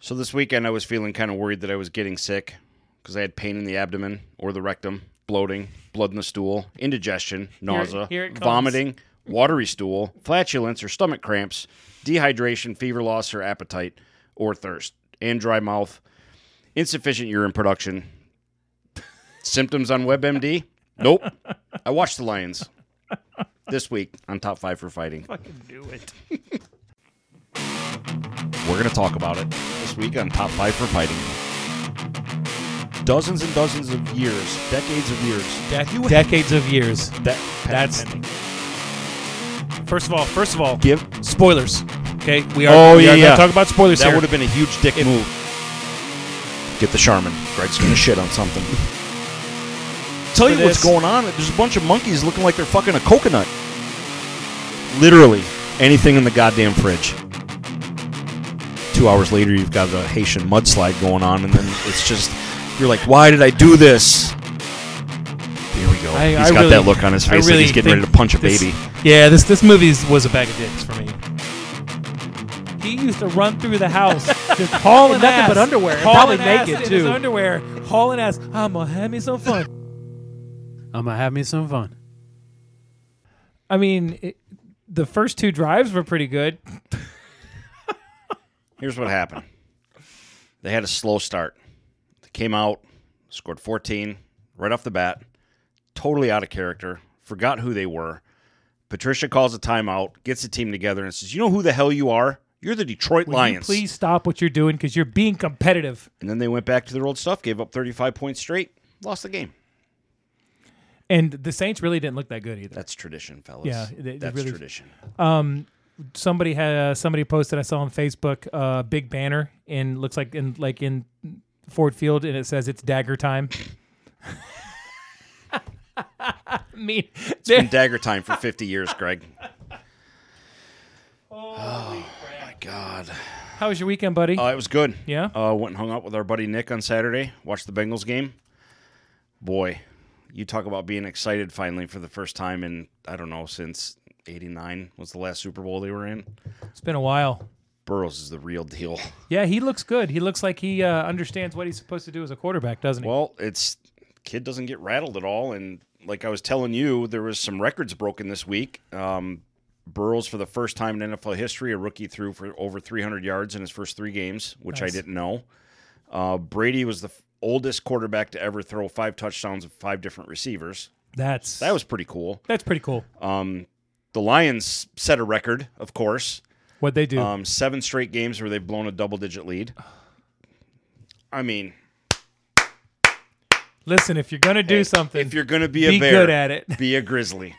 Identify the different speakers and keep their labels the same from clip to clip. Speaker 1: So this weekend I was feeling kind of worried that I was getting sick because I had pain in the abdomen or the rectum, bloating, blood in the stool, indigestion, nausea,
Speaker 2: here it comes.
Speaker 1: vomiting, watery stool, flatulence or stomach cramps, dehydration, fever loss or appetite or thirst, and dry mouth, insufficient urine production. Symptoms on WebMD? Nope. I watched the Lions this week on Top 5 for Fighting.
Speaker 2: Fucking do it.
Speaker 1: We're going to talk about it this week on Top 5 for Fighting. Dozens and dozens of years, decades of years.
Speaker 2: Decades of years.
Speaker 1: That,
Speaker 2: That's- First of all, first of all,
Speaker 1: give.
Speaker 2: spoilers. Okay, we are.
Speaker 1: Oh,
Speaker 2: we
Speaker 1: yeah,
Speaker 2: are
Speaker 1: yeah.
Speaker 2: Gonna talk about spoilers
Speaker 1: That
Speaker 2: here.
Speaker 1: would have been a huge dick move. Get the Charmin. Greg's gonna shit on something. Tell you
Speaker 2: For
Speaker 1: what's
Speaker 2: this.
Speaker 1: going on. There's a bunch of monkeys looking like they're fucking a coconut. Literally anything in the goddamn fridge. Two hours later, you've got the Haitian mudslide going on, and then it's just you're like, why did I do this? Here we go.
Speaker 2: I-
Speaker 1: He's
Speaker 2: I
Speaker 1: got
Speaker 2: really-
Speaker 1: that look on his
Speaker 2: I
Speaker 1: face like
Speaker 2: really
Speaker 1: he's getting ready to
Speaker 2: think
Speaker 1: punch a
Speaker 2: this-
Speaker 1: baby.
Speaker 2: Yeah, this this movie is- was a bag of dicks for me.
Speaker 3: He used to run through the house just hauling
Speaker 2: Nothing
Speaker 3: ass,
Speaker 2: but underwear, and probably
Speaker 3: hauling
Speaker 2: naked,
Speaker 3: ass in
Speaker 2: too.
Speaker 3: His underwear, hauling ass. Ah, I'm gonna have me some fun.
Speaker 4: I'm gonna have me some fun.
Speaker 3: I mean, it, the first two drives were pretty good.
Speaker 1: Here's what happened. They had a slow start. They came out, scored 14 right off the bat, totally out of character, forgot who they were. Patricia calls a timeout, gets the team together, and says, You know who the hell you are? You're the Detroit
Speaker 3: Will you
Speaker 1: Lions.
Speaker 3: please stop what you're doing because you're being competitive.
Speaker 1: And then they went back to their old stuff, gave up 35 points straight, lost the game.
Speaker 3: And the Saints really didn't look that good either.
Speaker 1: That's tradition, fellas.
Speaker 3: Yeah, they- they
Speaker 1: That's
Speaker 3: really-
Speaker 1: tradition.
Speaker 3: somebody had uh, somebody posted I saw on Facebook a uh, big banner in looks like in like in Ford Field and it says it's dagger time. I mean,
Speaker 1: It's been dagger time for 50 years, Greg. Oh, my God.
Speaker 3: how was your weekend, buddy?
Speaker 1: Oh, it was good.
Speaker 3: Yeah?
Speaker 1: Uh, went and hung out with our buddy Nick on Saturday. Watched the Bengals game. Boy, you talk about being excited finally for the first time in I don't know since '89 was the last Super Bowl they were in.
Speaker 3: it's been a while.
Speaker 1: Burrows is the real deal.
Speaker 3: Yeah, he looks good. He looks like he uh, understands what he's supposed to do as a quarterback, doesn't he?
Speaker 1: Well, it's kid doesn't get rattled at all, and like I was telling you, there was some records broken this week. Um, Burrows, for the first time in NFL history, a rookie threw for over 300 yards in his first three games, which I
Speaker 3: Nice.
Speaker 1: didn't know. Uh, Brady was the f- oldest quarterback to ever throw five touchdowns with five different receivers.
Speaker 3: that's
Speaker 1: That was pretty cool.
Speaker 3: that's pretty cool.
Speaker 1: Um, the Lions set a record, of course.
Speaker 3: What they do.
Speaker 1: Um, seven straight games where they've blown a double digit lead. I mean,
Speaker 3: Listen, if you're gonna do something,
Speaker 1: if you're going to be a bear,
Speaker 3: good at it.
Speaker 1: be a grizzly.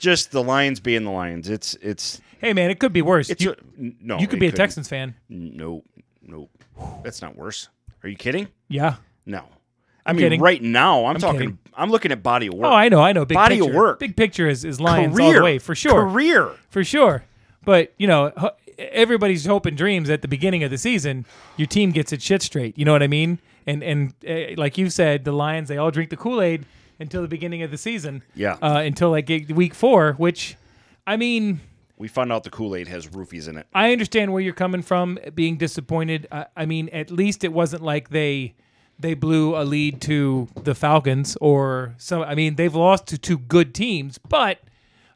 Speaker 1: Just the Lions being the Lions. It's it's
Speaker 3: hey man, it could be worse.
Speaker 1: it's
Speaker 3: you,
Speaker 1: a- n- no.
Speaker 3: you could
Speaker 1: it
Speaker 3: be a
Speaker 1: couldn't.
Speaker 3: Texans fan.
Speaker 1: No, no, that's not worse. Are you kidding?
Speaker 3: Yeah.
Speaker 1: No, I mean
Speaker 3: kidding.
Speaker 1: right now I'm, talking.
Speaker 3: kidding.
Speaker 1: I'm looking at body of work.
Speaker 3: Oh, I know, I know. Big
Speaker 1: Body of
Speaker 3: picture.
Speaker 1: work.
Speaker 3: Big picture is is Lions
Speaker 1: career
Speaker 3: all the way for sure.
Speaker 1: Career.
Speaker 3: for sure. But you know, ho- everybody's hope and dreams at the beginning of the season, your team gets its shit straight. You know what I mean? And and uh, like you said, the Lions they all drink the Kool Aid until the beginning of the season.
Speaker 1: Yeah.
Speaker 3: Uh, until like ge- week four, which, I mean,
Speaker 1: We found out the Kool Aid has roofies in it.
Speaker 3: I understand where you're coming from, eh, being disappointed. I, I mean, at least it wasn't like they they blew a lead to the Falcons or some. I mean, they've lost to two good teams, but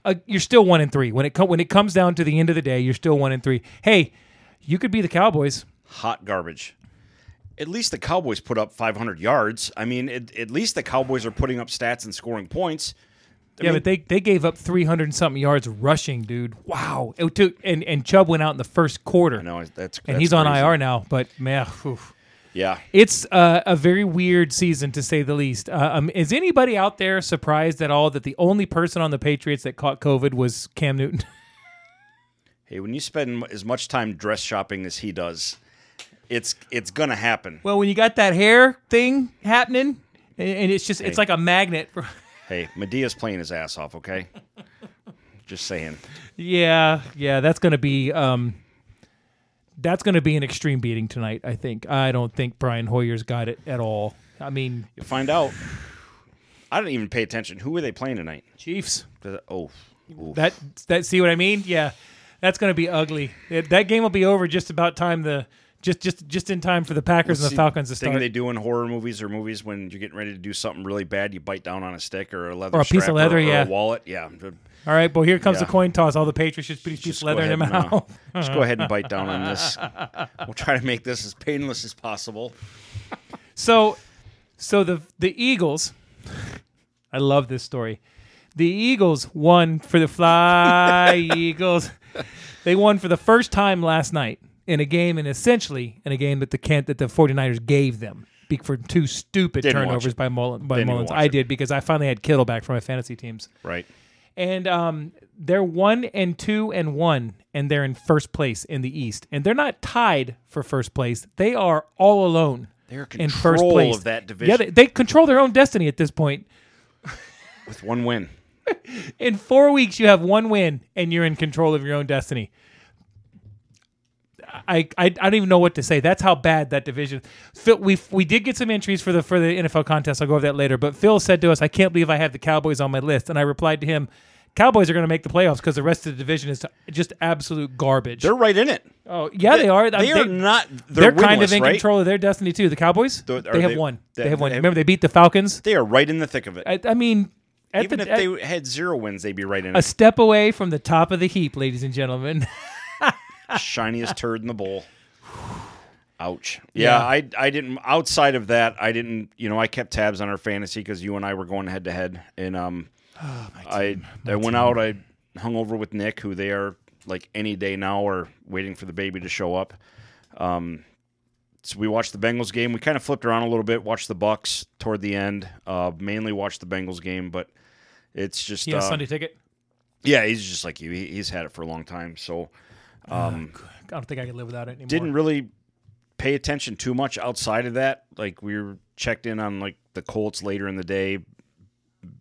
Speaker 3: uh, you're still one and three when it co- when it comes down to the end of the day. You're still one and three. Hey, you could be the Cowboys.
Speaker 1: Hot garbage. At least the Cowboys put up 500 yards. I mean, it, at least the Cowboys are putting up stats and scoring points.
Speaker 3: yeah, but they they gave up 300 and something yards rushing, dude. Wow. It took and and Chubb went out in the first quarter.
Speaker 1: No, that's
Speaker 3: And he's on IR now, but man, oof.
Speaker 1: Yeah,
Speaker 3: It's uh, a very weird season, to say the least. Uh, um, is anybody out there surprised at all that the only person on the Patriots that caught COVID was Cam Newton?
Speaker 1: Hey, when you spend m- as much time dress shopping as he does, it's it's gonna happen.
Speaker 3: well, when you got that hair thing happening, and, and it's just it's like a magnet. For,
Speaker 1: Hey, Medea's playing his ass off. Okay, just saying.
Speaker 3: yeah, yeah, that's gonna be um, that's gonna be an extreme beating tonight. I think. I don't think Brian Hoyer's got it at all. I mean,
Speaker 1: You'll find out. I didn't even pay attention. Who are they playing tonight? Does-
Speaker 3: Chiefs.
Speaker 1: Oh, ooh.
Speaker 3: That that see what I mean? Yeah.
Speaker 2: That's going to be ugly. It- that game will be over just about time the just just just in time for the Packers and the
Speaker 1: See,
Speaker 2: Falcons to
Speaker 1: Thing
Speaker 2: start.
Speaker 1: they do in horror movies or movies when you're getting ready to do something really bad, you bite down on a stick or a leather
Speaker 2: Or a piece of
Speaker 1: strap
Speaker 2: leather,
Speaker 1: or,
Speaker 2: yeah.
Speaker 1: or a wallet. Yeah,
Speaker 2: All right, well here comes the
Speaker 1: Yeah.
Speaker 2: coin toss. All the Patriots just put these
Speaker 1: Just
Speaker 2: piece of leather in
Speaker 1: go
Speaker 2: their
Speaker 1: ahead and, uh,
Speaker 2: mouth.
Speaker 1: just go ahead and bite down on this. We'll try to make this as painless as possible.
Speaker 2: So, so the the Eagles. I love this story. The Eagles won for the Fly Eagles. They won for the first time last night in a game, and essentially in a game that the Kent that the 49ers gave them be- for two stupid
Speaker 1: Didn't watch
Speaker 2: turnovers
Speaker 1: it.
Speaker 2: by Mullins. By
Speaker 1: Didn't even
Speaker 2: Mullins,
Speaker 1: watch
Speaker 2: I
Speaker 1: it.
Speaker 2: did because I finally had Kittle back for my fantasy teams,
Speaker 1: Right.
Speaker 2: and um, they're one and two and one, and they're in first place in the East, and they're not tied for first place. They are all alone
Speaker 1: They're
Speaker 2: in first
Speaker 1: control
Speaker 2: place
Speaker 1: of that
Speaker 2: Yeah,
Speaker 1: division
Speaker 2: they, they control their own destiny at this point.
Speaker 1: with one win.
Speaker 2: In four weeks, you have one win, and you're in control of your own destiny. I, I, I don't even know what to say. That's how bad that division. Phil, we we did get some entries for the for the NFL contest. I'll go over that later. But Phil said to us, "I can't believe I have the Cowboys on my list," and I replied to him. Cowboys are going to make the playoffs because the rest of the division is just absolute garbage.
Speaker 1: They're right in it.
Speaker 2: oh yeah, they, are. I-
Speaker 1: They are not.
Speaker 2: they're
Speaker 1: They're,
Speaker 2: kind of
Speaker 1: winless,
Speaker 2: in
Speaker 1: right?
Speaker 2: control of their destiny too. The Cowboys,
Speaker 1: Th- are
Speaker 2: they have
Speaker 1: they-
Speaker 2: won.
Speaker 1: they-
Speaker 2: They have won.
Speaker 1: they have-
Speaker 2: Remember, they beat the Falcons.
Speaker 1: They are right in the thick of it.
Speaker 2: I, I mean, at
Speaker 1: Even
Speaker 2: the,
Speaker 1: if they had zero wins, they'd be right in
Speaker 2: a
Speaker 1: it.
Speaker 2: step away from the top of the heap, ladies and gentlemen.
Speaker 1: Shiniest turd in the bowl. Ouch. Yeah, I I didn't. Outside of that, I didn't. You know, I kept tabs on our fantasy because you and I were going head to head, and um,
Speaker 2: Oh,
Speaker 1: I I went out. I hung over with Nick, who they are like any day now, or waiting for the baby to show up. Um, so we watched the Bengals game. We kind of flipped around a little bit. Watched the Bucks toward the end. Uh, mainly watched the Bengals game, but it's just
Speaker 2: yeah,
Speaker 1: uh,
Speaker 2: Sunday ticket.
Speaker 1: Yeah, he's just like you. He, he's had it for a long time, so um,
Speaker 2: I don't think I could live without it anymore.
Speaker 1: didn't really pay attention too much outside of that. Like we were checked in on like the Colts later in the day,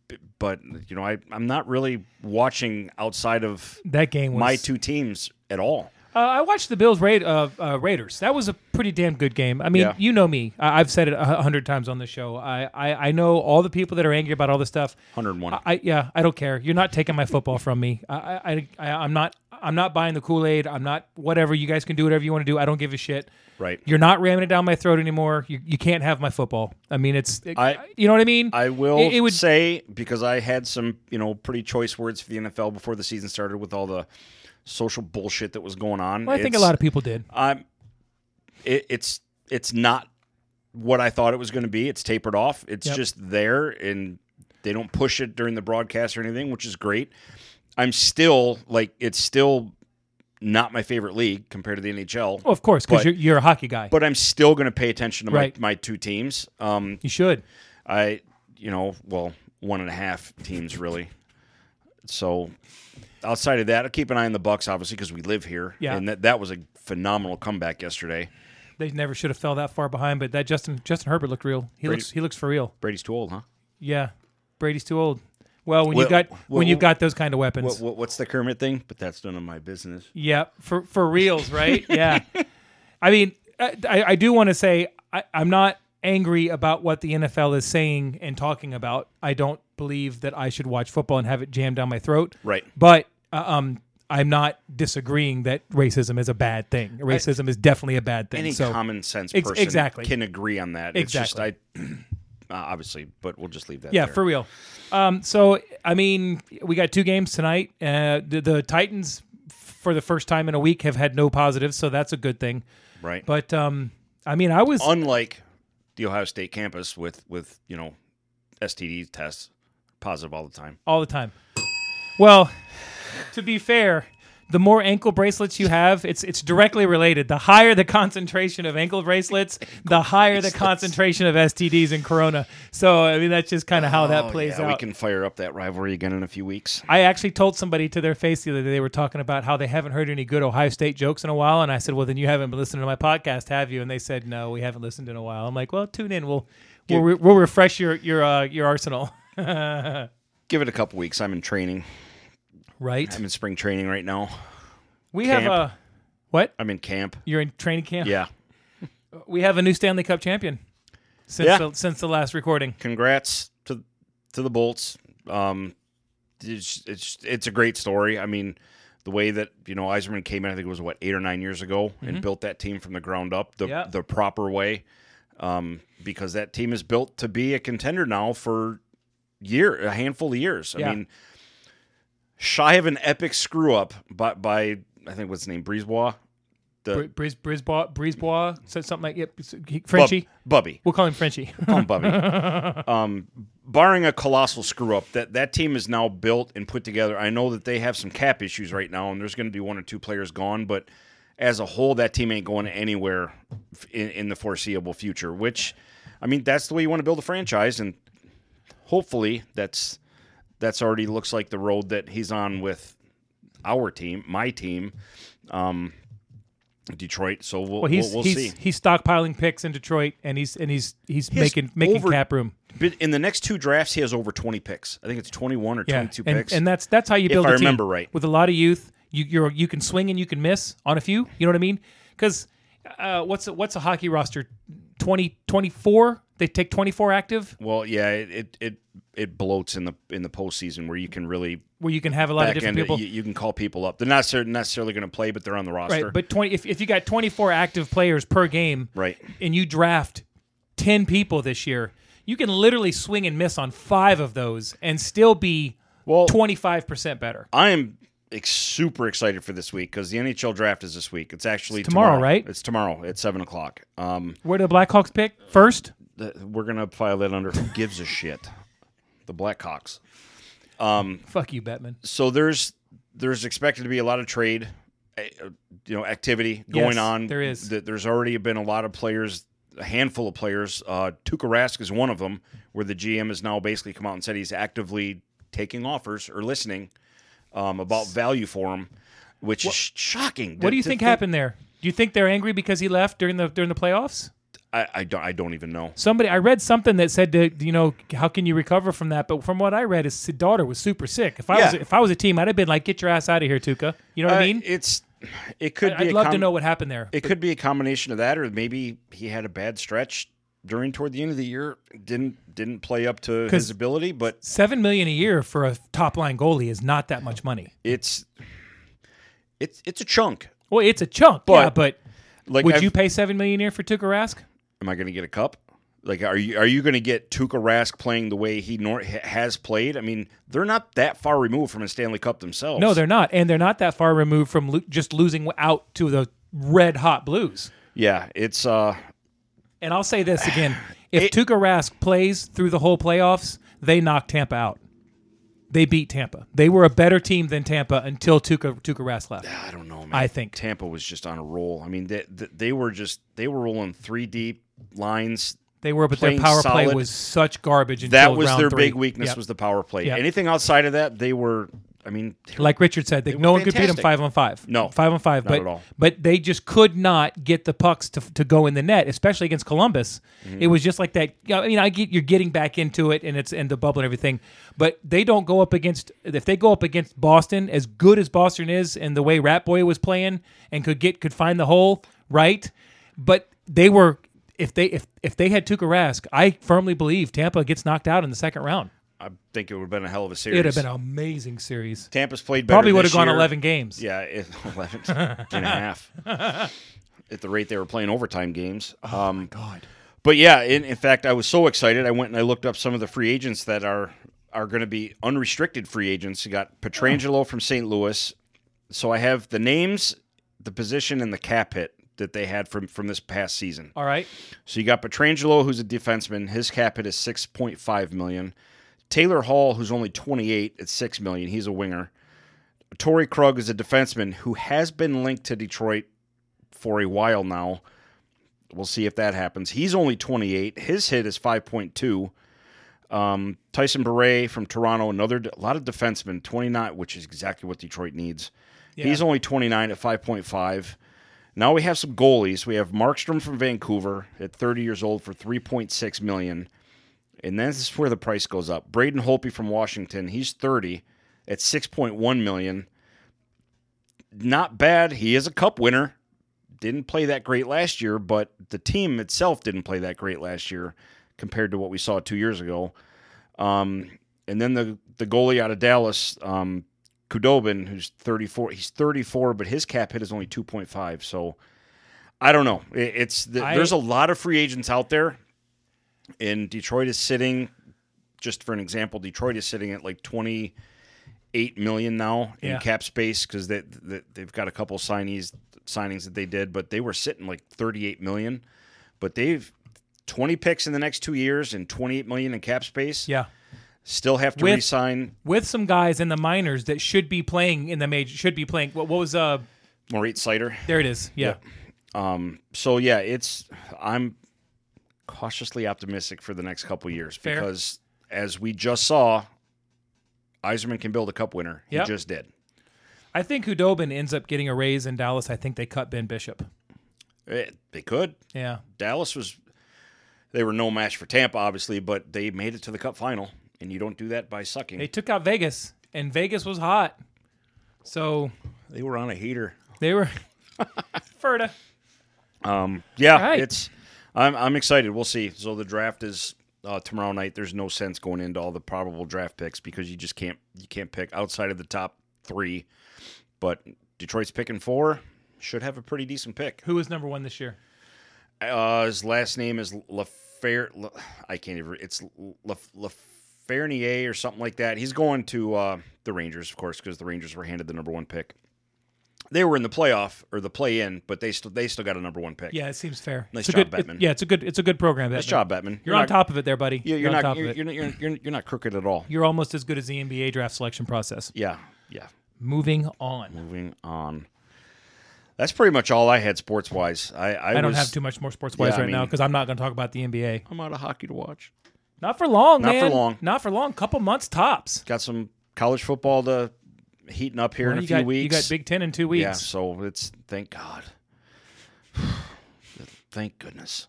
Speaker 1: b- but you know, I I'm not really watching outside of
Speaker 2: that game was
Speaker 1: my two teams at all.
Speaker 2: Uh, I watched the Bills Raid, uh, uh, Raiders. That was a pretty damn good game. I mean,
Speaker 1: Yeah.
Speaker 2: you know me. I- I've said it a hu- hundred times on the show. I-, I I know all the people that are angry about all this stuff.
Speaker 1: 101.
Speaker 2: I, I yeah, I don't care. You're not taking my football from me. I I, I I'm not I'm not buying the Kool Aid. I'm not whatever. You guys can do whatever you want to do. I don't give a shit.
Speaker 1: Right.
Speaker 2: You're not ramming it down my throat anymore. You, you can't have my football. I mean, it's
Speaker 1: I-
Speaker 2: you know what I mean.
Speaker 1: I will
Speaker 2: It, it would
Speaker 1: say because I had some, you know, pretty choice words for the NFL before the season started with all the social bullshit that was going on.
Speaker 2: Well, I think a
Speaker 1: It's-
Speaker 2: lot of people did.
Speaker 1: I'm. It, it's it's not what I thought it was going to be. It's tapered off. It's
Speaker 2: Yep.
Speaker 1: just there, and they don't push it during the broadcast or anything, which is great. I'm still like it's still not my favorite league compared to the NHL,
Speaker 2: Well, of course, because
Speaker 1: But-
Speaker 2: you're, you're a hockey guy.
Speaker 1: but I'm still going to pay attention to my,
Speaker 2: Right.
Speaker 1: my two teams. Um,
Speaker 2: you should.
Speaker 1: I you know well one and a half teams really. So outside of that, I keep an eye on the Bucks obviously because we live here,
Speaker 2: Yeah.
Speaker 1: and that that was a phenomenal comeback yesterday.
Speaker 2: They never should have fell that far behind. But that Justin Justin Herbert looked real. He
Speaker 1: Brady-
Speaker 2: looks he looks for real.
Speaker 1: Brady's too old, huh?
Speaker 2: Yeah, Brady's too old. Well, when
Speaker 1: Well,
Speaker 2: you got
Speaker 1: well,
Speaker 2: when you've got those kind of weapons,
Speaker 1: What, what, what's the Kermit thing? But that's none of my business.
Speaker 2: yeah, for for reals, right? yeah, I mean, I, I I do want to say I, I'm not angry about what the NFL is saying and talking about. I don't believe that I should watch football and have it jammed down my throat.
Speaker 1: Right.
Speaker 2: But uh, um, I'm not disagreeing that racism is a bad thing. Racism is definitely a bad thing.
Speaker 1: Any
Speaker 2: so
Speaker 1: common sense
Speaker 2: Ex-
Speaker 1: person
Speaker 2: exactly.
Speaker 1: can agree on that. It's just I uh, obviously, but we'll just leave that.
Speaker 2: yeah,
Speaker 1: there.
Speaker 2: for real. Um, so I mean, we got two games tonight. Uh, the, the Titans, for the first time in a week, have had no positives, so that's a good thing.
Speaker 1: right. But
Speaker 2: But um, I mean, I was
Speaker 1: unlike the Ohio State campus with with you know STD tests positive all the time.
Speaker 2: all the time. Well, to be fair, the more ankle bracelets you have, it's it's directly related. The higher the concentration of ankle bracelets, the higher the concentration of STDs and corona. So I mean, that's just kind of how
Speaker 3: Oh,
Speaker 2: that plays
Speaker 1: yeah,
Speaker 2: out.
Speaker 1: we can fire up that rivalry again in a few weeks.
Speaker 2: I actually told somebody to their face the other day they were talking about how they haven't heard any good Ohio State jokes in a while, and I said, "Well, then you haven't been listening to my podcast, have you?" And they said, "No, we haven't listened in a while." I'm like, "Well, tune in. We'll we'll, re- we'll refresh your your uh, your arsenal."
Speaker 1: Give it a couple weeks. I'm in training.
Speaker 2: Right?
Speaker 1: I'm in spring training right now.
Speaker 2: We have
Speaker 1: camp.
Speaker 2: a what?
Speaker 1: I'm in camp.
Speaker 2: You're in training camp.
Speaker 1: Yeah.
Speaker 2: We have a new Stanley Cup champion since
Speaker 1: Yeah.
Speaker 2: the, since the last recording.
Speaker 1: Congrats to to the Bolts. Um, it's, it's it's a great story. I mean, the way that you know Eiserman came in, I think it was what eight or nine years ago, and built that team from the ground up the
Speaker 2: Mm-hmm. Yeah.
Speaker 1: the proper way, um, because that team is built to be a contender now for year a handful of years. I
Speaker 2: Yeah.
Speaker 1: mean, shy of an epic screw up, but by I think what's his name Brisebois, the
Speaker 2: Briz Brisbois Brisbois said something like yep he- Frenchie.
Speaker 1: Bub- Bubby,
Speaker 2: We'll call him Frenchie.
Speaker 1: Come on, Bubby. um, barring a colossal screw up, that that team is now built and put together. I know that they have some cap issues right now, and there's going to be one or two players gone, but as a whole, that team ain't going anywhere f- in, in the foreseeable future. Which, I mean, that's the way you want to build a franchise, and hopefully, that's that's already looks like the road that he's on with our team, my team. Um, Detroit, so we'll,
Speaker 2: Well, he's
Speaker 1: we'll, we'll
Speaker 2: he's
Speaker 1: see.
Speaker 2: he's stockpiling picks in Detroit, and he's and he's he's making making
Speaker 1: over-
Speaker 2: cap room.
Speaker 1: But in the next two drafts, he has over 20 picks. I think it's 21 or
Speaker 2: Yeah,
Speaker 1: 22
Speaker 2: and,
Speaker 1: picks.
Speaker 2: and that's that's how you build.
Speaker 1: I
Speaker 2: a team.
Speaker 1: remember right.
Speaker 2: with a lot of youth, you you're, you can swing and you can miss on a few. You know what I mean? Because uh, what's a, what's a hockey roster? 20, 24? They take twenty four active,
Speaker 1: well, yeah, it, it it it bloats in the in the postseason where you can really
Speaker 2: where you can have a lot of
Speaker 1: back end.
Speaker 2: different
Speaker 1: it.
Speaker 2: people.
Speaker 1: You, you can call people up. They're not cer- necessarily going to play, but they're on the roster.
Speaker 2: Right, but twenty if, if you got twenty four active players per game,
Speaker 1: Right.
Speaker 2: and you draft ten people this year, you can literally swing and miss on five of those and still be
Speaker 1: Well-
Speaker 2: twenty five percent better.
Speaker 1: I am ex- super excited for this week because the NHL draft is this week. It's actually
Speaker 2: tomorrow, right?
Speaker 1: It's tomorrow at seven o'clock. Um,
Speaker 2: Where do the Blackhawks pick first?
Speaker 1: th- we're gonna file that under who gives a shit. The Blackhawks.
Speaker 2: Fuck you, Batman.
Speaker 1: so there's there's expected to be a lot of trade uh, you know activity going
Speaker 2: Yes,
Speaker 1: on
Speaker 2: there is.
Speaker 1: Th- there's already been a lot of players a handful of players uh Tuukka Rask is one of them where the GM has now basically come out and said he's actively taking offers or listening um, about value for him which is sh- shocking
Speaker 2: What do you think happened there? Do you think they're angry because he left during the during the playoffs?
Speaker 1: I, I don't I don't even know
Speaker 2: Somebody I read something that said to you know how can you recover from that? But from what I read, his daughter was super sick. If I was
Speaker 1: Yeah.
Speaker 2: if I was a team, I'd have been like, get your ass out of here, Tuca. You know what I
Speaker 1: Uh,
Speaker 2: mean?
Speaker 1: it's it could be
Speaker 2: I'd
Speaker 1: a
Speaker 2: love to
Speaker 1: com-
Speaker 2: know what happened there.
Speaker 1: It could be a combination of that, or maybe he had a bad stretch during toward the end of the year. Didn't didn't play up to his ability, but
Speaker 2: Seven million a year for a top line goalie is not that much money.
Speaker 1: it's it's it's a chunk.
Speaker 2: Well, it's a chunk, yeah.
Speaker 1: But-
Speaker 2: But
Speaker 1: Like,
Speaker 2: would
Speaker 1: I've-
Speaker 2: you pay seven million a year for Tuka Rask?
Speaker 1: Am I going to get a cup? Like, are you are you going to get Tuka Rask playing the way he nor- ha- has played? I mean, they're not that far removed from a Stanley Cup themselves.
Speaker 2: No, they're not, and they're not that far removed from lo- just losing out to the red hot Blues.
Speaker 1: yeah. It's uh,
Speaker 2: And I'll say this again: if Tuukka Rask plays through the whole playoffs, they knock Tampa out. They beat Tampa. They were a better team than Tampa until Tuukka Tuukka Rask left.
Speaker 1: I don't know. Man.
Speaker 2: I think.
Speaker 1: Tampa was just on a roll. I mean, they they, they were just they were rolling three deep lines.
Speaker 2: They were, but their
Speaker 1: Playing
Speaker 2: power play
Speaker 1: solid.
Speaker 2: was such garbage. Until
Speaker 1: that was
Speaker 2: round
Speaker 1: their
Speaker 2: three.
Speaker 1: big weakness
Speaker 2: Yep.
Speaker 1: was the power play.
Speaker 2: Yep.
Speaker 1: Anything outside of that, they were. I mean,
Speaker 2: like Richard said, they, no one could beat them
Speaker 1: fantastic.
Speaker 2: five on five.
Speaker 1: No,
Speaker 2: five on five.
Speaker 1: not
Speaker 2: but
Speaker 1: at all.
Speaker 2: but they just could not get the pucks to, to go in the net, especially against Columbus.
Speaker 1: Mm-hmm.
Speaker 2: It was just like that. you know, I mean, I get you're getting back into it, and it's and the bubble and everything. But they don't go up against if they go up against Boston, as good as Boston is, and the way Rat Boy was playing and could get could find the hole right. But they were if they if if they had Tuukka Rask, I firmly believe Tampa gets knocked out in the second round.
Speaker 1: I think it would have been a hell of a series.
Speaker 2: It'd have been an amazing series.
Speaker 1: Tampa's played better.
Speaker 2: Probably would
Speaker 1: would
Speaker 2: have gone eleven games.
Speaker 1: Yeah, it, 11 and a half. At the rate they were playing overtime games.
Speaker 2: Oh
Speaker 1: um, God. But yeah, in, in fact, I was so excited. I went and I looked up some of the free agents that are are going to be unrestricted free agents. You got Petrangelo from St. Louis. So I have the names, the position, and the cap hit that they had from from this past season.
Speaker 2: All right.
Speaker 1: So you got Petrangelo, who's a defenseman. His cap hit is six point five million. Taylor Hall, who's only twenty eight, at six million. He's a winger. Torrey Krug is a defenseman who has been linked to Detroit for a while now. We'll see if that happens. He's only twenty eight. His hit is five point two. Um, Tyson Beret from Toronto, another a lot of defensemen, twenty nine, which is exactly what Detroit needs. He's only twenty nine at five point five. Now we have some goalies. We have Markstrom from Vancouver at 30 years old for 3.6 million, and this is where the price goes up. Braden Holpe from Washington, he's 30 at 6.1 million. Not bad. He is a cup winner. Didn't play that great last year, but the team itself didn't play that great last year compared to what we saw two years ago. Um, and then the the goalie out of Dallas, um, Kudobin, who's 34. He's 34, but his cap hit is only 2.5. So I don't know. It, it's the,
Speaker 2: I-
Speaker 1: there's a lot of free agents out there, and Detroit is sitting. Just for an example, Detroit is sitting at like 28 million now in
Speaker 2: Yeah.
Speaker 1: cap space because they, they they've got a couple signees signings that they did, but they were sitting like 38 million. But they've 20 picks in the next two years and 28 million in cap space.
Speaker 2: Yeah.
Speaker 1: Still have to
Speaker 2: With-
Speaker 1: re-sign
Speaker 2: With some guys in the minors that should be playing in the major, should be playing. What, what was uh?
Speaker 1: Maurice Sider.
Speaker 2: There it is. Yeah.
Speaker 1: so yeah, it's I'm cautiously optimistic for the next couple years
Speaker 2: Fair.
Speaker 1: because as we just saw, Eiserman can build a cup winner. He
Speaker 2: Yep.
Speaker 1: just did.
Speaker 2: I think Hudobin ends up getting a raise in Dallas. I think they cut Ben Bishop.
Speaker 1: Eh, they could.
Speaker 2: Yeah.
Speaker 1: Dallas was they were no match for Tampa, obviously, but they made it to the cup final. And you don't do that by sucking.
Speaker 2: They
Speaker 1: They,
Speaker 2: took out Vegas, and Vegas was hot. So
Speaker 1: were on a heater.
Speaker 2: they were. Ferda.
Speaker 1: Yeah,
Speaker 2: Right.
Speaker 1: it's I'm I'm excited. We'll see. So the draft is uh, tomorrow night. There's no sense going into all the probable draft picks because you just can't you can't pick outside of the top three. But Detroit's picking four should have a pretty decent pick.
Speaker 2: Who was number one this year?
Speaker 1: Uh, his last name is Lafer. La, I can't even. It's La, Lafernier or something like that. He's going to uh, the Rangers, of course, because the Rangers were handed the number one pick. They were in the playoff or the play in, but they still they still got a number one pick.
Speaker 2: Yeah, it seems fair.
Speaker 1: Nice
Speaker 2: It's a
Speaker 1: job,
Speaker 2: good,
Speaker 1: Batman.
Speaker 2: it- yeah, it's a good. It's a good program.
Speaker 1: nice job, Batman.
Speaker 2: You're, on top of it there, buddy.
Speaker 1: Yeah, you're,
Speaker 2: on
Speaker 1: not.
Speaker 2: top
Speaker 1: you're,
Speaker 2: of it.
Speaker 1: you're, you're, you're, you're not crooked at all.
Speaker 2: You're almost as good as the NBA draft selection process.
Speaker 1: Yeah, yeah.
Speaker 2: Moving on.
Speaker 1: Moving on. That's pretty much all I had sports wise. I I,
Speaker 2: I don't
Speaker 1: was-
Speaker 2: have too much more sports wise
Speaker 1: Yeah, I
Speaker 2: right now
Speaker 1: mean-
Speaker 2: because I'm not going to talk about the NBA.
Speaker 1: I'm out of hockey to watch.
Speaker 2: Not for long,
Speaker 1: Not for
Speaker 2: man.
Speaker 1: long.
Speaker 2: Not for long. Couple months tops.
Speaker 1: Got some college football to heating up here in a
Speaker 2: you
Speaker 1: few
Speaker 2: got,
Speaker 1: weeks.
Speaker 2: You got Big Ten in two
Speaker 1: Yeah,
Speaker 2: weeks.
Speaker 1: so it's thank God. thank goodness.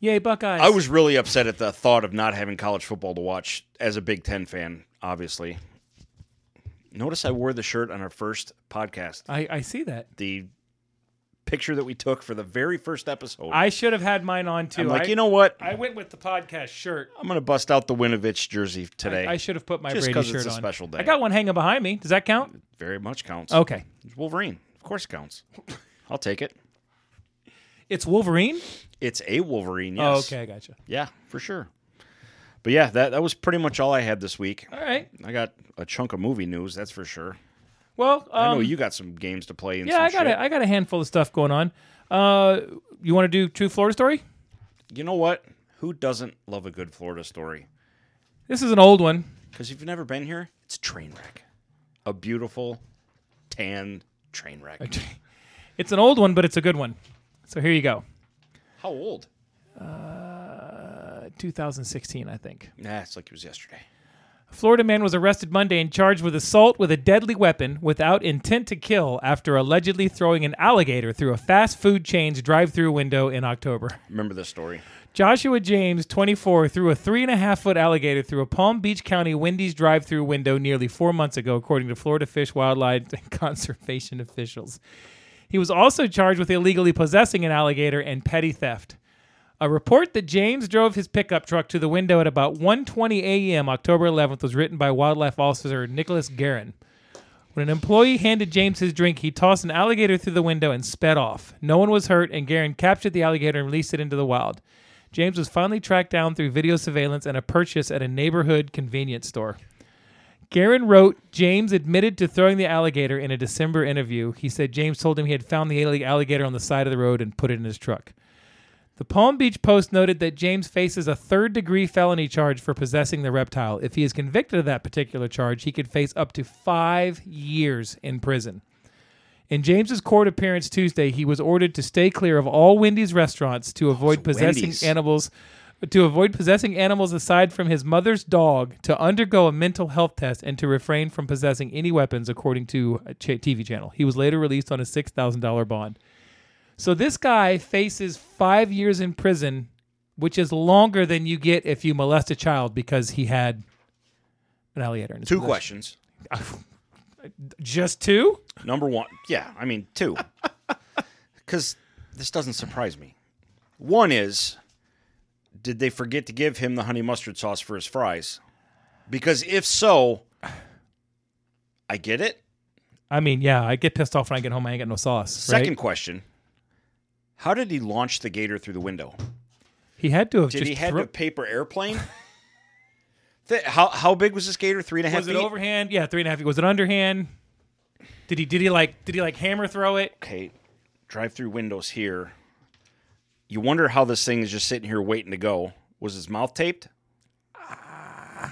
Speaker 2: Yay, Buckeyes.
Speaker 1: I was really upset at the thought of not having college football to watch as a Big Ten fan. Obviously, notice I wore the shirt on our first podcast.
Speaker 2: I, I see that.
Speaker 1: The picture that we took for the very first episode.
Speaker 2: I should have had mine on too.
Speaker 1: I'm like,
Speaker 2: I,
Speaker 1: you know what?
Speaker 2: I went with the podcast shirt.
Speaker 1: I'm gonna bust out the Winovich jersey today.
Speaker 2: I should have put my
Speaker 1: Just
Speaker 2: Brady
Speaker 1: 'cause
Speaker 2: shirt
Speaker 1: it's a
Speaker 2: on.
Speaker 1: special day.
Speaker 2: I got Oh. one hanging behind me. Does that count?
Speaker 1: Very much counts.
Speaker 2: Okay.
Speaker 1: It's Wolverine, of course, counts. I'll take it.
Speaker 2: It's Wolverine.
Speaker 1: It's a Wolverine. Yes.
Speaker 2: Oh, okay, I gotcha.
Speaker 1: Yeah, for sure. But yeah, that that was pretty much all I had this week.
Speaker 2: All right.
Speaker 1: I got a chunk of movie news, that's for sure.
Speaker 2: Well, um,
Speaker 1: I know you got some games to play. And
Speaker 2: yeah,
Speaker 1: some
Speaker 2: I got
Speaker 1: shit.
Speaker 2: a, I got a handful of stuff going on. Uh, you want to do True Florida Story?
Speaker 1: You know what? Who doesn't love a good Florida story?
Speaker 2: This is an old one.
Speaker 1: Because if you've never been here, it's a train wreck. A beautiful, tan train wreck.
Speaker 2: It's an old one, but it's a good one. So here you go.
Speaker 1: How old?
Speaker 2: Uh, 2016, I think.
Speaker 1: Nah, it's like it was yesterday.
Speaker 2: Florida man was arrested Monday and charged with assault with a deadly weapon without intent to kill after allegedly throwing an alligator through a fast food chain's drive-through window in October.
Speaker 1: Remember this story?
Speaker 2: Joshua James, 24, threw a three and a half foot alligator through a Palm Beach County Wendy's drive through window nearly four months ago, according to Florida Fish, Wildlife, and Conservation officials. He was also charged with illegally possessing an alligator and petty theft. A report that James drove his pickup truck to the window at about 1:20 a.m. October 11th was written by wildlife officer Nicholas Guerin. When an employee handed James his drink, he tossed an alligator through the window and sped off. No one was hurt, and Guerin captured the alligator and released it into the wild. James was finally tracked down through video surveillance and a purchase at a neighborhood convenience store. Guerin wrote, James admitted to throwing the alligator in a December interview. He said James told him he had found the alli- alligator on the side of the road and put it in his truck. The Palm Beach Post noted that James faces a third degree felony charge for possessing the reptile. If he is convicted of that particular charge, he could face up to five years in prison. In James's court appearance Tuesday, he was ordered to stay clear of all Wendy's restaurants to avoid possessing
Speaker 1: Wendy's.
Speaker 2: animals to avoid possessing animals aside from his mother's dog, to undergo a mental health test, and to refrain from possessing any weapons, according to a ch- TV channel. He was later released on a six thousand dollar bond. So this guy faces five years in prison, which is longer than you get if you molest a child because he had an alligator. In his
Speaker 1: Two
Speaker 2: possession.
Speaker 1: questions.
Speaker 2: Just two?
Speaker 1: Number one, yeah, I mean two, because this doesn't surprise me. One is, did they forget to give him the honey mustard sauce for his fries? Because if so, I get it.
Speaker 2: I mean, yeah, I get pissed off when I get home. I ain't got no sauce.
Speaker 1: Second
Speaker 2: right?
Speaker 1: question: How did he launch the gator through the window?
Speaker 2: he had to have
Speaker 1: Did
Speaker 2: just
Speaker 1: he have
Speaker 2: thro-
Speaker 1: a paper airplane? Th- how how big was this gator? Three and a half
Speaker 2: was it
Speaker 1: feet?
Speaker 2: overhand? Yeah, three and a half. feet. Was it underhand? Did he did he like did he like hammer throw it?
Speaker 1: Okay, drive through windows here. You wonder how this thing is just sitting here waiting to go. Was his mouth taped?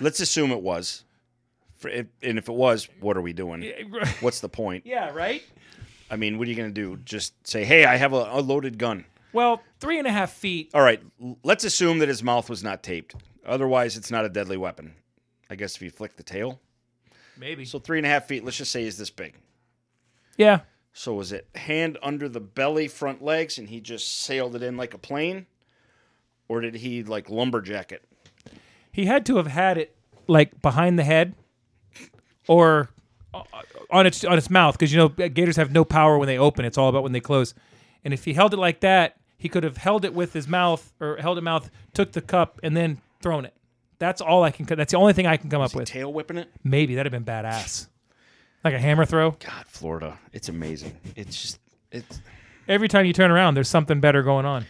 Speaker 1: Let's assume it was. For if- and if it was, what are we doing? What's the point?
Speaker 2: yeah, right.
Speaker 1: I mean, what are you going to do? Just say, hey, I have a, a loaded gun.
Speaker 2: Well, three and a half feet.
Speaker 1: All right, l- let's assume that his mouth was not taped. Otherwise, it's not a deadly weapon. I guess if you flick the tail.
Speaker 2: Maybe.
Speaker 1: So three and a half feet, let's just say is this big.
Speaker 2: yeah.
Speaker 1: So was it hand under the belly, front legs, and he just sailed it in like a plane? Or did he like lumberjack it?
Speaker 2: He had to have had it like behind the head or uh, on its on its mouth because you know gators have no power when they open. It's all about when they close. And if he held it like that, he could have held it with his mouth or held it mouth, took the cup, and then thrown it. That's all I can. co- That's the only thing I can come up with.
Speaker 1: Tail whipping it?
Speaker 2: Maybe that'd have been badass, like a hammer throw.
Speaker 1: God, Florida. It's amazing. It's just it's
Speaker 2: Every time you turn around, there's something better going on.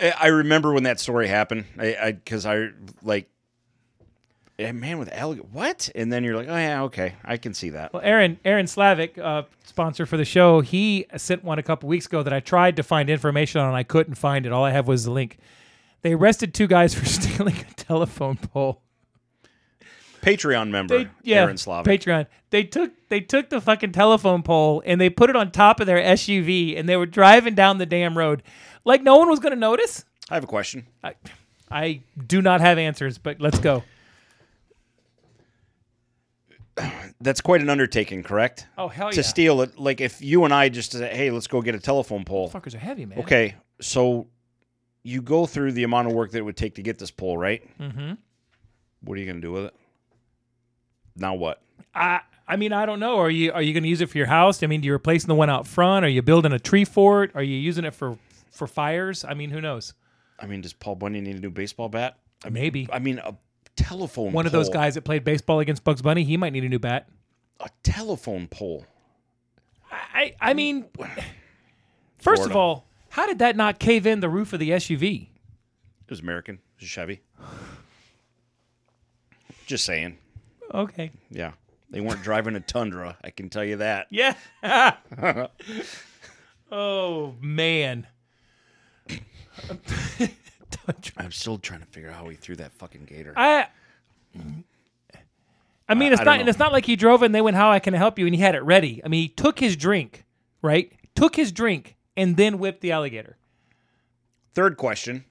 Speaker 1: I I remember when that story happened. I, I cause I like eh, man with alligator what? And then you're like, Oh yeah, okay. I can see that.
Speaker 2: Well, Aaron Aaron Slavic, uh, sponsor for the show, he sent one a couple weeks ago that I tried to find information on and I couldn't find it. All I have was the link. They arrested two guys for stealing a telephone pole.
Speaker 1: Patreon member,
Speaker 2: They, yeah,
Speaker 1: Aaron Slavic.
Speaker 2: Patreon. They took they took the fucking telephone pole and they put it on top of their SUV and they were driving down the damn road, like no one was going to notice.
Speaker 1: I have a question.
Speaker 2: I, I do not have answers, but let's go.
Speaker 1: That's quite an undertaking, correct?
Speaker 2: Oh hell
Speaker 1: to steal it, like if you and I just say, "Hey, let's go get a telephone pole."
Speaker 2: Fuckers are heavy, man.
Speaker 1: Okay, so you go through the amount of work that it would take to get this pole, right? Mm-hmm. What are you going to do with it? Now what?
Speaker 2: I I mean, I don't know. Are you are you going to use it for your house? I mean, you're replacing the one out front. Are you building a tree fort? Are you using it for for fires? I mean, who knows?
Speaker 1: I mean, does Paul Bunyan need a new baseball bat? I mean,
Speaker 2: Maybe
Speaker 1: I mean, a telephone.
Speaker 2: one of those
Speaker 1: pole.
Speaker 2: guys that played baseball against Bugs Bunny. He might need a new bat.
Speaker 1: A telephone pole.
Speaker 2: I I mean, first of
Speaker 1: Mm. Florida.
Speaker 2: all, how did that not cave in the roof of the SUV?
Speaker 1: It was American. It was a Chevy. Just saying.
Speaker 2: Okay.
Speaker 1: Yeah, they weren't driving a Tundra. I can tell you that.
Speaker 2: Yeah. oh man.
Speaker 1: I'm still trying to figure out how he threw that fucking gator.
Speaker 2: I. I mean, it's
Speaker 1: I don't
Speaker 2: not. And
Speaker 1: know.
Speaker 2: it's not like he drove and they went, "How I can help you?" And he had it ready. I mean, he took his drink, right? Took his drink and then whipped the alligator.
Speaker 1: Third question.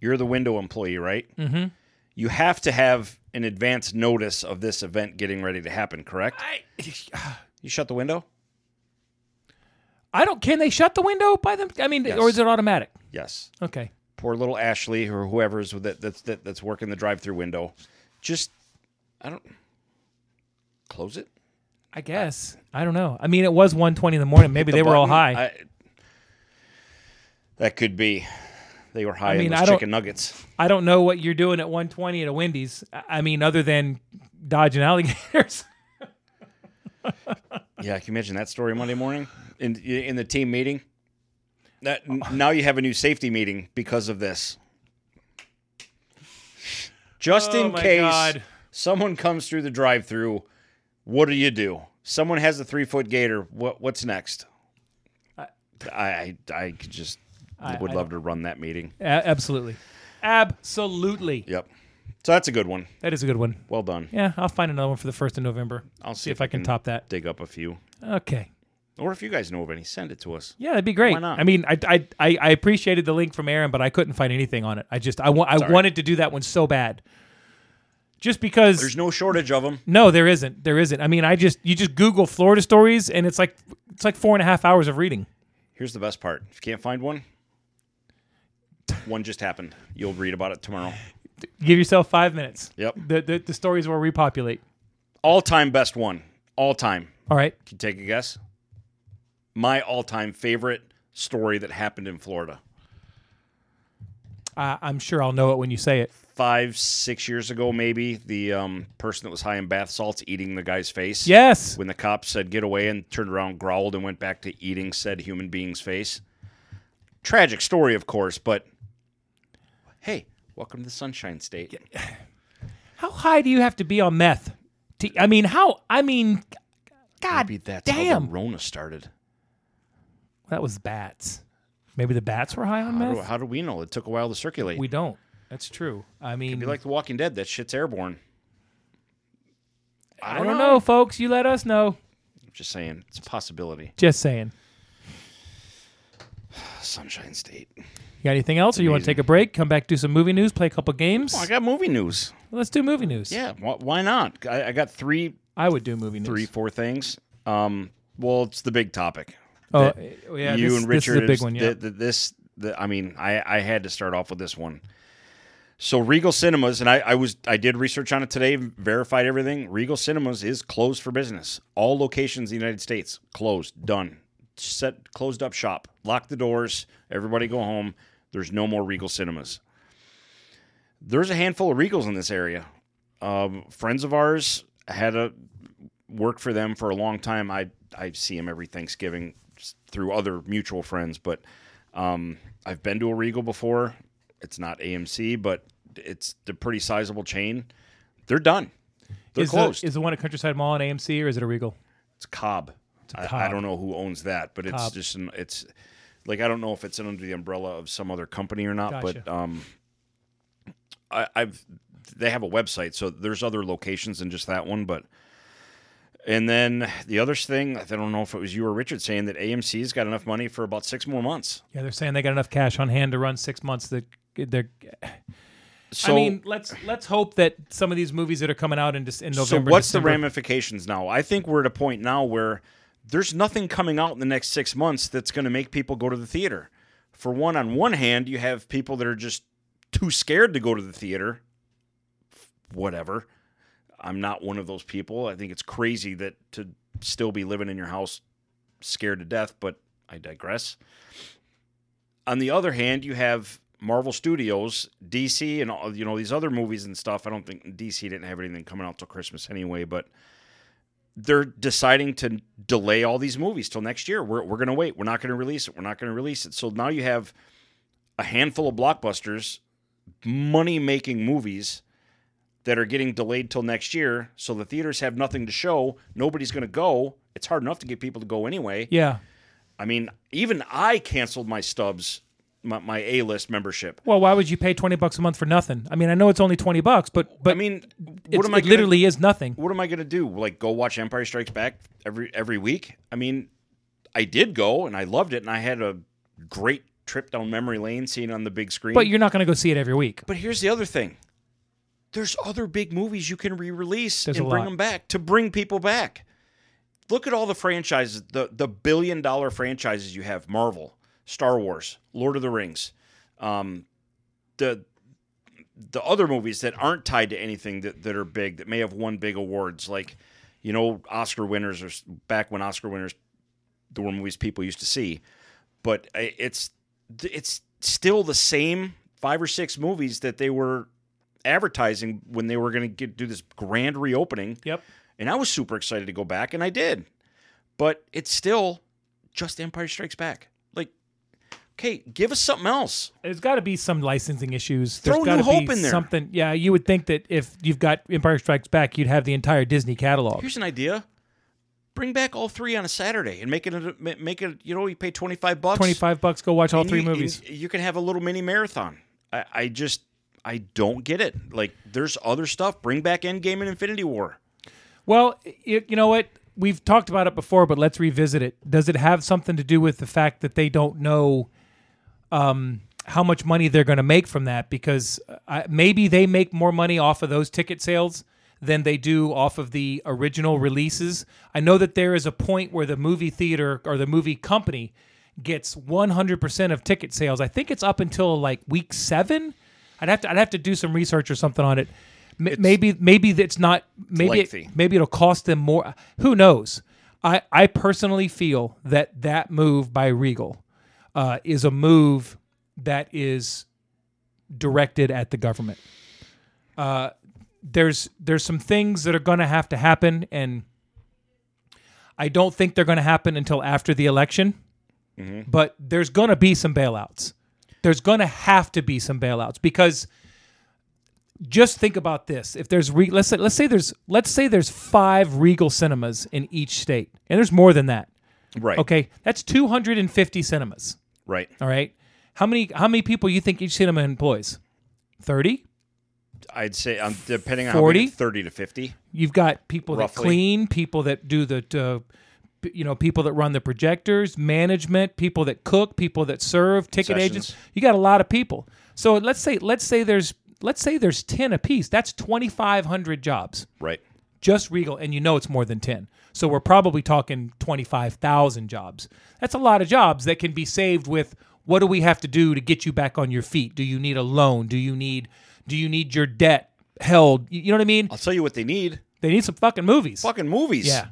Speaker 1: You're the window employee, right? Mm-hmm. You have to have an advance notice of this event getting ready to happen, correct?
Speaker 2: I,
Speaker 1: You shut the window?
Speaker 2: I don't. Can they shut the window by them? I mean, or is it automatic?
Speaker 1: Yes.
Speaker 2: Okay.
Speaker 1: Poor little Ashley or whoever's with it that's that, that's working the drive-through window. Just I don't close it.
Speaker 2: I guess. I don't know. I mean, it was 1.20 in the morning. Maybe
Speaker 1: The
Speaker 2: they were all
Speaker 1: button,
Speaker 2: high. I,
Speaker 1: I- that could be. They were high
Speaker 2: mean,
Speaker 1: in those
Speaker 2: I don't-
Speaker 1: chicken nuggets.
Speaker 2: don't know what you're doing at 1.20 at a Wendy's. I, I mean, other than dodging alligators.
Speaker 1: Yeah, can you imagine that story Monday morning in in the team meeting? That n- now you have a new safety meeting because of this. Just
Speaker 2: Oh
Speaker 1: in
Speaker 2: my
Speaker 1: case
Speaker 2: God.
Speaker 1: someone comes through the drive-through, what do you do? Someone has a three-foot gator. What what's next? I I, I could just would
Speaker 2: I
Speaker 1: love to run that meeting.
Speaker 2: A- absolutely. Absolutely.
Speaker 1: Yep. So that's a good one.
Speaker 2: That is a good one.
Speaker 1: Well done.
Speaker 2: Yeah, I'll find another one for the first of November.
Speaker 1: I'll
Speaker 2: see if I can top that.
Speaker 1: Dig up a few,
Speaker 2: Okay.
Speaker 1: or if you guys know of any, send it to us.
Speaker 2: Yeah, that'd be great.
Speaker 1: Why not?
Speaker 2: I mean, I, I I I appreciated the link from Aaron, but I couldn't find anything on it. I just I wa- I
Speaker 1: all right.
Speaker 2: wanted to do that one so bad, just because.
Speaker 1: There's no shortage of them.
Speaker 2: no, there isn't. There isn't. I mean, I just you just Google Florida stories, and it's like it's like four and a half hours of reading.
Speaker 1: Here's the best part. If you can't find one, one just happened. You'll read about it tomorrow.
Speaker 2: Give yourself five minutes.
Speaker 1: Yep.
Speaker 2: The the, the stories will repopulate.
Speaker 1: All time best one. All time.
Speaker 2: All right.
Speaker 1: Can you take a guess? My all time favorite story that happened in Florida.
Speaker 2: I, I'm sure I'll know it when you say it.
Speaker 1: five, six years ago, maybe the um, person that was high in bath salts eating the guy's face.
Speaker 2: Yes.
Speaker 1: When the cops said get away and turned around, growled, and went back to eating said human being's face. Tragic story, of course, but hey, welcome to the Sunshine State.
Speaker 2: How high do you have to be on meth? To, I mean, how? I mean, God
Speaker 1: Maybe that's how
Speaker 2: damn.
Speaker 1: the Rona started.
Speaker 2: that was bats. Maybe the bats were high on
Speaker 1: How do,
Speaker 2: meth.
Speaker 1: how do we know? It took a while to circulate.
Speaker 2: We don't. That's true. I mean,
Speaker 1: Be like The Walking Dead. That shit's airborne.
Speaker 2: I
Speaker 1: Oh,
Speaker 2: don't know, folks. You let us know.
Speaker 1: Just saying, it's a possibility.
Speaker 2: Just saying.
Speaker 1: Sunshine State.
Speaker 2: You got anything else, or you want to
Speaker 1: Amazing.
Speaker 2: take a break? Come back, do some movie news, play a couple games.
Speaker 1: Oh, I got movie news.
Speaker 2: Let's do movie news.
Speaker 1: Yeah, wh- why not? I, I got three
Speaker 2: I would do movie news.
Speaker 1: three, four things. Um, well, it's the big topic.
Speaker 2: Oh,
Speaker 1: that
Speaker 2: uh, yeah.
Speaker 1: you
Speaker 2: this,
Speaker 1: and
Speaker 2: this is
Speaker 1: Richard.
Speaker 2: a big
Speaker 1: have-
Speaker 2: one. Yeah.
Speaker 1: th- th- this, the, I mean, I, I had to start off with this one. So Regal Cinemas, and I, I was I did research on it today, verified everything. Regal Cinemas is closed for business. All locations in the United States closed, done, set closed up shop, lock the doors. Everybody go home. There's no more Regal Cinemas. There's a handful of Regals in this area. Um, friends of ours had a worked for them for a long time. I I see him every Thanksgiving s- through other mutual friends, but um, I've been to a Regal before. It's not AMC, but it's a pretty sizable chain. They're done. They're
Speaker 2: is
Speaker 1: closed.
Speaker 2: The, is the one at Countryside Mall an AMC or is it a Regal?
Speaker 1: it's Cobb. I I, I
Speaker 2: Cobb.
Speaker 1: don't know who owns that, but it's
Speaker 2: Cobb.
Speaker 1: just an it's like I don't know if it's under the umbrella of some other company or not, but
Speaker 2: Gotcha.
Speaker 1: um, I, I've they have a website, so there's other locations than just that one, but. And then the other thing, I don't know if it was you or Richard saying that AMC's got enough money for about six more months.
Speaker 2: Yeah, they're saying they got enough cash on hand to run six months. That they're.
Speaker 1: So,
Speaker 2: I mean, let's let's hope that some of these movies that are coming out in, Dec- in November.
Speaker 1: so what's
Speaker 2: December-
Speaker 1: the ramifications now? I think we're at a point now where there's nothing coming out in the next six months that's going to make people go to the theater. For one, on one hand, you have people that are just too scared to go to the theater. Whatever. I'm not one of those people. I think it's crazy that to still be living in your house scared to death, but I digress. On the other hand, you have Marvel Studios, DC, and all, you know these other movies and stuff. I don't think DC didn't have anything coming out till Christmas anyway, but they're deciding to delay all these movies till next year. We're we're gonna wait. We're not gonna release it. We're not gonna release it. So now you have a handful of blockbusters, money making movies that are getting delayed till next year. So the theaters have nothing to show. Nobody's gonna go. It's hard enough to get people to go anyway.
Speaker 2: Yeah.
Speaker 1: I mean, even I canceled my stubs, my, my A list membership.
Speaker 2: Well, why would you pay twenty bucks a month for nothing? I mean, I know it's only twenty bucks, but but
Speaker 1: I mean,
Speaker 2: it's,
Speaker 1: what am I
Speaker 2: it
Speaker 1: gonna-
Speaker 2: literally is nothing.
Speaker 1: What am I going to do? Like go watch Empire Strikes Back every every week? I mean, I did go and I loved it, and I had a great trip down memory lane seeing it on the big screen.
Speaker 2: But you're not going to go see it every week.
Speaker 1: But here's the other thing. There's other big movies you can re-release
Speaker 2: There's
Speaker 1: and
Speaker 2: a
Speaker 1: bring
Speaker 2: lot.
Speaker 1: them back to bring people back. Look at all the franchises, the the billion dollar franchises you have: Marvel, Star Wars, Lord of the Rings, um, the the other movies that aren't tied to anything that, that are big that may have won big awards, like you know Oscar winners or s- back when Oscar winners there were movies people used to see but I- it's it's still the same five or six movies that they were advertising when they were going to get do this grand reopening.
Speaker 2: Yep.
Speaker 1: And I was super excited to go back, and I did. But it's still just Empire Strikes Back. Like, okay, give us something else.
Speaker 2: There's got to be some licensing issues. There's
Speaker 1: Throw New
Speaker 2: gotta
Speaker 1: Hope
Speaker 2: be
Speaker 1: in there.
Speaker 2: Something. Yeah, you would think that if you've got Empire Strikes Back, you'd have the entire Disney catalog.
Speaker 1: Here's an idea: bring back all three on a Saturday and make it a, ma- make it. You know, you pay twenty five bucks.
Speaker 2: Twenty five bucks, go watch all
Speaker 1: and
Speaker 2: three
Speaker 1: you,
Speaker 2: movies.
Speaker 1: and you can have a little mini marathon. I, I just I don't get it. Like there's other stuff. Bring back Endgame and Infinity War.
Speaker 2: Well, you, you know what? We've talked about it before, but let's revisit it. Does it have something to do with the fact that they don't know um, how much money they're going to make from that? Because uh, I, maybe they make more money off of those ticket sales than they do off of the original releases. I know that there is a point where the movie theater or the movie company gets 100% of ticket sales. I think it's up until like week seven. I'd have to I'd have to do some research or something on it. M- maybe maybe it's not maybe it-
Speaker 1: lengthy.
Speaker 2: maybe it'll cost them more. Who knows? I I personally feel that that move by Regal uh, is a move that is directed at the government. Uh, there's there's some things that are going to have to happen, and I don't think they're going to happen until after the election. But there's going to be some bailouts. There's going to have to be some bailouts because just think about this. If there's re- let's say, let's say there's let's say there's five Regal cinemas in each state, and there's more than that.
Speaker 1: Right.
Speaker 2: Okay, that's 250 cinemas.
Speaker 1: Right.
Speaker 2: All right. How many how many people you think each cinema employs? 30?
Speaker 1: I'd say um, depending on
Speaker 2: 40?
Speaker 1: how many, thirty to fifty.
Speaker 2: You've got people that
Speaker 1: Roughly.
Speaker 2: clean, people that do the uh, p- you know, people that run the projectors, management, people that cook, people that serve, ticket agents.
Speaker 1: Concessions.
Speaker 2: You got a lot of people. So let's say let's say there's let's say there's 10 apiece. That's 2500 jobs.
Speaker 1: Right.
Speaker 2: just Regal, and you know it's more than 10. So we're probably talking 25,000 jobs. That's a lot of jobs that can be saved with what do we have to do to get you back on your feet? Do you need a loan? Do you need do you need your debt held? You you know what I mean?
Speaker 1: I'll tell you what they need.
Speaker 2: They need some fucking movies.
Speaker 1: Fucking movies.
Speaker 2: Yeah.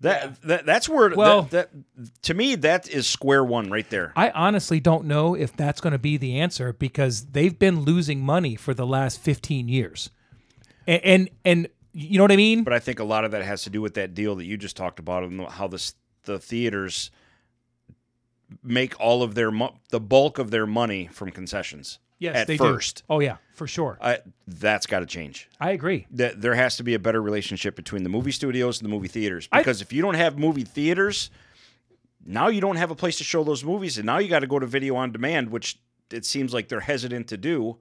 Speaker 1: That, that that's where
Speaker 2: Well-
Speaker 1: well that, that to me that is square one right there.
Speaker 2: I honestly don't know if that's going to be the answer because they've been losing money for the last 15 years. And and, and you know what I mean?
Speaker 1: but I think a lot of that has to do with that deal that you just talked about and how this the theaters make all of their mo- the bulk of their money from concessions.
Speaker 2: yes,
Speaker 1: at
Speaker 2: they do.
Speaker 1: first,
Speaker 2: Oh yeah, for sure.
Speaker 1: I, that's got to change.
Speaker 2: I agree.
Speaker 1: That there has to be a better relationship between the movie studios and the movie theaters
Speaker 2: I-
Speaker 1: because if you don't have movie theaters, now you don't have a place to show those movies, and now you got to go to video on demand, which it seems like they're hesitant to do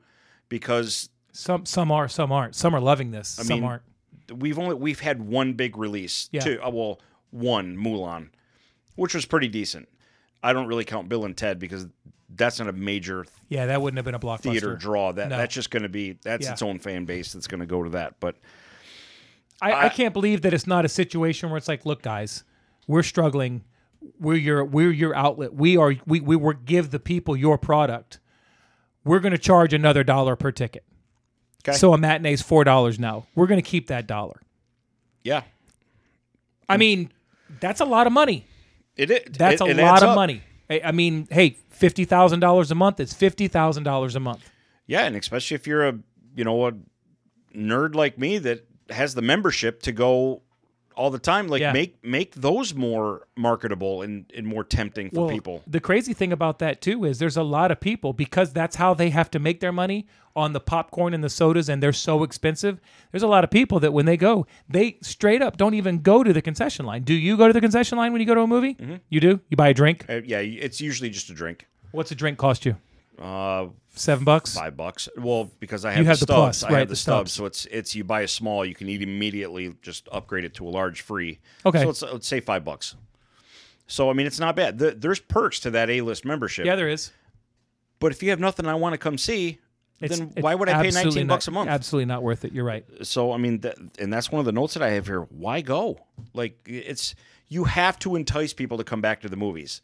Speaker 1: because
Speaker 2: Some some are, some aren't. Some are loving this. some
Speaker 1: mean,
Speaker 2: aren't.
Speaker 1: we've only we've had one big release.
Speaker 2: Yeah.
Speaker 1: Two, uh, well, one Mulan, which was pretty decent. I don't really count Bill and Ted because that's not a major
Speaker 2: Yeah, that wouldn't have been a blockbuster.
Speaker 1: theater draw. That
Speaker 2: No.
Speaker 1: that's just going to be that's
Speaker 2: Yeah.
Speaker 1: its own fan base that's going to go to that. But
Speaker 2: I, I, can't believe that it's not a situation where it's like, look, guys, we're struggling. We're your we're your outlet. We are we we were give the people your product. We're going to charge another dollar per ticket.
Speaker 1: 'Kay.
Speaker 2: So a matinee's four dollars now. We're going to keep that dollar.
Speaker 1: yeah,
Speaker 2: I mean, that's a lot of money.
Speaker 1: it, it
Speaker 2: That's
Speaker 1: Mm. it-
Speaker 2: a
Speaker 1: it adds
Speaker 2: lot of
Speaker 1: up.
Speaker 2: money. I, I mean, hey, fifty thousand dollars a month. It's fifty thousand dollars a month.
Speaker 1: Yeah, and especially if you're a you know a nerd like me that has the membership to go all the time, like
Speaker 2: Yeah.
Speaker 1: make make those more marketable and, and more tempting for
Speaker 2: Well,
Speaker 1: people.
Speaker 2: The crazy thing about that too is there's a lot of people because that's how they have to make their money on the popcorn and the sodas and they're so expensive. There's a lot of people that when they go, they straight up don't even go to the concession line. Do you go to the concession line when you go to a movie?
Speaker 1: Mm-hmm.
Speaker 2: You do? You buy a drink?
Speaker 1: Uh, yeah, it's usually just a drink.
Speaker 2: What's a drink cost you?
Speaker 1: Uh,
Speaker 2: 7 bucks?
Speaker 1: five bucks. Well, because I have,
Speaker 2: You
Speaker 1: the,
Speaker 2: have the
Speaker 1: stubs.
Speaker 2: plus,
Speaker 1: I
Speaker 2: right,
Speaker 1: have the,
Speaker 2: the
Speaker 1: stubs.
Speaker 2: stubs.
Speaker 1: So it's it's you buy a small, you can eat immediately, just upgrade it to a large free.
Speaker 2: Okay.
Speaker 1: So it's, let's say five bucks. So I mean, it's not bad. Th there's perks to that A list membership.
Speaker 2: Yeah, there is.
Speaker 1: But if you have nothing I want to come see,
Speaker 2: It's-
Speaker 1: then
Speaker 2: it's
Speaker 1: why would I pay
Speaker 2: absolutely
Speaker 1: 19
Speaker 2: not-
Speaker 1: bucks a month?
Speaker 2: Absolutely not worth it. You're right.
Speaker 1: so I mean, that, and that's one of the notes that I have here. Why go? Like it's you have to entice people to come back to the movies.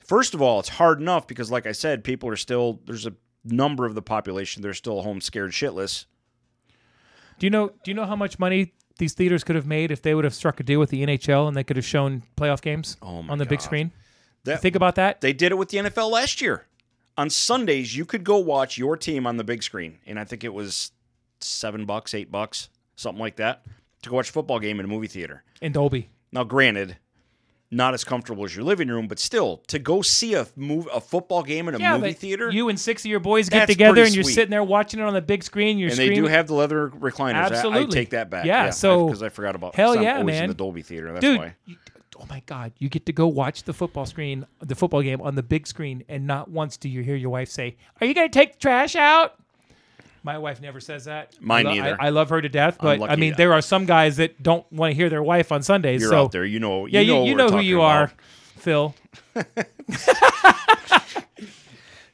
Speaker 1: First of all, it's hard enough because, like I said, people are still there's a number of the population they're still home scared shitless.
Speaker 2: Do you know do you know how much money these theaters could have made if they would have struck a deal with the NHL and they could have shown playoff games
Speaker 1: Oh my
Speaker 2: on the big
Speaker 1: God.
Speaker 2: screen?
Speaker 1: That,
Speaker 2: Think about that.
Speaker 1: They did it with the NFL last year. On Sundays, you could go watch your team on the big screen, and I think it was seven bucks, eight bucks, something like that, to go watch a football game in a movie theater.
Speaker 2: in Dolby.
Speaker 1: Now, granted, not as comfortable as your living room, but still, to go see a move a football game in a movie theater,
Speaker 2: You and six of your boys get
Speaker 1: That's
Speaker 2: together
Speaker 1: pretty
Speaker 2: and you're
Speaker 1: sweet.
Speaker 2: sitting there watching it on the big screen. You're
Speaker 1: and they
Speaker 2: screaming.
Speaker 1: do have the leather recliners. I- I,
Speaker 2: Absolutely.
Speaker 1: take that back.
Speaker 2: Yeah, so-
Speaker 1: because I forgot about.
Speaker 2: Hell
Speaker 1: 'cause I'm
Speaker 2: yeah,
Speaker 1: always In
Speaker 2: man.
Speaker 1: the Dolby theater. That's
Speaker 2: dude.
Speaker 1: why.
Speaker 2: you- oh my God! You get to go watch the football screen, the football game on the big screen, and not once do you hear your wife say, "Are you gonna take the trash out?" My wife never says that.
Speaker 1: Mine
Speaker 2: I lo-
Speaker 1: neither.
Speaker 2: I, I love her to death, but I
Speaker 1: lucky
Speaker 2: mean,
Speaker 1: to-
Speaker 2: there are some guys that don't want to hear their wife on Sundays.
Speaker 1: You're
Speaker 2: so
Speaker 1: out there. You know.
Speaker 2: yeah,
Speaker 1: you know,
Speaker 2: you,
Speaker 1: what we're
Speaker 2: know who
Speaker 1: talking
Speaker 2: you
Speaker 1: about.
Speaker 2: are, Phil.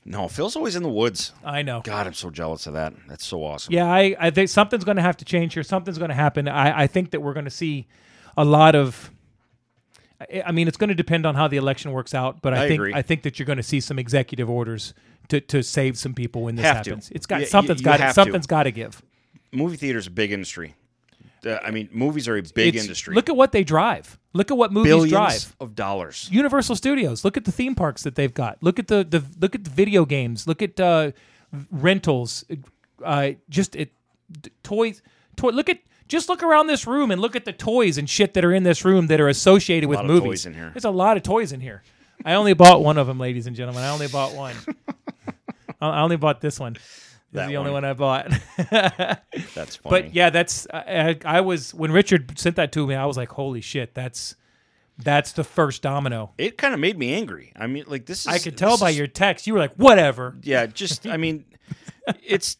Speaker 1: No, Phil's always in the woods.
Speaker 2: I know.
Speaker 1: God, I'm so jealous of that. That's so awesome.
Speaker 2: Yeah, I, I think something's going to have to change here. Something's going to happen. I, I think that we're going to see a lot of. I- I mean, it's going to depend on how the election works out, but I,
Speaker 1: I
Speaker 2: think
Speaker 1: agree.
Speaker 2: I think that you're going to see some executive orders to, to save some people when this
Speaker 1: Have to.
Speaker 2: happens. It's got
Speaker 1: Yeah,
Speaker 2: something's
Speaker 1: you- you
Speaker 2: got
Speaker 1: have to.
Speaker 2: something's got to give.
Speaker 1: Movie theater's a big industry. Uh, I mean, movies are a big
Speaker 2: It's-
Speaker 1: industry.
Speaker 2: Look at what they drive. Look at what movies
Speaker 1: billions
Speaker 2: drive.
Speaker 1: of dollars.
Speaker 2: Universal Studios. Look at the theme parks that they've got. Look at the, the look at the video games. Look at uh, rentals, uh, just it d- toys. Toy, look at just look around this room and look at the toys and shit that are in this room that are associated with
Speaker 1: lot of
Speaker 2: movies.
Speaker 1: toys in here.
Speaker 2: There's a lot of toys in here. I only bought one of them, ladies and gentlemen. I only bought one. I I only bought this one. This
Speaker 1: That
Speaker 2: is the only
Speaker 1: one.
Speaker 2: one I bought.
Speaker 1: That's funny.
Speaker 2: But yeah, that's I, I I was when Richard sent that to me, I was like, holy shit, that's that's the first domino.
Speaker 1: it kind of made me angry. I mean, like this is
Speaker 2: I could tell
Speaker 1: this
Speaker 2: by
Speaker 1: is-
Speaker 2: your text, you were like, whatever.
Speaker 1: yeah, just I mean, it's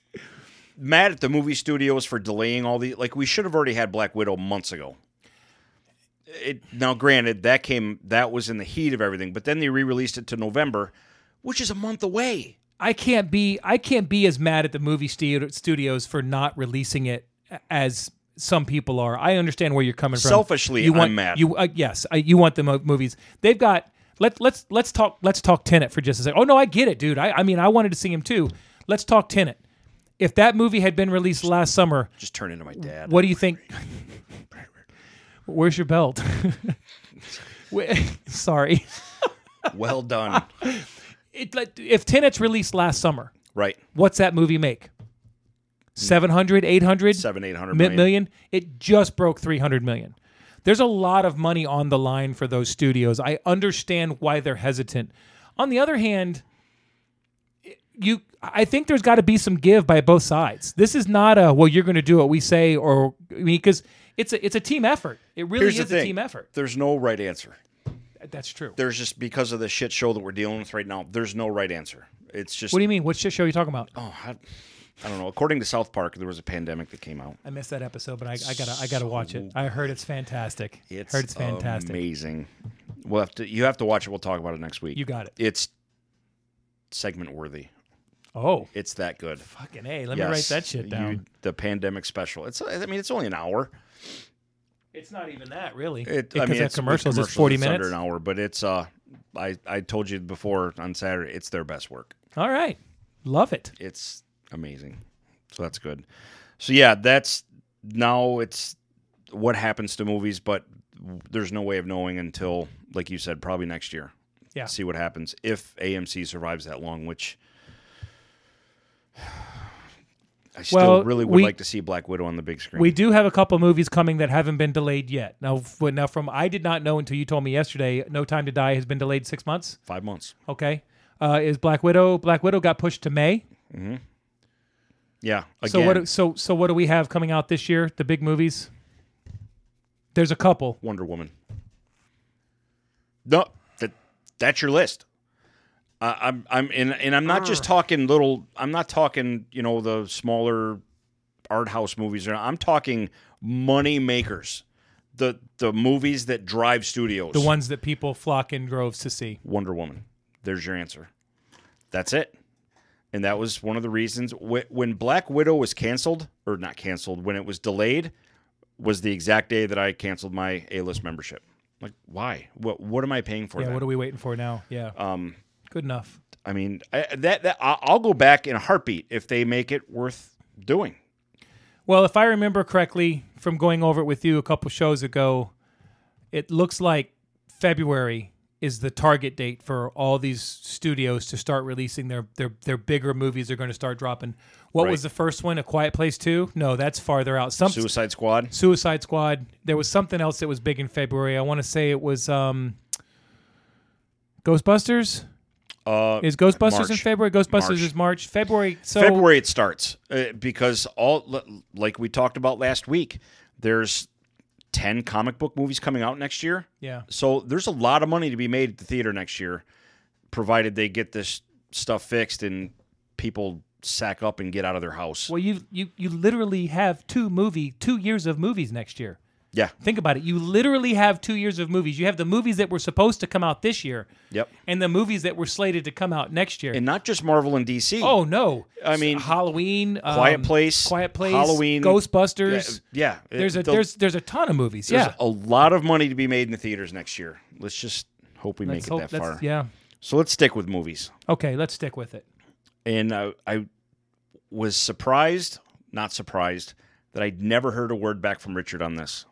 Speaker 1: mad at the movie studios for delaying all the like we should have already had Black Widow months ago. It now granted that came that was in the heat of everything, but then they re-released it to November, which is a month away.
Speaker 2: I can't be I can't be as mad at the movie stu- studios for not releasing it as some people are. I understand where you're coming from.
Speaker 1: Selfishly,
Speaker 2: you want,
Speaker 1: I'm mad.
Speaker 2: You uh, yes, I, you want the mo- movies. They've got let let's let's talk let's talk Tenet for just a second. Oh no, I get it, dude. I I mean I wanted to see him too. Let's talk Tenet. If that movie had been released last summer,
Speaker 1: just turn into my dad.
Speaker 2: What do you think? Where's your belt? Wh- Sorry.
Speaker 1: Well done.
Speaker 2: It, like, if Tenet's released last summer,
Speaker 1: right.
Speaker 2: what's that movie make? 700, 800
Speaker 1: Hmm. Seven, eight hundred
Speaker 2: mi-
Speaker 1: million.
Speaker 2: million? It just broke 300 million. There's a lot of money on the line for those studios. I understand why they're hesitant. On the other hand, you I think there's got to be some give by both sides. This is not a well you're going to do what we say or I mean because it's a it's a team effort. It really
Speaker 1: Here's the
Speaker 2: is
Speaker 1: thing.
Speaker 2: a team effort.
Speaker 1: There's no right answer.
Speaker 2: That's true.
Speaker 1: There's just because of the shit show that we're dealing with right now. There's no right answer. It's just
Speaker 2: what do you mean? What shit show are you talking about?
Speaker 1: oh, I, I don't know. According to South Park, there was a pandemic that came out.
Speaker 2: I missed that episode, but I, I gotta I gotta watch it. I heard it's fantastic.
Speaker 1: It's
Speaker 2: heard it's fantastic.
Speaker 1: Amazing. We'll have to. You have to watch it. We'll talk about it next week.
Speaker 2: You got it.
Speaker 1: It's segment worthy.
Speaker 2: Oh,
Speaker 1: It's that good.
Speaker 2: fucking a! Let me write
Speaker 1: Yes.
Speaker 2: that shit
Speaker 1: You-
Speaker 2: down.
Speaker 1: the pandemic special. It's. I mean, it's only an hour.
Speaker 2: It's not even that really.
Speaker 1: It, I
Speaker 2: because
Speaker 1: mean,
Speaker 2: that
Speaker 1: it's,
Speaker 2: commercials
Speaker 1: with
Speaker 2: is forty
Speaker 1: it's
Speaker 2: minutes.
Speaker 1: under an hour, but it's. Uh, I I told you before on Saturday. It's their best work.
Speaker 2: All right, love it.
Speaker 1: It's amazing. So that's good. So yeah, that's now it's what happens to movies, but there's no way of knowing until, like you said, probably next year.
Speaker 2: Yeah.
Speaker 1: See what happens if AMC survives that long, which I still
Speaker 2: Well,
Speaker 1: really would
Speaker 2: we-
Speaker 1: like to see Black Widow on the big screen.
Speaker 2: We do have a couple movies coming that haven't been delayed yet. Now, f- now from I did not know until you told me yesterday. No Time to Die has been delayed six months.
Speaker 1: Five months.
Speaker 2: Okay, uh, is Black Widow? Black Widow got pushed to May.
Speaker 1: Yeah. Again,
Speaker 2: So what? do- So so what do we have coming out this year? The big movies. There's a couple.
Speaker 1: Wonder Woman. No, that that's your list. I I'm I'm and and I'm not just talking little. I'm not talking you know the smaller art house movies. or- I'm talking money makers, the the movies that drive studios.
Speaker 2: The ones that people flock in groves to see.
Speaker 1: Wonder Woman. There's your answer. That's it. And that was one of the reasons wh- when Black Widow was canceled, or not canceled, when it was delayed, was the exact day that I canceled my A list membership. Like, why? What What am I paying for?
Speaker 2: Yeah.
Speaker 1: that?
Speaker 2: What are we waiting for now? Yeah. Um. Good enough.
Speaker 1: I mean, I, that, that I- I'll go back in a heartbeat if they make it worth doing.
Speaker 2: Well, if I remember correctly from going over it with you a couple shows ago, it looks like February is the target date for all these studios to start releasing their their their bigger movies they're going to start dropping. What was
Speaker 1: Right.
Speaker 2: the first one? A Quiet Place 2? No, that's farther out. Some
Speaker 1: Suicide Squad.
Speaker 2: Suicide Squad. There was something else that was big in February. I want to say it was um Ghostbusters?
Speaker 1: Uh,
Speaker 2: Is Ghostbusters in
Speaker 1: March.
Speaker 2: February? Ghostbusters
Speaker 1: March.
Speaker 2: is March. February. So
Speaker 1: February it starts uh, because all l- like we talked about last week. There's ten comic book movies coming out next year.
Speaker 2: yeah.
Speaker 1: So there's a lot of money to be made at the theater next year, provided they get this stuff fixed and people sack up and get out of their house.
Speaker 2: Well, you you you literally have two movie two years of movies next year.
Speaker 1: yeah.
Speaker 2: Think about it. You literally have two years of movies. You have the movies that were supposed to come out this year,
Speaker 1: Yep.
Speaker 2: and the movies that were slated to come out next year.
Speaker 1: And not just Marvel and DC.
Speaker 2: oh no!
Speaker 1: I mean,
Speaker 2: Halloween, um,
Speaker 1: Quiet Place,
Speaker 2: Quiet Place,
Speaker 1: Halloween, Yeah.
Speaker 2: Ghostbusters.
Speaker 1: yeah. It-
Speaker 2: There's a
Speaker 1: the-
Speaker 2: there's there's a ton of movies.
Speaker 1: there's
Speaker 2: yeah,
Speaker 1: a lot of money to be made in the theaters next year. Let's just hope we make
Speaker 2: Let's hope
Speaker 1: it that
Speaker 2: that's-
Speaker 1: far.
Speaker 2: Yeah.
Speaker 1: So let's stick with movies.
Speaker 2: Okay, let's stick with it.
Speaker 1: and I, I was surprised, not surprised, that I'd never heard a word back from Richard on this.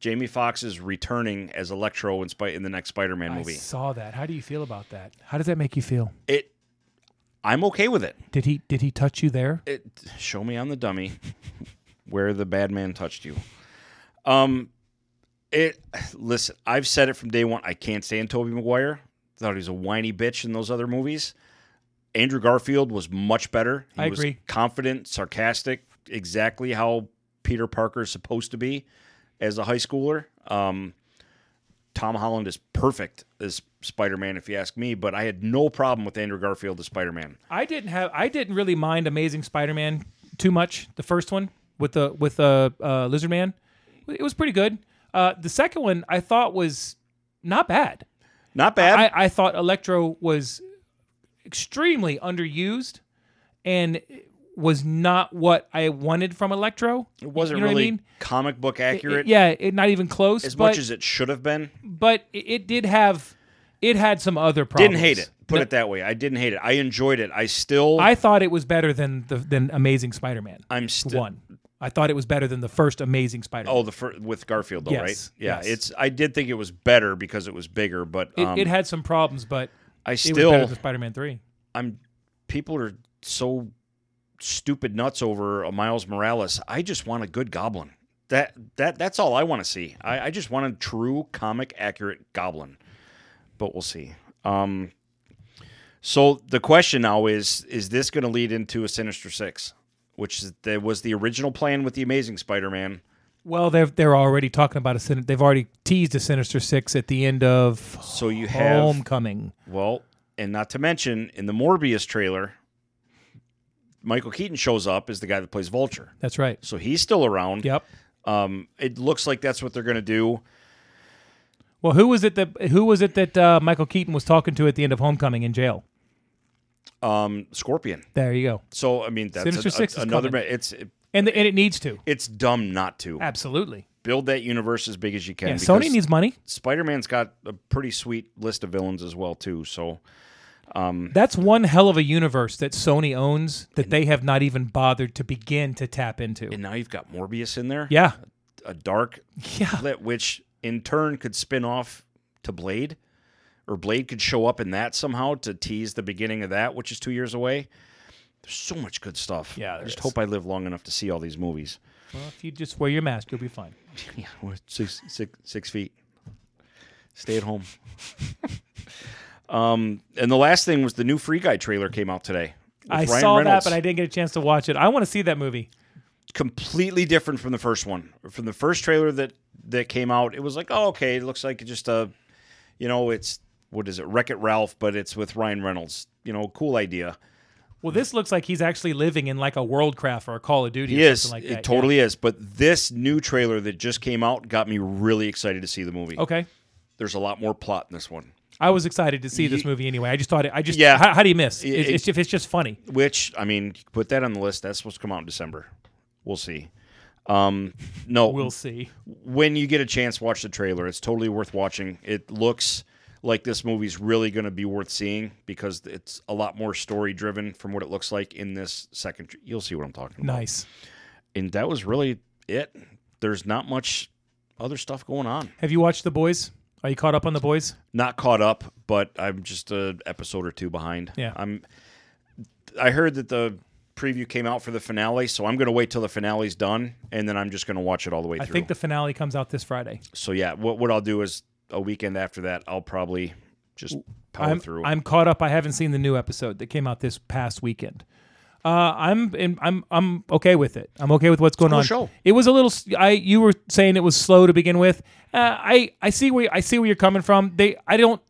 Speaker 1: Jamie Foxx is returning as Electro in, Spi- in the next Spider-Man
Speaker 2: I
Speaker 1: movie.
Speaker 2: saw that. How do you feel about that? How does that make you feel?
Speaker 1: It, I'm okay with it.
Speaker 2: Did he did he touch you there?
Speaker 1: it show me on the dummy where the bad man touched you. Um, it listen, I've said it from day one. I can't stand Toby Maguire. Thought he was a whiny bitch in those other movies. Andrew Garfield was much better. He
Speaker 2: I
Speaker 1: was
Speaker 2: agree.
Speaker 1: Confident, sarcastic, exactly how Peter Parker is supposed to be as a high schooler. Um, Tom Holland is perfect as Spider Man, if you ask me. But I had no problem with Andrew Garfield as Spider Man.
Speaker 2: I didn't have I didn't really mind Amazing Spider-Man too much. The first one with the with the uh, Lizard Man, it was pretty good. Uh, the second one I thought was not bad.
Speaker 1: Not bad.
Speaker 2: I, I thought Electro was extremely underused and was not what I wanted from Electro.
Speaker 1: It wasn't
Speaker 2: You know what I
Speaker 1: really
Speaker 2: mean?
Speaker 1: comic book accurate
Speaker 2: yeah, it, not even close.
Speaker 1: as
Speaker 2: but,
Speaker 1: much as it should have been.
Speaker 2: but it, it did have it had some other problems.
Speaker 1: Didn't hate it. Put it that way. I didn't hate it. I enjoyed it. I still
Speaker 2: I thought it was better than the than Amazing Spider-Man.
Speaker 1: I'm still
Speaker 2: one. I thought it was better than the first Amazing Spider-Man.
Speaker 1: Oh, the fir- with Garfield though,
Speaker 2: Yes,
Speaker 1: right? Yeah,
Speaker 2: yes.
Speaker 1: it's I did think it was better because it was bigger, but
Speaker 2: it,
Speaker 1: um,
Speaker 2: it had some problems, but
Speaker 1: I
Speaker 2: it was better
Speaker 1: still
Speaker 2: than Spider-Man Three.
Speaker 1: I'm people are so stupid nuts over a Miles Morales. I just want a good goblin. That that that's all I want to see. I, I just want a true comic accurate goblin. But we'll see. Um so the question now is is this going to lead into a Sinister 6, which is, that was the original plan with the Amazing Spider-Man.
Speaker 2: Well, they're they're already talking about a sin- they've already teased a Sinister Six at the end of
Speaker 1: So you have
Speaker 2: Homecoming.
Speaker 1: Well, and not to mention in the Morbius trailer Michael Keaton shows up as the guy that plays Vulture.
Speaker 2: That's right.
Speaker 1: So he's still around.
Speaker 2: Yep.
Speaker 1: Um, it looks like that's what they're going to do.
Speaker 2: Well, who was it that who was it that uh, Michael Keaton was talking to at the end of Homecoming in jail?
Speaker 1: Um, Scorpion.
Speaker 2: There you go.
Speaker 1: So I mean, that's
Speaker 2: Sinister
Speaker 1: a-
Speaker 2: Six
Speaker 1: a-
Speaker 2: is
Speaker 1: another.
Speaker 2: coming.
Speaker 1: ma- It's it-
Speaker 2: And the, and it needs to
Speaker 1: it's dumb not to
Speaker 2: absolutely.
Speaker 1: build that universe as big as you can.
Speaker 2: Yeah, Sony needs money.
Speaker 1: Spider Man's got a pretty sweet list of villains as well too. So Mm.
Speaker 2: That's one hell of a universe that Sony owns that they have not even bothered to begin to tap into.
Speaker 1: and now you've got Morbius in there.
Speaker 2: yeah,
Speaker 1: a dark
Speaker 2: yeah.
Speaker 1: lit, which in turn could spin off to Blade, or Blade could show up in that somehow to tease the beginning of that, which is two years away. There's so much good stuff.
Speaker 2: Yeah, there
Speaker 1: just
Speaker 2: is.
Speaker 1: hope I live long enough to see all these movies.
Speaker 2: Well, if you just wear your mask, you'll be fine.
Speaker 1: Yeah, we're six, six, six feet. Stay at home. um, and the last thing was the new Free Guy trailer came out today. with
Speaker 2: I
Speaker 1: Ryan
Speaker 2: saw
Speaker 1: Reynolds.
Speaker 2: that, but I didn't get a chance to watch it. I want to see that movie.
Speaker 1: completely different from the first one. From the first trailer that that came out, it was like, oh, okay, it looks like just a, you know, it's what is it, Wreck It Ralph, but it's with Ryan Reynolds. You know, cool idea.
Speaker 2: Well, this looks like he's actually living in like a Worldcraft or a Call of Duty.
Speaker 1: He
Speaker 2: or
Speaker 1: is.
Speaker 2: something like that.
Speaker 1: it totally is. But this new trailer that just came out got me really excited to see the movie.
Speaker 2: Yeah. Okay.
Speaker 1: There's a lot more plot in this one.
Speaker 2: I was excited to see this movie anyway. I just thought it. I just
Speaker 1: Yeah.
Speaker 2: yeah. How, how do you miss?
Speaker 1: It-
Speaker 2: It's-
Speaker 1: it-
Speaker 2: it's, if it's just funny.
Speaker 1: which I mean, put that on the list. That's supposed to come out in December. We'll see. Um, no,
Speaker 2: We'll see.
Speaker 1: when you get a chance, watch the trailer. It's totally worth watching. It looks like this movie's really going to be worth seeing because it's a lot more story driven from what it looks like in this second. Tr- You'll see what I'm talking about.
Speaker 2: Nice.
Speaker 1: And that was really it. There's not much other stuff going on.
Speaker 2: Have you watched The Boys? Are you caught up on The Boys?
Speaker 1: Not caught up, but I'm just a episode or two behind.
Speaker 2: Yeah.
Speaker 1: I'm. I heard that the preview came out for the finale, so I'm going to wait till the finale's done, and then I'm just going to watch it all the way
Speaker 2: I
Speaker 1: through.
Speaker 2: think the finale comes out this Friday.
Speaker 1: so yeah, what what I'll do is a weekend after that, I'll probably just power
Speaker 2: I'm,
Speaker 1: through.
Speaker 2: I'm caught up. I haven't seen the new episode that came out this past weekend. Uh, I'm in, I'm I'm okay with it. I'm okay with what's going
Speaker 1: cool
Speaker 2: on.
Speaker 1: show.
Speaker 2: It was a little. s- I you were saying it was slow to begin with. Uh, I I see where I see where you're coming from. They I don't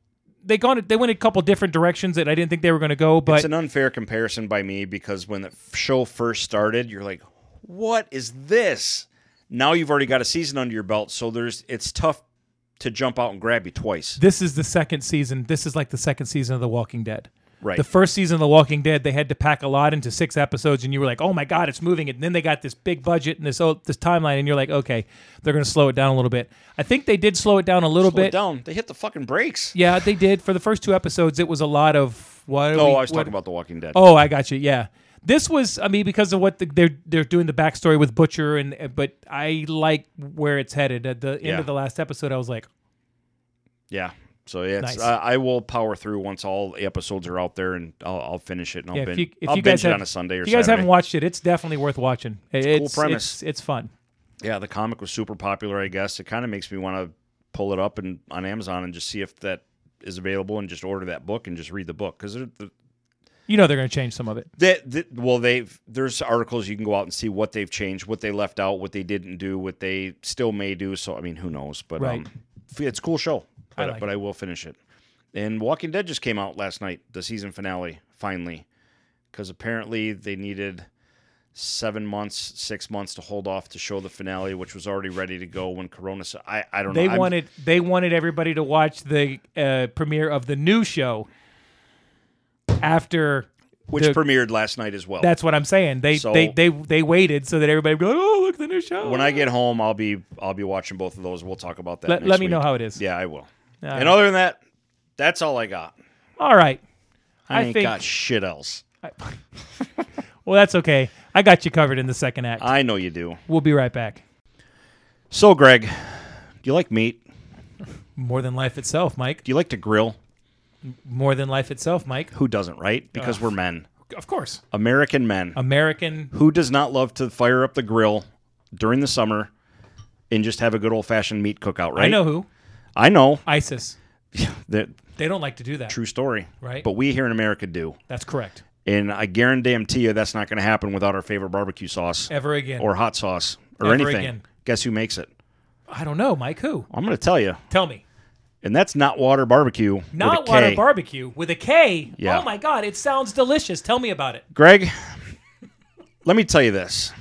Speaker 2: they gone they went a couple different directions that I didn't think they were going to go. But
Speaker 1: it's an unfair comparison by me because when the f- show first started, you're like, "What is this?" Now you've already got a season under your belt, so there's it's tough to jump out and grab you twice.
Speaker 2: this is the second season. This is like the second season of The Walking Dead.
Speaker 1: Right.
Speaker 2: The first season of The Walking Dead, they had to pack a lot into six episodes, and you were like, "Oh my God, it's moving!" And then they got this big budget and this oh, this timeline, and you're like, "Okay, they're going to slow it down a little bit." I think they did slow it down a little
Speaker 1: Slow it
Speaker 2: bit.
Speaker 1: down. They hit the fucking brakes.
Speaker 2: Yeah, they did. For the first two episodes, it was a lot of what? are
Speaker 1: No,
Speaker 2: we-
Speaker 1: Oh, I was
Speaker 2: what-
Speaker 1: talking about The Walking Dead.
Speaker 2: Oh, I got you. Yeah, this was. I mean, because of what the, they're they're doing the backstory with Butcher, and uh, but I like where it's headed. At the end
Speaker 1: Yeah.
Speaker 2: of the last episode, I was like,
Speaker 1: Yeah, So yeah, it's,
Speaker 2: Nice.
Speaker 1: I- I will power through once all the episodes are out there, and I'll, I'll finish it. And I'll,
Speaker 2: Yeah,
Speaker 1: bin-
Speaker 2: if you, if
Speaker 1: I'll
Speaker 2: you
Speaker 1: binge
Speaker 2: guys
Speaker 1: it
Speaker 2: have,
Speaker 1: on a Sunday or
Speaker 2: if you guys
Speaker 1: Saturday.
Speaker 2: haven't watched it, it's definitely worth watching. It's,
Speaker 1: premise.
Speaker 2: It's, it's fun.
Speaker 1: yeah, the comic was super popular. I guess it kind of makes me want to pull it up and on Amazon and just see if that is available, and just order that book and just read the book because the,
Speaker 2: You know they're going to change some of it.
Speaker 1: They, th well, they've there's articles you can go out and see what they've changed, what they left out, what they didn't do, what they still may do. So I mean, who knows? But
Speaker 2: Right.
Speaker 1: um, f- it's a cool show. But
Speaker 2: I
Speaker 1: I,
Speaker 2: like
Speaker 1: but I will finish it. And Walking Dead just came out last night, the season finale, finally, because apparently they needed seven months, six months to hold off to show the finale, which was already ready to go when Corona. sa- I I don't
Speaker 2: They
Speaker 1: know. I'm-
Speaker 2: wanted they wanted everybody to watch the uh, premiere of the new show after.
Speaker 1: which
Speaker 2: the-
Speaker 1: premiered last night as well.
Speaker 2: That's what I'm saying. They
Speaker 1: So-
Speaker 2: they, they they waited so that everybody would be like, oh look the new show.
Speaker 1: when I get home, I'll be I'll be watching both of those. We'll talk about that.
Speaker 2: Let-
Speaker 1: next
Speaker 2: let me know
Speaker 1: week.
Speaker 2: how it is.
Speaker 1: Yeah, I will.
Speaker 2: All
Speaker 1: and
Speaker 2: right.
Speaker 1: other than that, that's all I got.
Speaker 2: All right.
Speaker 1: I,
Speaker 2: I
Speaker 1: ain't
Speaker 2: think-
Speaker 1: got shit else.
Speaker 2: Well, that's okay. I got you covered in the second act.
Speaker 1: I know you do.
Speaker 2: we'll be right back.
Speaker 1: So, Greg, do you like meat?
Speaker 2: More than life itself, Mike.
Speaker 1: Do you like to grill?
Speaker 2: More than life itself, Mike.
Speaker 1: Who doesn't, right? Because we're men,
Speaker 2: Of course.
Speaker 1: American men.
Speaker 2: American
Speaker 1: Who does not love to fire up the grill during the summer and just have a good old fashioned meat cookout? Right.
Speaker 2: I know who.
Speaker 1: I know.
Speaker 2: ISIS.
Speaker 1: That
Speaker 2: They don't like to do that.
Speaker 1: true story.
Speaker 2: Right.
Speaker 1: But we here in America do,
Speaker 2: That's correct.
Speaker 1: and I guarantee you that's not going to happen without our favorite barbecue sauce
Speaker 2: Ever again.
Speaker 1: or hot sauce or
Speaker 2: Ever
Speaker 1: anything.
Speaker 2: again.
Speaker 1: Guess who makes it?
Speaker 2: I don't know, Mike. Who?
Speaker 1: I'm going to tell you.
Speaker 2: Tell me.
Speaker 1: And that's not water barbecue. with a
Speaker 2: Not water
Speaker 1: K.
Speaker 2: barbecue with a K.
Speaker 1: Yeah.
Speaker 2: Oh my God, it sounds delicious. Tell me about it.
Speaker 1: Greg, let me tell you this.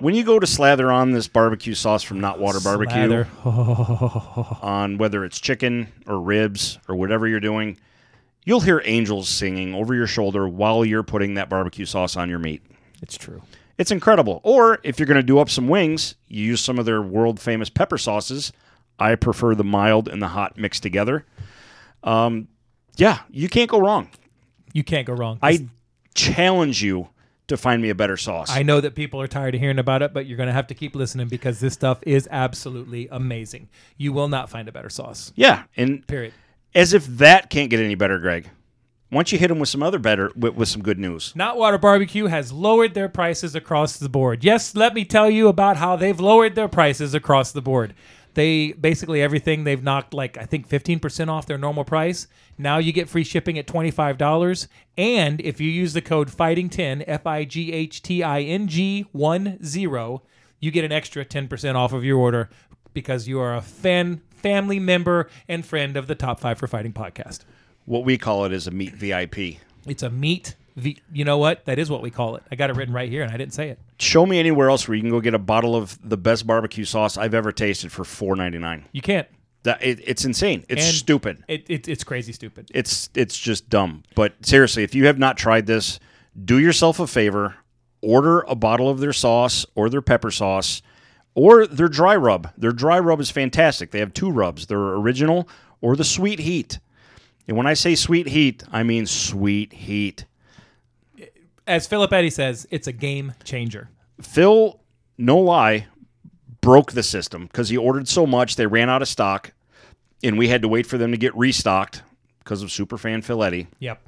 Speaker 1: When you go to slather on this barbecue sauce from Not Water Barbecue
Speaker 2: Slather.
Speaker 1: on whether it's chicken or ribs or whatever you're doing, you'll hear angels singing over your shoulder while you're putting that barbecue sauce on your meat.
Speaker 2: It's true.
Speaker 1: It's incredible. Or if you're going to do up some wings, you use some of their world famous pepper sauces. I prefer the mild and the hot mixed together. Um, yeah, you can't go wrong.
Speaker 2: You can't go wrong.
Speaker 1: I challenge you to find me a better sauce.
Speaker 2: I know that people are tired of hearing about it, but you're going to have to keep listening because this stuff is absolutely amazing. You will not find a better sauce.
Speaker 1: yeah, and
Speaker 2: Period.
Speaker 1: as if that can't get any better, Greg. Why don't you hit them with some other better with, with some good news?
Speaker 2: Not Water Barbecue has lowered their prices across the board. Yes, let me tell you about how they've lowered their prices across the board. They basically everything they've knocked like I think 15% off their normal price. Now you get free shipping at $25 and if you use the code FIGHTING10 F I G H T I N G 10 you get an extra 10% off of your order because you are a fan family member and friend of the Top 5 for Fighting podcast.
Speaker 1: What we call it is a meat VIP.
Speaker 2: It's a meat. V- you know what? That is what we call it. I got it written right here, and I didn't say it.
Speaker 1: Show me anywhere else where you can go get a bottle of the best barbecue sauce I've ever tasted for four ninety nine.
Speaker 2: You can't.
Speaker 1: That it, it's insane. It's
Speaker 2: And-
Speaker 1: stupid.
Speaker 2: It, it it's crazy stupid.
Speaker 1: It's it's just dumb. But seriously, if you have not tried this, do yourself a favor. Order a bottle of their sauce or their pepper sauce or their dry rub. Their dry rub is fantastic. They have two rubs, their original or the sweet heat. And when I say sweet heat, I mean sweet heat.
Speaker 2: As Philip Eddy says, it's a game changer.
Speaker 1: Phil, no lie, broke the system because he ordered so much they ran out of stock, and we had to wait for them to get restocked because of superfan Phil Eddy.
Speaker 2: Yep.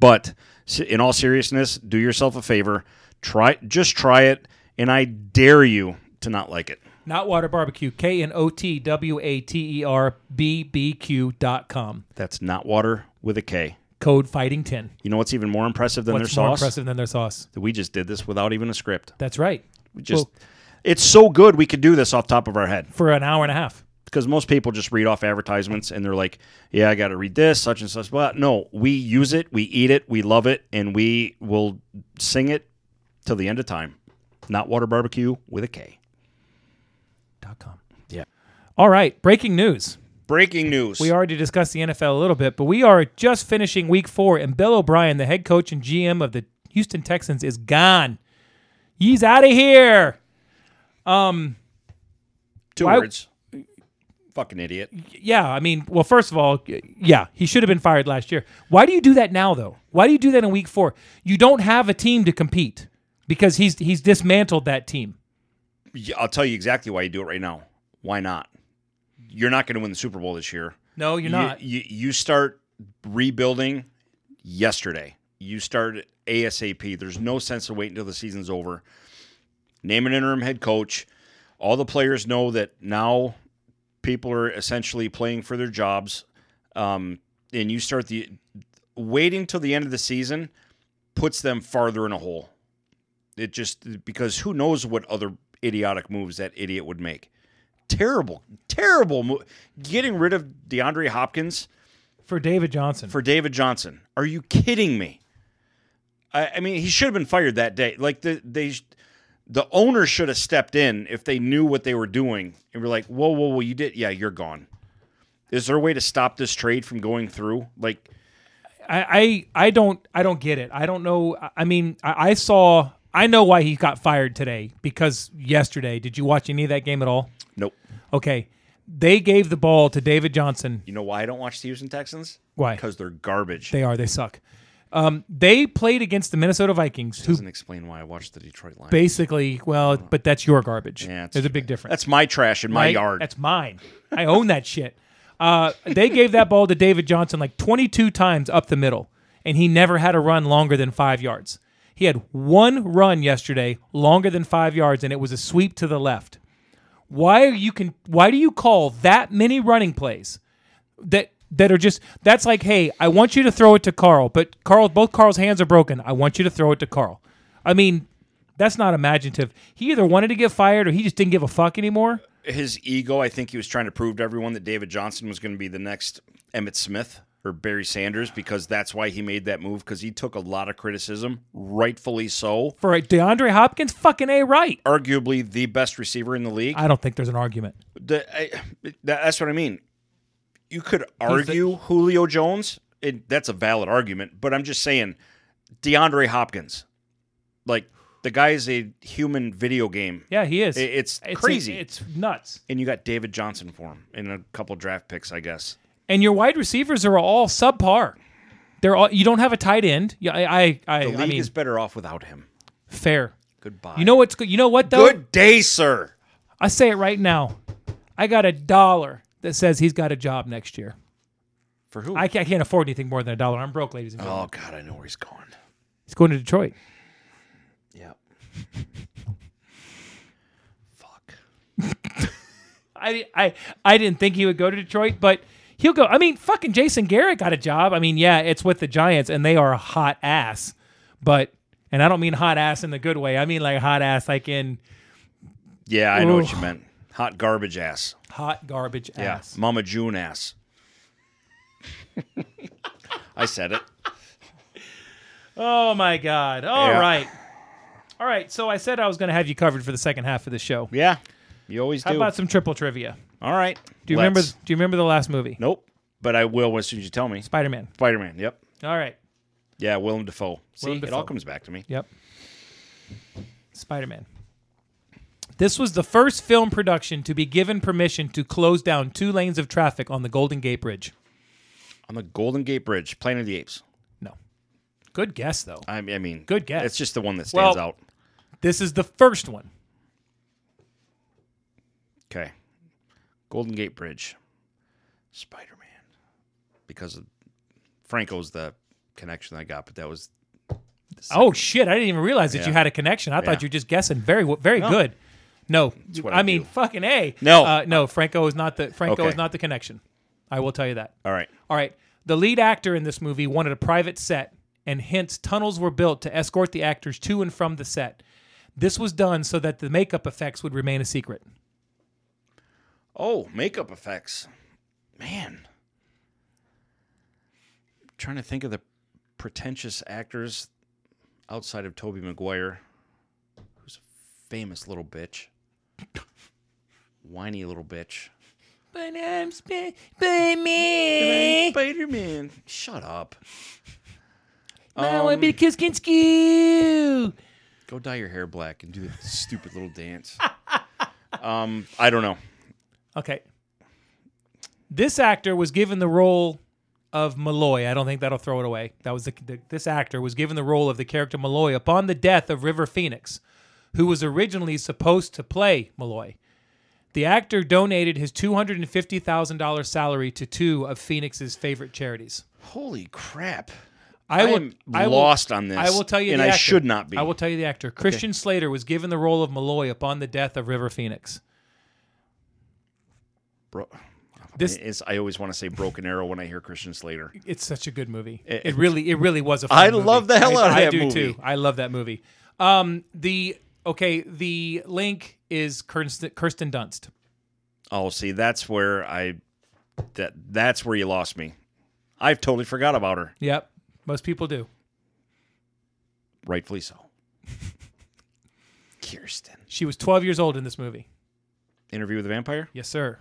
Speaker 1: But s- in all seriousness, do yourself a favor. Try just try it, and I dare you to not like it.
Speaker 2: Not water barbecue. K N O T W A T E R B B Q dot com.
Speaker 1: That's not water with a K.
Speaker 2: Code fighting ten.
Speaker 1: You know what's even more impressive than
Speaker 2: What's
Speaker 1: their
Speaker 2: more
Speaker 1: sauce?
Speaker 2: impressive than their sauce?
Speaker 1: That we just did this without even a script.
Speaker 2: That's right.
Speaker 1: We just it's so good we could do this off top of our head
Speaker 2: For an hour and a half.
Speaker 1: because most people just read off advertisements and they're like, "Yeah, I got to read this, such and such." But no, we use it, we eat it, we love it, and we will sing it till the end of time. Not water barbecue with a K.
Speaker 2: Dot com.
Speaker 1: Yeah.
Speaker 2: All right. Breaking news.
Speaker 1: Breaking news.
Speaker 2: We already discussed the NFL a little bit, but we are just finishing week four, and Bill O'Brien, the head coach and GM of the Houston Texans, is gone. He's out of here.
Speaker 1: Two
Speaker 2: Why-
Speaker 1: words. Fucking idiot.
Speaker 2: Yeah, I mean, well, first of all, y- yeah, he should have been fired last year. Why do you do that now, though? Why do you do that in week four? You don't have a team to compete because he's he's dismantled that team.
Speaker 1: Yeah, I'll tell you exactly why you do it right now. Why not? You're not going to win the Super Bowl this year.
Speaker 2: No, you're not.
Speaker 1: You, you, you start rebuilding yesterday. You start ASAP. There's no sense of waiting until the season's over. Name an interim head coach. All the players know that now people are essentially playing for their jobs. Um, and you start the waiting till the end of the season puts them farther in a hole. It just because who knows what other idiotic moves that idiot would make. Terrible, terrible move. Getting rid of DeAndre Hopkins
Speaker 2: for David Johnson.
Speaker 1: for David Johnson. Are you kidding me? I, I mean, he should have been fired that day. Like the they, the owner should have stepped in if they knew what they were doing and were like, "Whoa, whoa, whoa! You did, yeah, you're gone." Is there a way to stop this trade from going through? Like,
Speaker 2: I, I I don't I don't get it. I don't know. I- I mean, I, I saw. I know why he got fired today because yesterday. Did you watch any of that game at all?
Speaker 1: nope.
Speaker 2: Okay, they gave the ball to David Johnson.
Speaker 1: You know why I don't watch the Houston Texans?
Speaker 2: Why?
Speaker 1: Because they're garbage.
Speaker 2: They are. They suck. Um, they played against the Minnesota Vikings, who
Speaker 1: Doesn't explain why I watch the Detroit Lions.
Speaker 2: basically, well, but that's your garbage.
Speaker 1: Yeah, it's
Speaker 2: There's a big difference.
Speaker 1: That's my trash in my
Speaker 2: right?
Speaker 1: yard.
Speaker 2: That's mine. I own that shit. Uh, they gave that ball to David Johnson like 22 times up the middle, and he never had a run longer than five yards. He had one run yesterday longer than five yards, and it was a sweep to the left. Why are you can? Why do you call that many running plays that that are just? That's like, hey, I want you to throw it to Carl, but Carl, both Carl's hands are broken. I want you to throw it to Carl. I mean, that's not imaginative. He either wanted to get fired or he just didn't give a fuck anymore.
Speaker 1: His ego, I think he was trying to prove to everyone that David Johnson was going to be the next Emmett Smith or Barry Sanders because that's why he made that move because he took a lot of criticism, rightfully so.
Speaker 2: for a DeAndre Hopkins, fucking a right.
Speaker 1: Arguably the best receiver in the league.
Speaker 2: I don't think there's an argument.
Speaker 1: The- I- that- that's what I mean. You could argue Julio Jones. It, that's a valid argument, but I'm just saying DeAndre Hopkins, like the guy's a human video game.
Speaker 2: Yeah, he is.
Speaker 1: I- it's, crazy.
Speaker 2: It's, nuts.
Speaker 1: and you got David Johnson for him and a couple draft picks, I guess.
Speaker 2: And your wide receivers are all subpar. They're all. You don't have a tight end. Yeah, I, I, I,
Speaker 1: The league
Speaker 2: I mean,
Speaker 1: is better off without him.
Speaker 2: fair.
Speaker 1: Goodbye.
Speaker 2: You know what's good? You know what though?
Speaker 1: Good day, sir.
Speaker 2: I say it right now. I got a dollar that says he's got a job next year.
Speaker 1: For who?
Speaker 2: I can't, I can't afford anything more than a dollar. I'm broke, ladies and gentlemen.
Speaker 1: oh God, I know where he's going.
Speaker 2: He's going to Detroit.
Speaker 1: Yeah. Fuck.
Speaker 2: I, I, I didn't think he would go to Detroit, but he'll go. I mean, fucking Jason Garrett got a job. I mean, yeah, it's with the Giants, and they are a hot ass. But and I don't mean hot ass in the good way. I mean like hot ass, like in
Speaker 1: Yeah, I know what you meant. Hot garbage ass.
Speaker 2: hot garbage ass.
Speaker 1: Yeah. Mama June ass. I said it.
Speaker 2: Oh my god! All right,
Speaker 1: Yeah.
Speaker 2: all right. So I said I was going to have you covered for the second half of the show.
Speaker 1: Yeah. You always
Speaker 2: How
Speaker 1: do.
Speaker 2: about some triple trivia?
Speaker 1: All right.
Speaker 2: Do you remember? Do you remember the last movie?
Speaker 1: Nope. But I will as soon as you tell me.
Speaker 2: Spider Man.
Speaker 1: Spider Man. Yep.
Speaker 2: All right.
Speaker 1: Yeah, Willem Dafoe. See,
Speaker 2: Willem
Speaker 1: it all
Speaker 2: Dafoe.
Speaker 1: comes back to me.
Speaker 2: Yep. Spider Man. This was the first film production to be given permission to close down two lanes of traffic on the Golden Gate Bridge.
Speaker 1: On the Golden Gate Bridge, Planet of the Apes.
Speaker 2: No. Good guess, though.
Speaker 1: I, I mean,
Speaker 2: Good guess.
Speaker 1: It's just the one that stands
Speaker 2: Well-
Speaker 1: out.
Speaker 2: This is the first one.
Speaker 1: Okay. Golden Gate Bridge. Spider Man. Because of Franco's the connection I got, but that was
Speaker 2: Oh, shit. I didn't even realize that you
Speaker 1: Yeah.
Speaker 2: had a connection. I
Speaker 1: Yeah.
Speaker 2: thought you were just guessing. Very, w- very good. No,
Speaker 1: what
Speaker 2: I,
Speaker 1: I
Speaker 2: mean,
Speaker 1: do.
Speaker 2: fucking a.
Speaker 1: No.
Speaker 2: uh, no. Franco is not the Franco
Speaker 1: Okay.
Speaker 2: is not the connection. I will tell you that.
Speaker 1: all right.
Speaker 2: All right. The lead actor in this movie wanted a private set, and hence tunnels were built to escort the actors to and from the set. This was done so that the makeup effects would remain a secret.
Speaker 1: Oh, makeup effects. Man. trying to think of the pretentious actors outside of Toby Maguire, who's a famous little bitch. Whiny little bitch.
Speaker 2: But I'm sp- but me,
Speaker 1: Spider Man. Shut up.
Speaker 2: I want to be Kiskinski.
Speaker 1: Go dye your hair black and do that stupid little dance. Um, I don't know.
Speaker 2: Okay. This actor was given the role of Malloy. I don't think that'll throw it away. That was the, the this actor was given the role of the character Malloy upon the death of River Phoenix, who was originally supposed to play Malloy. The actor donated his $250,000 salary to two of Phoenix's favorite charities.
Speaker 1: Holy crap!
Speaker 2: I, will,
Speaker 1: am
Speaker 2: I will-
Speaker 1: lost on this.
Speaker 2: I will tell you,
Speaker 1: and
Speaker 2: the
Speaker 1: I
Speaker 2: actor.
Speaker 1: should not be.
Speaker 2: I will tell you the actor. Christian Slater was given the role of Malloy upon the death of River Phoenix.
Speaker 1: Bro-
Speaker 2: This-
Speaker 1: It's- I always want to say Broken Arrow when I hear Christian Slater.
Speaker 2: It's such a good movie. It,
Speaker 1: It-
Speaker 2: really, it really was a. Fun
Speaker 1: I
Speaker 2: movie.
Speaker 1: love the hell
Speaker 2: I-
Speaker 1: out of
Speaker 2: I
Speaker 1: that
Speaker 2: do
Speaker 1: movie.
Speaker 2: too. I love that movie. Um, the okay, the link is Kirsten, Kirsten Dunst.
Speaker 1: Oh, see, that's where I that that's where you lost me. I've totally forgot about her.
Speaker 2: Yep, most people do.
Speaker 1: Rightfully so. Kirsten.
Speaker 2: She was 12 years old in this movie.
Speaker 1: Interview with the Vampire.
Speaker 2: Yes, sir.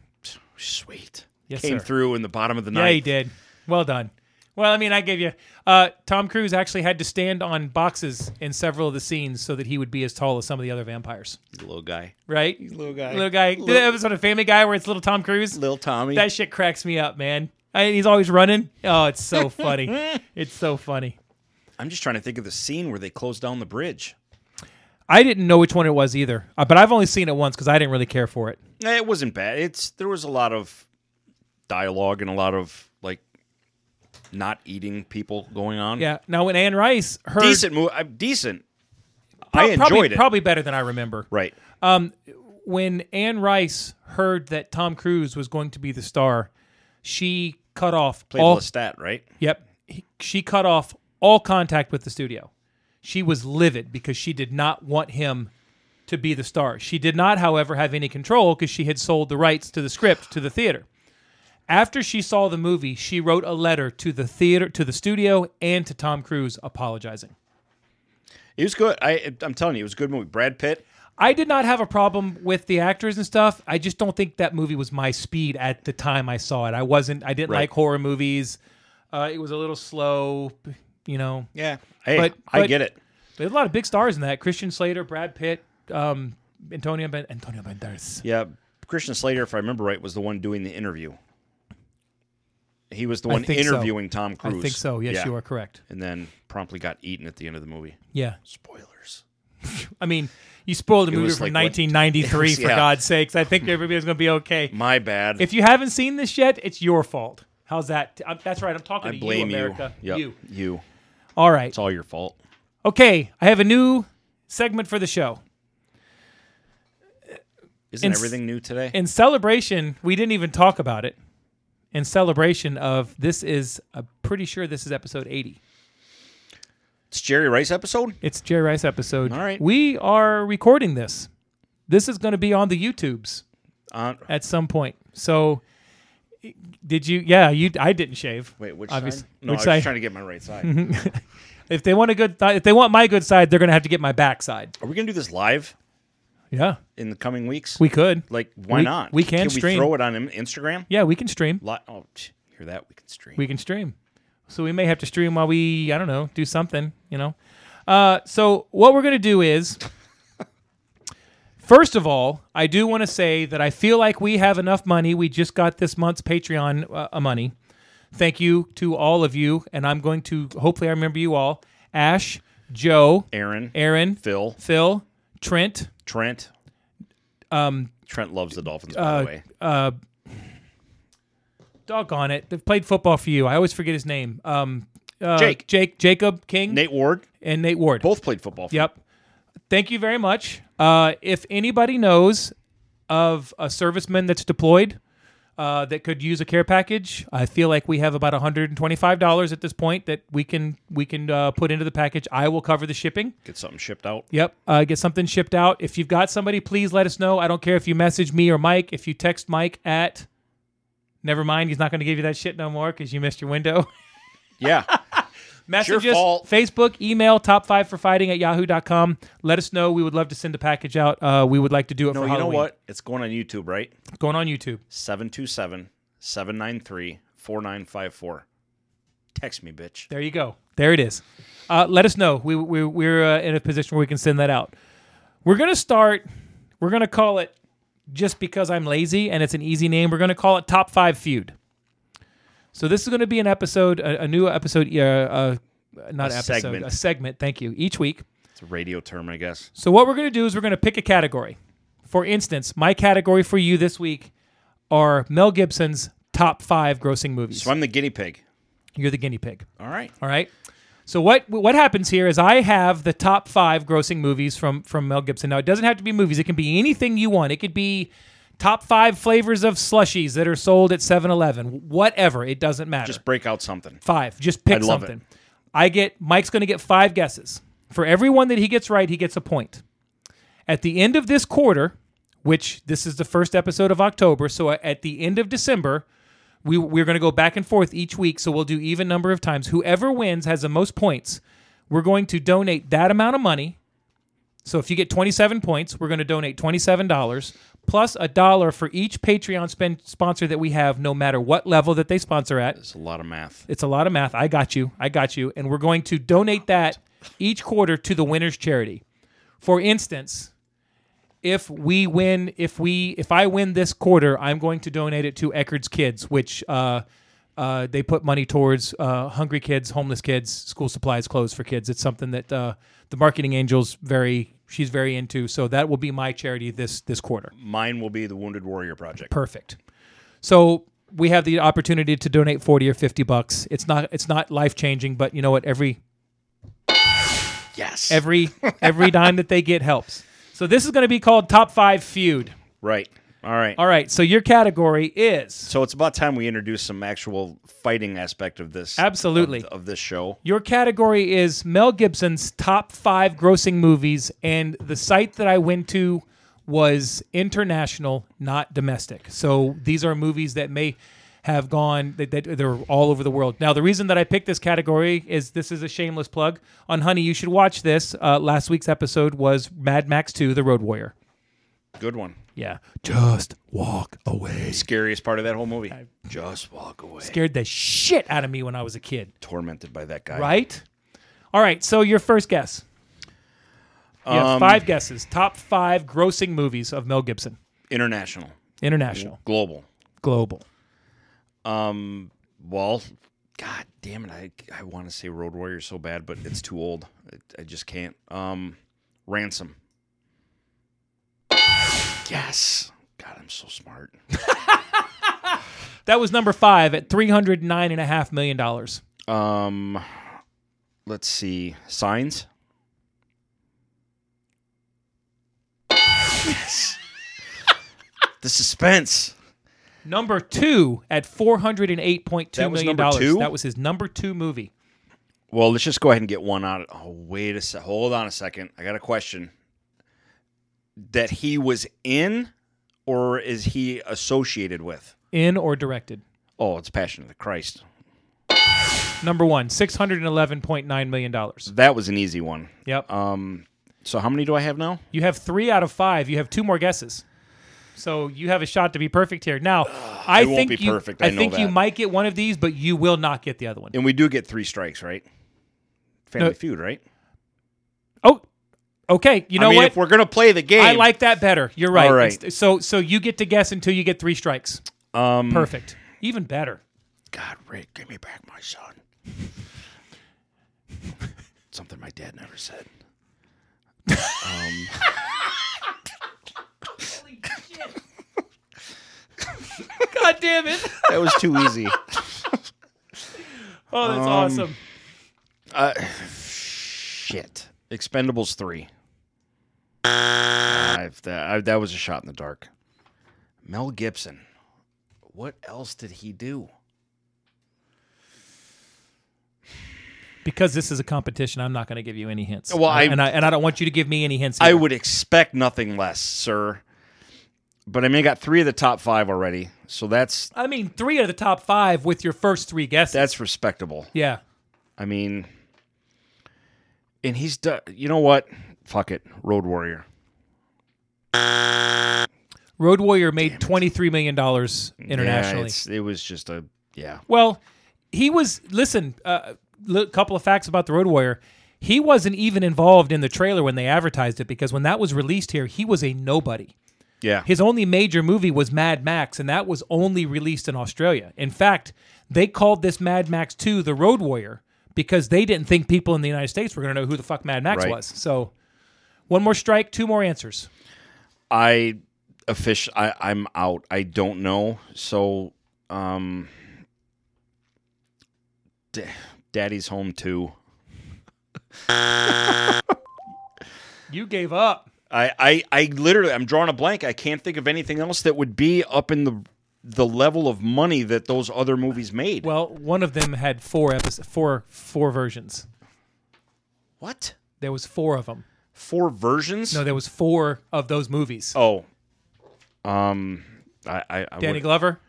Speaker 1: Sweet.
Speaker 2: Yes,
Speaker 1: Came
Speaker 2: sir.
Speaker 1: through in the bottom of the
Speaker 2: Yeah, he
Speaker 1: night.
Speaker 2: did. Well done. Well, I mean, I gave you. Uh, Tom Cruise actually had to stand on boxes in several of the scenes so that he would be as tall as some of the other vampires.
Speaker 1: little guy.
Speaker 2: Right?
Speaker 1: Little guy.
Speaker 2: Little guy. Did that episode of Family Guy where it's little Tom Cruise?
Speaker 1: Little Tommy.
Speaker 2: That shit cracks me up, man. I, he's always running. Oh, it's so funny. it's so funny.
Speaker 1: I'm just trying to think of the scene where they closed down the bridge.
Speaker 2: I didn't know which one it was either, uh, but I've only seen it once because I didn't really care for it.
Speaker 1: Nah, It wasn't bad. It's there was a lot of dialogue and a lot of like not eating people going on.
Speaker 2: Yeah. Now, when Anne Rice heard.
Speaker 1: Decent movie. Decent.
Speaker 2: Pro-
Speaker 1: I enjoyed
Speaker 2: probably,
Speaker 1: it.
Speaker 2: Probably better than I remember.
Speaker 1: Right.
Speaker 2: when Anne Rice heard that Tom Cruise was going to be the star, she cut off
Speaker 1: Played
Speaker 2: all.
Speaker 1: Lestat, right?
Speaker 2: Yep, he- she cut off all contact with the studio. She was livid because she did not want him to be the star. She did not, however, have any control because she had sold the rights to the script to the theater. After she saw the movie, she wrote a letter to the theater, to the studio, and to Tom Cruise apologizing.
Speaker 1: It was good. I I'm telling you, it was a good movie. Brad Pitt.
Speaker 2: I did not have a problem with the actors and stuff. I just don't think that movie was my speed at the time I saw it. I wasn't. I didn't
Speaker 1: Right.
Speaker 2: like horror movies. Uh, it was a little slow, you know.
Speaker 1: Yeah. Hey,
Speaker 2: But-
Speaker 1: I
Speaker 2: but-
Speaker 1: get it.
Speaker 2: There's a lot of big stars in that: Christian Slater, Brad Pitt, um, Antonio ben- Antonio Banderas.
Speaker 1: Yeah. Christian Slater, if I remember right, was the one doing the interview. He was the
Speaker 2: I
Speaker 1: one
Speaker 2: think so.
Speaker 1: interviewing Tom
Speaker 2: I
Speaker 1: Cruise.
Speaker 2: think so. Yes, you are correct.
Speaker 1: And then promptly got eaten at the end of the movie.
Speaker 2: Yeah.
Speaker 1: Spoilers.
Speaker 2: I mean, you spoiled a movie
Speaker 1: was
Speaker 2: from
Speaker 1: like what-
Speaker 2: 1993
Speaker 1: It was-
Speaker 2: for
Speaker 1: yeah.
Speaker 2: God's sakes. I think everybody's going to be okay.
Speaker 1: My bad.
Speaker 2: If you haven't seen this yet, it's your fault. How's that? i that's right. I'm talking
Speaker 1: I
Speaker 2: to
Speaker 1: blame
Speaker 2: you,
Speaker 1: you.
Speaker 2: America.
Speaker 1: Yep,
Speaker 2: You.
Speaker 1: You.
Speaker 2: All right.
Speaker 1: It's all your fault.
Speaker 2: Okay, I have a new segment for the show.
Speaker 1: Isn't
Speaker 2: In s-
Speaker 1: everything new today?
Speaker 2: In celebration, we didn't even talk about it. In celebration of this is I'm pretty sure this is episode 80.
Speaker 1: it's Jerry Rice episode?
Speaker 2: It's Jerry Rice episode.
Speaker 1: All right.
Speaker 2: We are recording this. This is going to be on the YouTubes
Speaker 1: Uh,
Speaker 2: at some point. So did you yeah, you I didn't shave.
Speaker 1: wait, which
Speaker 2: Obvious-
Speaker 1: side? No,
Speaker 2: which
Speaker 1: I was just
Speaker 2: side? Mm-hmm.
Speaker 1: trying to get my right side.
Speaker 2: If they want a good th- if they want my good side, they're going to have to get my back side.
Speaker 1: Are we going to do this live
Speaker 2: Yeah.
Speaker 1: in the coming weeks?
Speaker 2: We could.
Speaker 1: like, why
Speaker 2: we-
Speaker 1: not?
Speaker 2: we can stream.
Speaker 1: we throw it on in- Instagram?
Speaker 2: yeah, we can stream.
Speaker 1: Li- oh, psh, hear that? We can stream.
Speaker 2: we can stream. So we may have to stream while we, I don't know, do something, you know. Uh, so what we're gonna do is, first of all, I do want to say that I feel like we have enough money. We just got this month's Patreon uh, uh, money. Thank you to all of you, and I'm going to hopefully I remember you all. Ash, Joe,
Speaker 1: Aaron,
Speaker 2: Aaron,
Speaker 1: Phil,
Speaker 2: Phil, Trent,
Speaker 1: Trent. Um, Trent loves the Dolphins, by
Speaker 2: uh,
Speaker 1: the way.
Speaker 2: doggone it, they've played football for you. I always forget his name. Um, uh,
Speaker 1: Jake.
Speaker 2: Jake, Jacob King,
Speaker 1: Nate Ward
Speaker 2: and Nate Ward.
Speaker 1: both played football. For
Speaker 2: Yep. Thank you very much. Uh, if anybody knows of a serviceman that's deployed uh, that could use a care package, I feel like we have about $125 at this point that we can we can uh, put into the package. I will cover the shipping.
Speaker 1: Get something shipped out.
Speaker 2: Yep. Uh, get something shipped out. If you've got somebody, please let us know. I don't care if you message me or Mike. If you text Mike at, never mind, he's not going to give you that shit no more because you missed your window.
Speaker 1: Yeah. your
Speaker 2: Messages,
Speaker 1: fault.
Speaker 2: Facebook, email, top five for fighting at yahoo.com. Let us know. We would love to send a package out. Uh, we would like to do it
Speaker 1: no,
Speaker 2: for
Speaker 1: you know
Speaker 2: Halloween.
Speaker 1: what? It's going on YouTube, right?
Speaker 2: Going on YouTube.
Speaker 1: 727 793 4954. Text me, bitch.
Speaker 2: There you go. There it is. Uh, let us know. We, we, we're uh, in a position where we can send that out. We're going to start, we're going to call it just because I'm lazy and it's an easy name. We're going to call it Top Five Feud. So this is going to be an episode, a, a new episode, uh, uh, not
Speaker 1: A
Speaker 2: episode,
Speaker 1: segment.
Speaker 2: a segment. Thank you. Each week.
Speaker 1: It's a radio term, I guess.
Speaker 2: So what we're going to do is we're going to pick a category. for instance, my category for you this week are Mel Gibson's top five grossing movies.
Speaker 1: So I'm the guinea pig.
Speaker 2: You're the guinea pig.
Speaker 1: All right.
Speaker 2: All right. So what what happens here is I have the top five grossing movies from from Mel Gibson. Now it doesn't have to be movies; it can be anything you want. It could be top five flavors of slushies that are sold at 7-Eleven. Whatever, it doesn't matter.
Speaker 1: Just break out something.
Speaker 2: five. Just pick
Speaker 1: I love
Speaker 2: something. I get Mike's going to get five guesses. For every one that he gets right, he gets a point. At the end of this quarter, which this is the first episode of October, so at the end of December, we we're going to go back and forth each week. So we'll do even number of times. Whoever wins has the most points. We're going to donate that amount of money. So if you get 27 points, we're going to donate $27 plus a dollar for each Patreon spend sponsor that we have, no matter what level that they sponsor at.
Speaker 1: It's a lot of math.
Speaker 2: It's a lot of math. I got you. I got you. And we're going to donate that each quarter to the winner's charity. For instance, if we win, if we, if I win this quarter, I'm going to donate it to Eckerd's Kids, which uh, uh, they put money towards uh, hungry kids, homeless kids, school supplies, clothes for kids. It's something that uh, the marketing angel's very, she's very into. So that will be my charity this this quarter.
Speaker 1: Mine will be the Wounded Warrior Project.
Speaker 2: Perfect. So we have the opportunity to donate forty or fifty bucks. It's not it's not life changing, but you know what? Every
Speaker 1: Yes.
Speaker 2: every every dime that they get helps. So this is going to be called top five feud.
Speaker 1: right. All right.
Speaker 2: All right. So your category is
Speaker 1: So it's about time we introduce some actual fighting aspect of this.
Speaker 2: Absolutely.
Speaker 1: Of, of this show.
Speaker 2: your category is Mel Gibson's top five grossing movies, and the site that I went to was international, not domestic. So these are movies that may have gone that, that they're all over the world. Now the reason that I picked this category is this is a shameless plug on Honey. You should watch this. Uh, last week's episode was Mad Max Two: The Road Warrior.
Speaker 1: Good one.
Speaker 2: Yeah,
Speaker 4: Just walk away.
Speaker 1: Scariest part of that whole movie. Just walk away.
Speaker 2: scared the shit out of me when I was a kid.
Speaker 1: Tormented by that guy.
Speaker 2: Right. All right. So your first guess. You have
Speaker 1: Um,
Speaker 2: five guesses. Top five grossing movies of Mel Gibson.
Speaker 1: International.
Speaker 2: International,
Speaker 1: Global.
Speaker 2: global.
Speaker 1: Um. Well, God damn it! I I want to say Road Warrior so bad, but it's too old. I, I just can't. Um, Ransom. Yes. God, I'm so smart.
Speaker 2: That was number five at three hundred nine and a half million dollars.
Speaker 1: Um, let's see. Signs. Yes. the suspense.
Speaker 2: Number two at four hundred and eight point two
Speaker 1: That was
Speaker 2: million
Speaker 1: number
Speaker 2: dollars.
Speaker 1: two?
Speaker 2: That was his number two movie.
Speaker 1: Well, let's just go ahead and get one out. Oh, wait a sec. Hold on a second. I got a question. That he was in, or is he associated with?
Speaker 2: In or directed.
Speaker 1: Oh, it's Passion of the Christ.
Speaker 2: Number one, six hundred and eleven point nine million dollars.
Speaker 1: That was an easy one.
Speaker 2: Yep.
Speaker 1: Um, so how many do I have now?
Speaker 2: You have three out of five. You have two more guesses. So you have a shot to be perfect here. Now, I
Speaker 1: it won't
Speaker 2: think
Speaker 1: be
Speaker 2: you,
Speaker 1: perfect,
Speaker 2: I,
Speaker 1: I know
Speaker 2: think you
Speaker 1: that.
Speaker 2: might get one of these, but you will not get the other one.
Speaker 1: And we do get three strikes, right? Family
Speaker 2: No.
Speaker 1: Feud, right?
Speaker 2: Oh, okay. You know
Speaker 1: I mean,
Speaker 2: what?
Speaker 1: if we're gonna play the game,
Speaker 2: I like that better. You're right.
Speaker 1: All right.
Speaker 2: Inst- So so you get to guess until you get three strikes.
Speaker 1: Um,
Speaker 2: Perfect. Even better.
Speaker 1: God, Rick, give me back my son. Something my dad never said.
Speaker 2: God damn it.
Speaker 1: That was too easy.
Speaker 2: Oh,
Speaker 1: Um,
Speaker 2: that's awesome.
Speaker 1: Shit. Expendables 3. I've, that, I, that was a shot in the dark. Mel Gibson. What else did he do?
Speaker 2: Because this is a competition, I'm not going to give you any hints.
Speaker 1: Well, I-
Speaker 2: and I and I don't want you to give me any hints.
Speaker 1: I
Speaker 2: either.
Speaker 1: would expect nothing less, sir. But I mean, I got three of the top five already, so that's
Speaker 2: I mean, three of the top five with your first three guesses.
Speaker 1: that's respectable.
Speaker 2: yeah.
Speaker 1: I mean, and he's done. You know what? Fuck it, Road Warrior.
Speaker 2: Road Warrior made twenty three million dollars
Speaker 1: Yeah,
Speaker 2: internationally.
Speaker 1: it's- it was just a yeah.
Speaker 2: well, he was. Listen, a uh, li- couple of facts about the Road Warrior. He wasn't even involved in the trailer when they advertised it because when that was released here, he was a nobody.
Speaker 1: Yeah.
Speaker 2: His only major movie was Mad Max, and that was only released in Australia. In fact, they called this Mad Max 2 The Road Warrior because they didn't think people in the United States were going to know who the fuck Mad Max
Speaker 1: Right.
Speaker 2: was. So, one more strike, two more answers.
Speaker 1: I official. I, I'm out. I don't know. So, um, D- Daddy's home too.
Speaker 3: You gave up.
Speaker 1: I, I, I literally, I'm drawing a blank. I can't think of anything else that would be up in the the level of money that those other movies made.
Speaker 3: Well, one of them had four episodes, four four versions.
Speaker 1: what?
Speaker 3: There was four of them.
Speaker 1: Four versions?
Speaker 3: No, there was four of those movies.
Speaker 1: oh, um, I, I, I
Speaker 3: Danny
Speaker 1: would-
Speaker 3: Glover,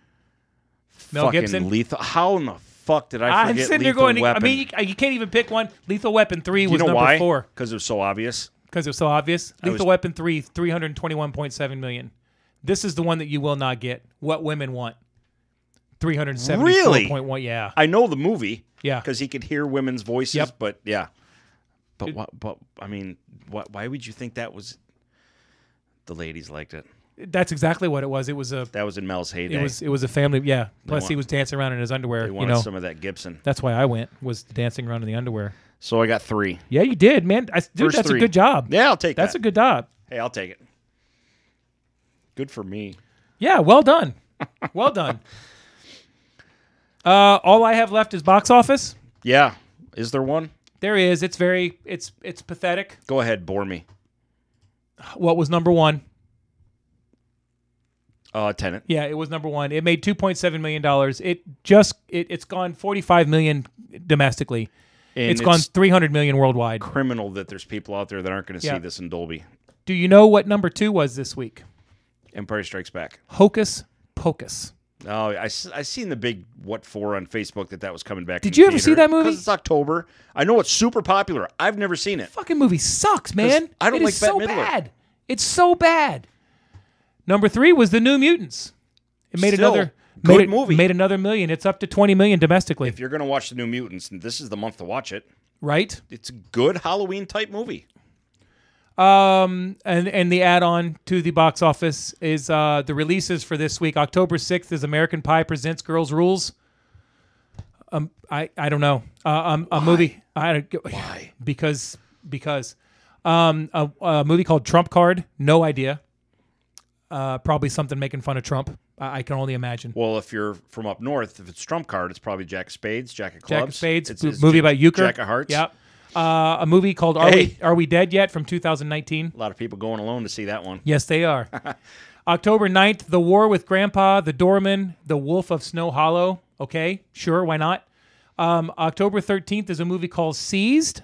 Speaker 3: Mel
Speaker 1: fucking
Speaker 3: Gibson.
Speaker 1: Lethal. How in the fuck did I
Speaker 3: I'm
Speaker 1: forget
Speaker 3: sitting there
Speaker 1: Lethal
Speaker 3: going.
Speaker 1: Weapon?
Speaker 3: I mean, you, you can't even pick one. Lethal Weapon three was
Speaker 1: you know
Speaker 3: number
Speaker 1: why?
Speaker 3: four
Speaker 1: Because it was so obvious.
Speaker 3: because it was so obvious. Lethal
Speaker 1: was-
Speaker 3: Weapon three, three hundred twenty-one point seven million. This is the one that you will not get. What women want. Three hundred seventy-four point one. Yeah.
Speaker 1: I know the movie.
Speaker 3: Yeah.
Speaker 1: Because he could hear women's voices.
Speaker 3: Yep.
Speaker 1: But yeah. But what? But I mean, what? Why would you think that was? The ladies liked it.
Speaker 3: That's exactly what it was. It was a.
Speaker 1: That was in Mel's heyday.
Speaker 3: It was. It was a family. Yeah. Plus,
Speaker 1: want-
Speaker 3: he was dancing around in his underwear.
Speaker 1: they
Speaker 3: You
Speaker 1: wanted
Speaker 3: know.
Speaker 1: some of that Gibson.
Speaker 3: That's why I went. Was dancing around in the underwear.
Speaker 1: So I got three.
Speaker 3: Yeah, you did, man. I, dude,
Speaker 1: First
Speaker 3: that's
Speaker 1: three.
Speaker 3: a good job.
Speaker 1: Yeah, I'll take
Speaker 3: that's
Speaker 1: that.
Speaker 3: a good job.
Speaker 1: hey, I'll take it. Good for me.
Speaker 3: Yeah, well done. Well done. Uh, all I have left is box office.
Speaker 1: Yeah. Is there one?
Speaker 3: There is. It's very. It's it's pathetic.
Speaker 1: Go ahead, bore me.
Speaker 3: What was number one?
Speaker 1: Uh, tenant.
Speaker 3: Yeah, it was number one. It made two point seven million dollars. It just it, it's gone forty five million domestically.
Speaker 1: And
Speaker 3: it's gone three hundred million worldwide.
Speaker 1: criminal that there's people out there that aren't going to
Speaker 3: Yeah.
Speaker 1: see this in Dolby.
Speaker 3: Do you know what number two was this week?
Speaker 1: Empire Strikes Back.
Speaker 3: Hocus Pocus.
Speaker 1: Oh, I, s- I seen the big what for on Facebook that that was coming back.
Speaker 3: Did you ever see that movie?
Speaker 1: Because it's October. I know it's super popular. I've never seen it.
Speaker 3: Fucking movie sucks, man.
Speaker 1: I don't
Speaker 3: It
Speaker 1: like
Speaker 3: is
Speaker 1: Bette
Speaker 3: so
Speaker 1: Midler.
Speaker 3: bad. It's so bad. Number three was the New Mutants. It made
Speaker 1: Still,
Speaker 3: another
Speaker 1: good
Speaker 3: made it-
Speaker 1: movie.
Speaker 3: Made another million. It's up to twenty million domestically,
Speaker 1: If you're going to watch the New Mutants, and this is the month to watch it.
Speaker 3: right?
Speaker 1: It's a good Halloween type movie.
Speaker 3: Um, and and the add-on to the box office is uh, the releases for this week. October sixth is American Pie presents Girls Rules. Um, I I don't know. Uh, um, a movie. I don't get why because because um a, a movie called Trump Card. No idea. Uh, probably something making fun of Trump. I, I can only imagine.
Speaker 1: Well, if you're from up north, if it's Trump card, it's probably Jack of Spades, Jack of Clubs,
Speaker 3: Jack of Spades
Speaker 1: It's-
Speaker 3: mo-
Speaker 1: it's
Speaker 3: movie
Speaker 1: Ja-
Speaker 3: about euchre.
Speaker 1: Jack of Hearts.
Speaker 3: Yep. Uh, a movie called Are
Speaker 1: Hey.
Speaker 3: We Are We Dead Yet from 2019.
Speaker 1: A lot of people going alone to see that one.
Speaker 3: Yes, they are. October 9th, The War with Grandpa, The Doorman, The Wolf of Snow Hollow. Okay, sure, why not? Um, October 13th is a movie called Seized,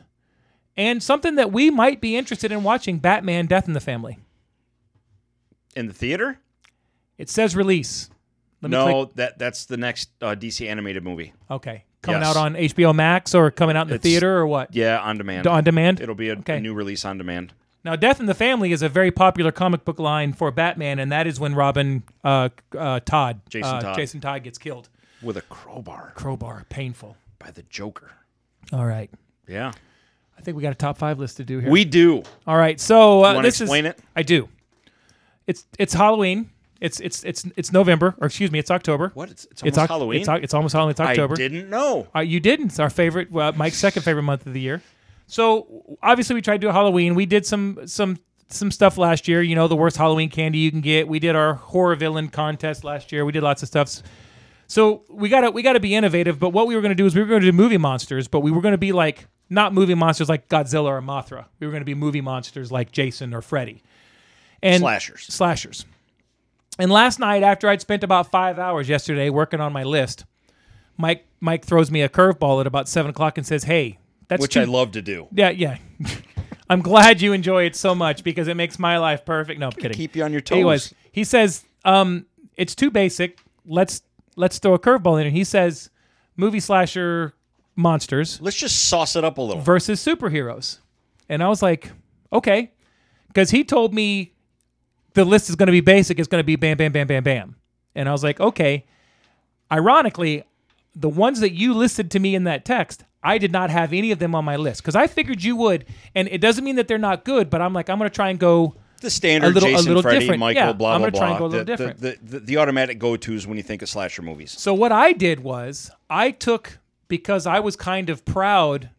Speaker 3: and something that we might be interested in watching Batman Death in the Family.
Speaker 1: In the theater?
Speaker 3: It says release. Let me
Speaker 1: No,
Speaker 3: click-
Speaker 1: that that's the next uh, DC animated movie.
Speaker 3: Okay. Coming
Speaker 1: Yes.
Speaker 3: out on HBO Max or coming out in the
Speaker 1: It's-
Speaker 3: theater or what?
Speaker 1: Yeah, on demand.
Speaker 3: On demand?
Speaker 1: It'll be a, a
Speaker 3: Okay.
Speaker 1: new release on demand.
Speaker 3: Now, Death in the Family is a very popular comic book line for Batman, and that is when Robin uh, uh, Todd,
Speaker 1: Jason
Speaker 3: uh,
Speaker 1: Todd.
Speaker 3: Jason Todd gets killed.
Speaker 1: with a crowbar
Speaker 3: Crowbar, painful.
Speaker 1: by the Joker.
Speaker 3: All right.
Speaker 1: Yeah,
Speaker 3: I think we got a top five list to do here.
Speaker 1: we do.
Speaker 3: All right, so uh,
Speaker 1: wanna
Speaker 3: this
Speaker 1: explain
Speaker 3: is
Speaker 1: it?
Speaker 3: I do. It's it's Halloween. It's it's it's it's November, or excuse me, it's October.
Speaker 1: What? It's, it's
Speaker 3: It's
Speaker 1: almost
Speaker 3: Oc-
Speaker 1: Halloween.
Speaker 3: It's, Oc- it's almost Halloween. It's October.
Speaker 1: I didn't know.
Speaker 3: Uh, you did. It's our favorite, uh, Mike's second favorite month of the year. So obviously, we tried to do a Halloween. We did some some some stuff last year. You know, the worst Halloween candy you can get. We did our horror villain contest last year. We did lots of stuff. So we gotta we gotta be innovative. But what we were gonna do is we were gonna do movie monsters, but we were gonna be like not movie monsters like Godzilla or Mothra. We were gonna be movie monsters like Jason or Freddy. And
Speaker 1: Slashers.
Speaker 3: Slashers. And last night, after I'd spent about five hours yesterday working on my list, Mike Mike throws me a curveball at about seven o'clock and says, "Hey, that's
Speaker 1: Which
Speaker 3: too-
Speaker 1: I love to do.
Speaker 3: yeah yeah." I'm glad you enjoy it so much because it makes my life perfect. No, I'm kidding.
Speaker 1: Keep you on your toes.
Speaker 3: Anyways, he says, um, it's too basic. Let's let's throw a curveball in. And he says, movie slasher monsters
Speaker 1: Let's just sauce it up a little.
Speaker 3: versus superheroes. And I was like, okay. Because he told me the list is going to be basic. It's going to be bam, bam, bam, bam, bam. And I was like, okay. Ironically, the ones that you listed to me in that text, I did not have any of them on my list because I figured you would. And it doesn't mean that they're not good, but I'm like, I'm going to try and go
Speaker 1: the standard
Speaker 3: a little- a
Speaker 1: Jason,
Speaker 3: little
Speaker 1: Freddy,
Speaker 3: different.
Speaker 1: Michael,
Speaker 3: Yeah,
Speaker 1: blah
Speaker 3: I'm
Speaker 1: blah
Speaker 3: gonna
Speaker 1: blah.
Speaker 3: try and go a
Speaker 1: the,
Speaker 3: little different.
Speaker 1: The, the, the automatic go tos when you think of slasher movies.
Speaker 3: So what I did was I took because I was kind of proud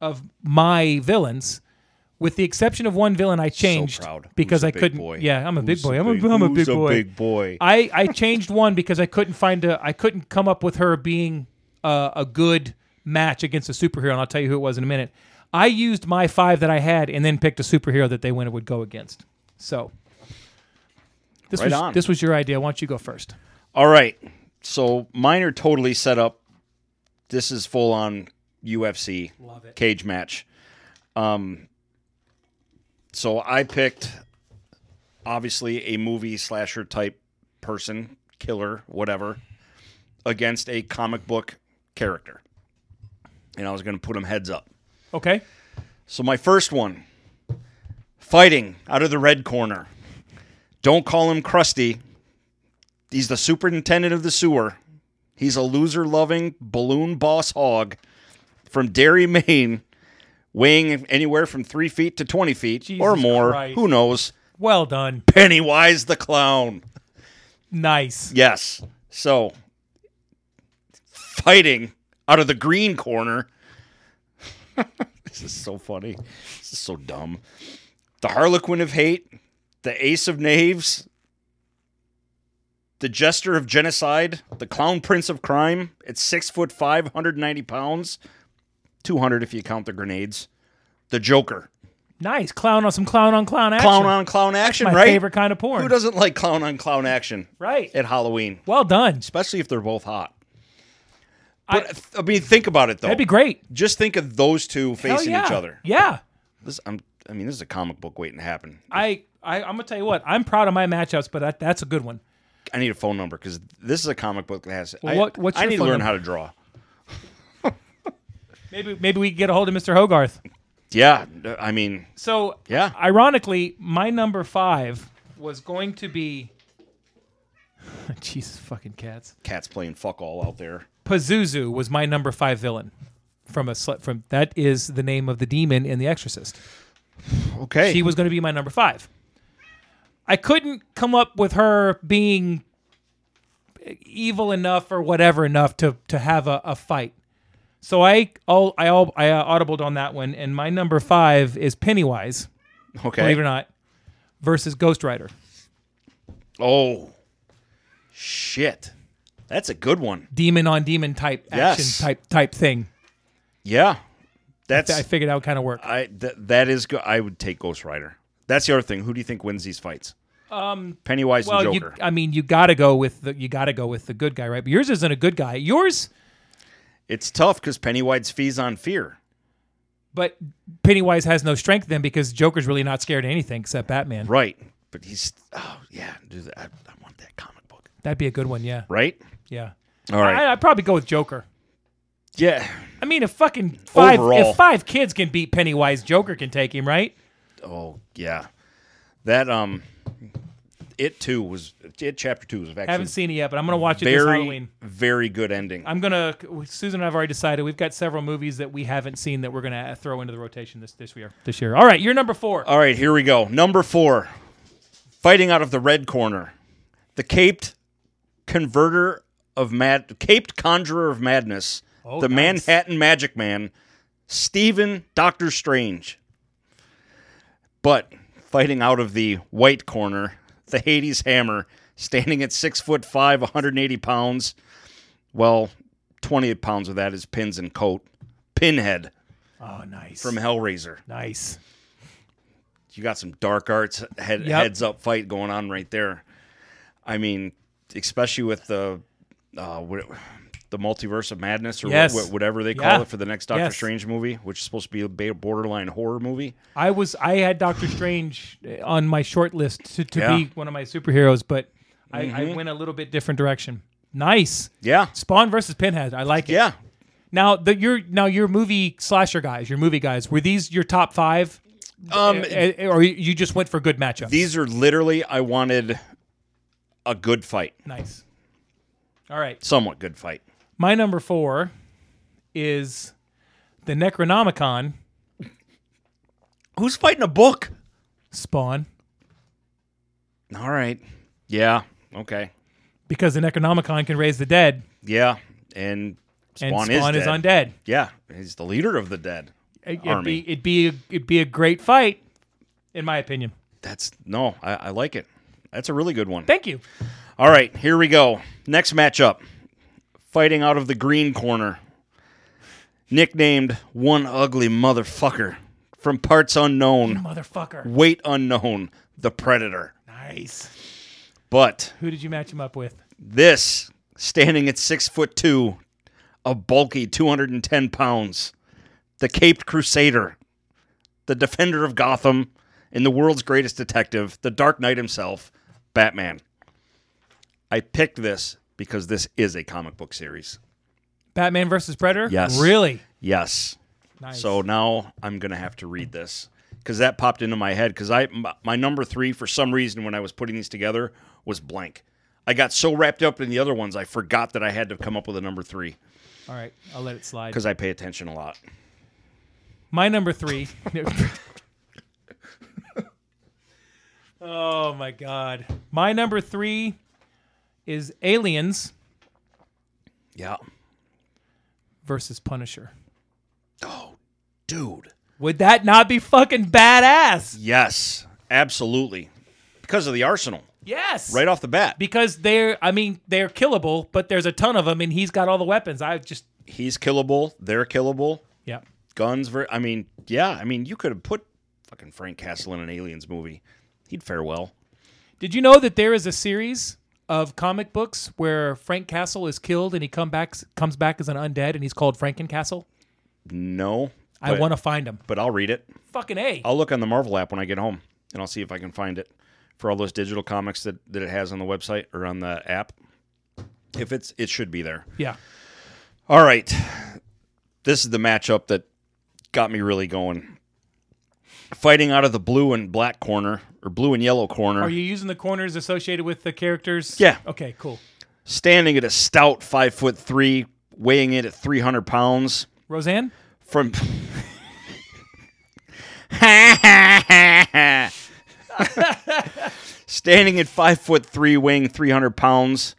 Speaker 3: of my villains.
Speaker 2: with the exception of one villain, I changed
Speaker 1: proud.
Speaker 2: because
Speaker 1: Who's a
Speaker 2: I
Speaker 1: big
Speaker 2: couldn't.
Speaker 1: boy?
Speaker 2: Yeah, I'm a big
Speaker 1: Who's
Speaker 2: boy.
Speaker 1: a
Speaker 2: I'm a,
Speaker 1: big-
Speaker 2: I'm a
Speaker 1: who's
Speaker 2: big
Speaker 1: a
Speaker 2: boy.
Speaker 1: big boy?
Speaker 2: I I changed one because I couldn't find a I couldn't come up with her being uh, a good match against a superhero, and I'll tell you who it was in a minute. I used my five that I had, and then picked a superhero that they went would go against. So. This
Speaker 1: Right
Speaker 2: was
Speaker 1: on.
Speaker 2: this was your idea. Why don't you go first?
Speaker 1: All right. So mine are totally set up. This is full on UFC
Speaker 2: Love it.
Speaker 1: cage match. Um, so I picked obviously a movie slasher type person, killer, whatever, against a comic book character. And I was going to put them heads up.
Speaker 2: Okay.
Speaker 1: So my first one, fighting out of the red corner. Don't call him Krusty. He's the superintendent of the sewer. He's a loser-loving balloon boss hog from Derry, Maine, weighing anywhere from three feet to twenty feet or
Speaker 2: Jesus
Speaker 1: more.
Speaker 2: Christ.
Speaker 1: Who knows?
Speaker 2: Well done.
Speaker 1: Pennywise the clown.
Speaker 2: Nice.
Speaker 1: Yes. So fighting out of the green corner. this is so funny. This is so dumb. The Harlequin of Hate, the Ace of Knaves, the Jester of Genocide, the Clown Prince of Crime. It's six foot five, 190 pounds, 200 if you count the grenades. The Joker.
Speaker 2: Nice. Clown on some clown on clown action.
Speaker 1: Clown on clown action,
Speaker 2: My
Speaker 1: right?
Speaker 2: favorite kind of porn.
Speaker 1: Who doesn't like clown on clown action
Speaker 2: right.
Speaker 1: at Halloween?
Speaker 2: Well done.
Speaker 1: especially if they're both hot.
Speaker 2: I-
Speaker 1: But I, mean, think about it though.
Speaker 2: That'd be great.
Speaker 1: Just think of those two
Speaker 2: Hell
Speaker 1: facing
Speaker 2: yeah.
Speaker 1: each other.
Speaker 2: Yeah.
Speaker 1: This, I'm, I mean, this is a comic book waiting to happen.
Speaker 2: I, I I'm gonna tell you what. I'm proud of my matchups, but that, that's a good one.
Speaker 1: I need a phone number because this is a comic book that has.
Speaker 2: Well,
Speaker 1: I,
Speaker 2: what- what's
Speaker 1: I
Speaker 2: your
Speaker 1: need to
Speaker 2: phone
Speaker 1: learn
Speaker 2: number?
Speaker 1: how to draw.
Speaker 2: Maybe maybe we can get a hold of Mr. Hogarth.
Speaker 1: Yeah, I mean,
Speaker 2: So
Speaker 1: Yeah.
Speaker 2: Ironically, my number five was going to be. Jesus fucking cats.
Speaker 1: cats playing fuck all out there.
Speaker 2: Pazuzu was my number five villain. From a sl- from that is the name of the demon in The Exorcist.
Speaker 1: Okay,
Speaker 2: she was going to be my number five. I couldn't come up with her being evil enough or whatever enough to to have a, a fight. So I all I all I uh, audibled on that one, and my number five is Pennywise.
Speaker 1: okay.
Speaker 2: Believe it or not, versus Ghost Rider.
Speaker 1: oh, shit, that's a good one.
Speaker 2: Demon on demon type action
Speaker 1: Yes.
Speaker 2: type type thing.
Speaker 1: Yeah, that's
Speaker 2: I figured out kind of work.
Speaker 1: I th- that is good. I would take Ghost Rider. That's the other thing. Who do you think wins these fights? Um, Pennywise
Speaker 2: Well,
Speaker 1: and
Speaker 2: Oh, you,
Speaker 1: Joker.
Speaker 2: I mean, you got to go with the you got to go with the good guy, right? But yours isn't a good guy. Yours,
Speaker 1: it's tough because Pennywise feeds on fear.
Speaker 2: but Pennywise has no strength then because Joker's really not scared of anything except Batman.
Speaker 1: Right, but he's oh yeah, dude, I, I want that comic book.
Speaker 2: That'd be a good one, yeah.
Speaker 1: Right.
Speaker 2: Yeah.
Speaker 1: All right.
Speaker 2: I, uh, I'd probably go with Joker.
Speaker 1: yeah.
Speaker 2: I mean, if fucking five
Speaker 1: Overall.
Speaker 2: if five kids can beat Pennywise, Joker can take him, right?
Speaker 1: Oh yeah. That um, it too was it chapter two was actually
Speaker 2: Haven't seen it yet, but I'm gonna watch it this
Speaker 1: very
Speaker 2: Halloween.
Speaker 1: very good ending.
Speaker 2: I'm gonna. Susan and I've already decided we've got several movies that we haven't seen that we're gonna throw into the rotation this this year. This year. All right, you're number four.
Speaker 1: All right, here we go. Number four, fighting out of the red corner, the caped converter of mad, caped conjurer of madness, the
Speaker 2: nice.
Speaker 1: Manhattan Magic Man, Stephen Doctor Strange. But fighting out of the white corner, the Hades Hammer, standing at six foot five, 180 pounds. Well, 20 pounds of that is pins and coat. Pinhead
Speaker 2: oh, nice.
Speaker 1: from Hellraiser
Speaker 2: nice.
Speaker 1: you got some dark arts head,
Speaker 2: Yep.
Speaker 1: heads up fight going on right there. I mean, especially with the uh, what, the multiverse of madness or
Speaker 2: Yes.
Speaker 1: wha- whatever they call
Speaker 2: Yeah.
Speaker 1: it for the next Doctor
Speaker 2: Yes.
Speaker 1: Strange movie, which is supposed to be a ba- borderline horror movie.
Speaker 2: I was. I had Doctor Strange uh, on my short list to, to
Speaker 1: Yeah. Mm-hmm.
Speaker 2: be one of my superheroes, but I, I went a little bit different direction. Nice.
Speaker 1: Yeah,
Speaker 2: Spawn versus Pinhead. I like it.
Speaker 1: yeah.
Speaker 2: Now the your now your movie slasher guys, your movie guys, were these your top five?
Speaker 1: Um,
Speaker 2: Eh, eh, or you just went for good matchups?
Speaker 1: these are literally I wanted a good fight,
Speaker 2: nice. All right,
Speaker 1: somewhat good fight.
Speaker 2: my number four is the Necronomicon
Speaker 1: Who's fighting a book?
Speaker 2: Spawn
Speaker 1: All right. Yeah. Okay.
Speaker 2: because the Necronomicon can raise the dead,
Speaker 1: Yeah. And Spawn,
Speaker 2: and Spawn is,
Speaker 1: dead.
Speaker 2: undead.
Speaker 1: Yeah, he's the leader of the dead.
Speaker 3: It'd
Speaker 1: Army.
Speaker 3: be it'd be a, it'd be a great fight, in my opinion.
Speaker 1: That's no, I, I like it. That's a really good one.
Speaker 3: Thank you.
Speaker 1: All right, here we go. Next matchup. Fighting out of the green corner. Nicknamed One Ugly Motherfucker. From parts unknown,
Speaker 3: Motherfucker.
Speaker 1: weight unknown, the Predator.
Speaker 3: Nice.
Speaker 1: But
Speaker 3: Who did you match him up with?
Speaker 1: this, standing at six foot two, a bulky 210 pounds, the Caped Crusader, the defender of Gotham, and the world's greatest detective, the Dark Knight himself, Batman. I picked this because this is a comic book series.
Speaker 3: Batman versus Predator?
Speaker 1: Yes.
Speaker 3: Really?
Speaker 1: Yes.
Speaker 3: Nice.
Speaker 1: So now I'm gonna have to read this because that popped into my head because I m- my number three for some reason when I was putting these together was blank. I got so wrapped up in the other ones I forgot that I had to come up with a number three
Speaker 3: All right, I'll let it slide.
Speaker 1: because I pay attention a lot.
Speaker 3: My number three. oh my god. My number three is Aliens
Speaker 1: Yeah,
Speaker 3: versus Punisher.
Speaker 1: dude.
Speaker 3: Would that not be fucking badass?
Speaker 1: Yes, absolutely. Because of the arsenal,
Speaker 3: Yes.
Speaker 1: right off the bat,
Speaker 3: Because they're, I mean, they're killable, but there's a ton of them, and he's got all the weapons. I just,
Speaker 1: he's killable. They're killable.
Speaker 3: yeah.
Speaker 1: Guns. Ver- I mean, yeah. I mean, you could have put fucking Frank Castle in an Aliens movie. He'd fare well.
Speaker 3: Did you know that there is a series of comic books where Frank Castle is killed and he come back, comes back as an undead, and he's called Frankencastle?
Speaker 1: No,
Speaker 3: I
Speaker 1: but-
Speaker 3: want to find him.
Speaker 1: but I'll read it.
Speaker 3: Fucking a.
Speaker 1: I'll look on the Marvel app when I get home and I'll see if I can find it for all those digital comics that, that it has on the website or on the app. If it's it should be there.
Speaker 3: Yeah.
Speaker 1: All right. This is the matchup that got me really going. Fighting out of the blue and black corner or blue and yellow corner,
Speaker 3: Are you using the corners associated with the characters?
Speaker 1: Yeah.
Speaker 3: Okay, cool.
Speaker 1: standing at a stout five foot three, weighing in at three hundred pounds
Speaker 3: Roseanne?
Speaker 1: from standing at five foot three, weighing three hundred pounds,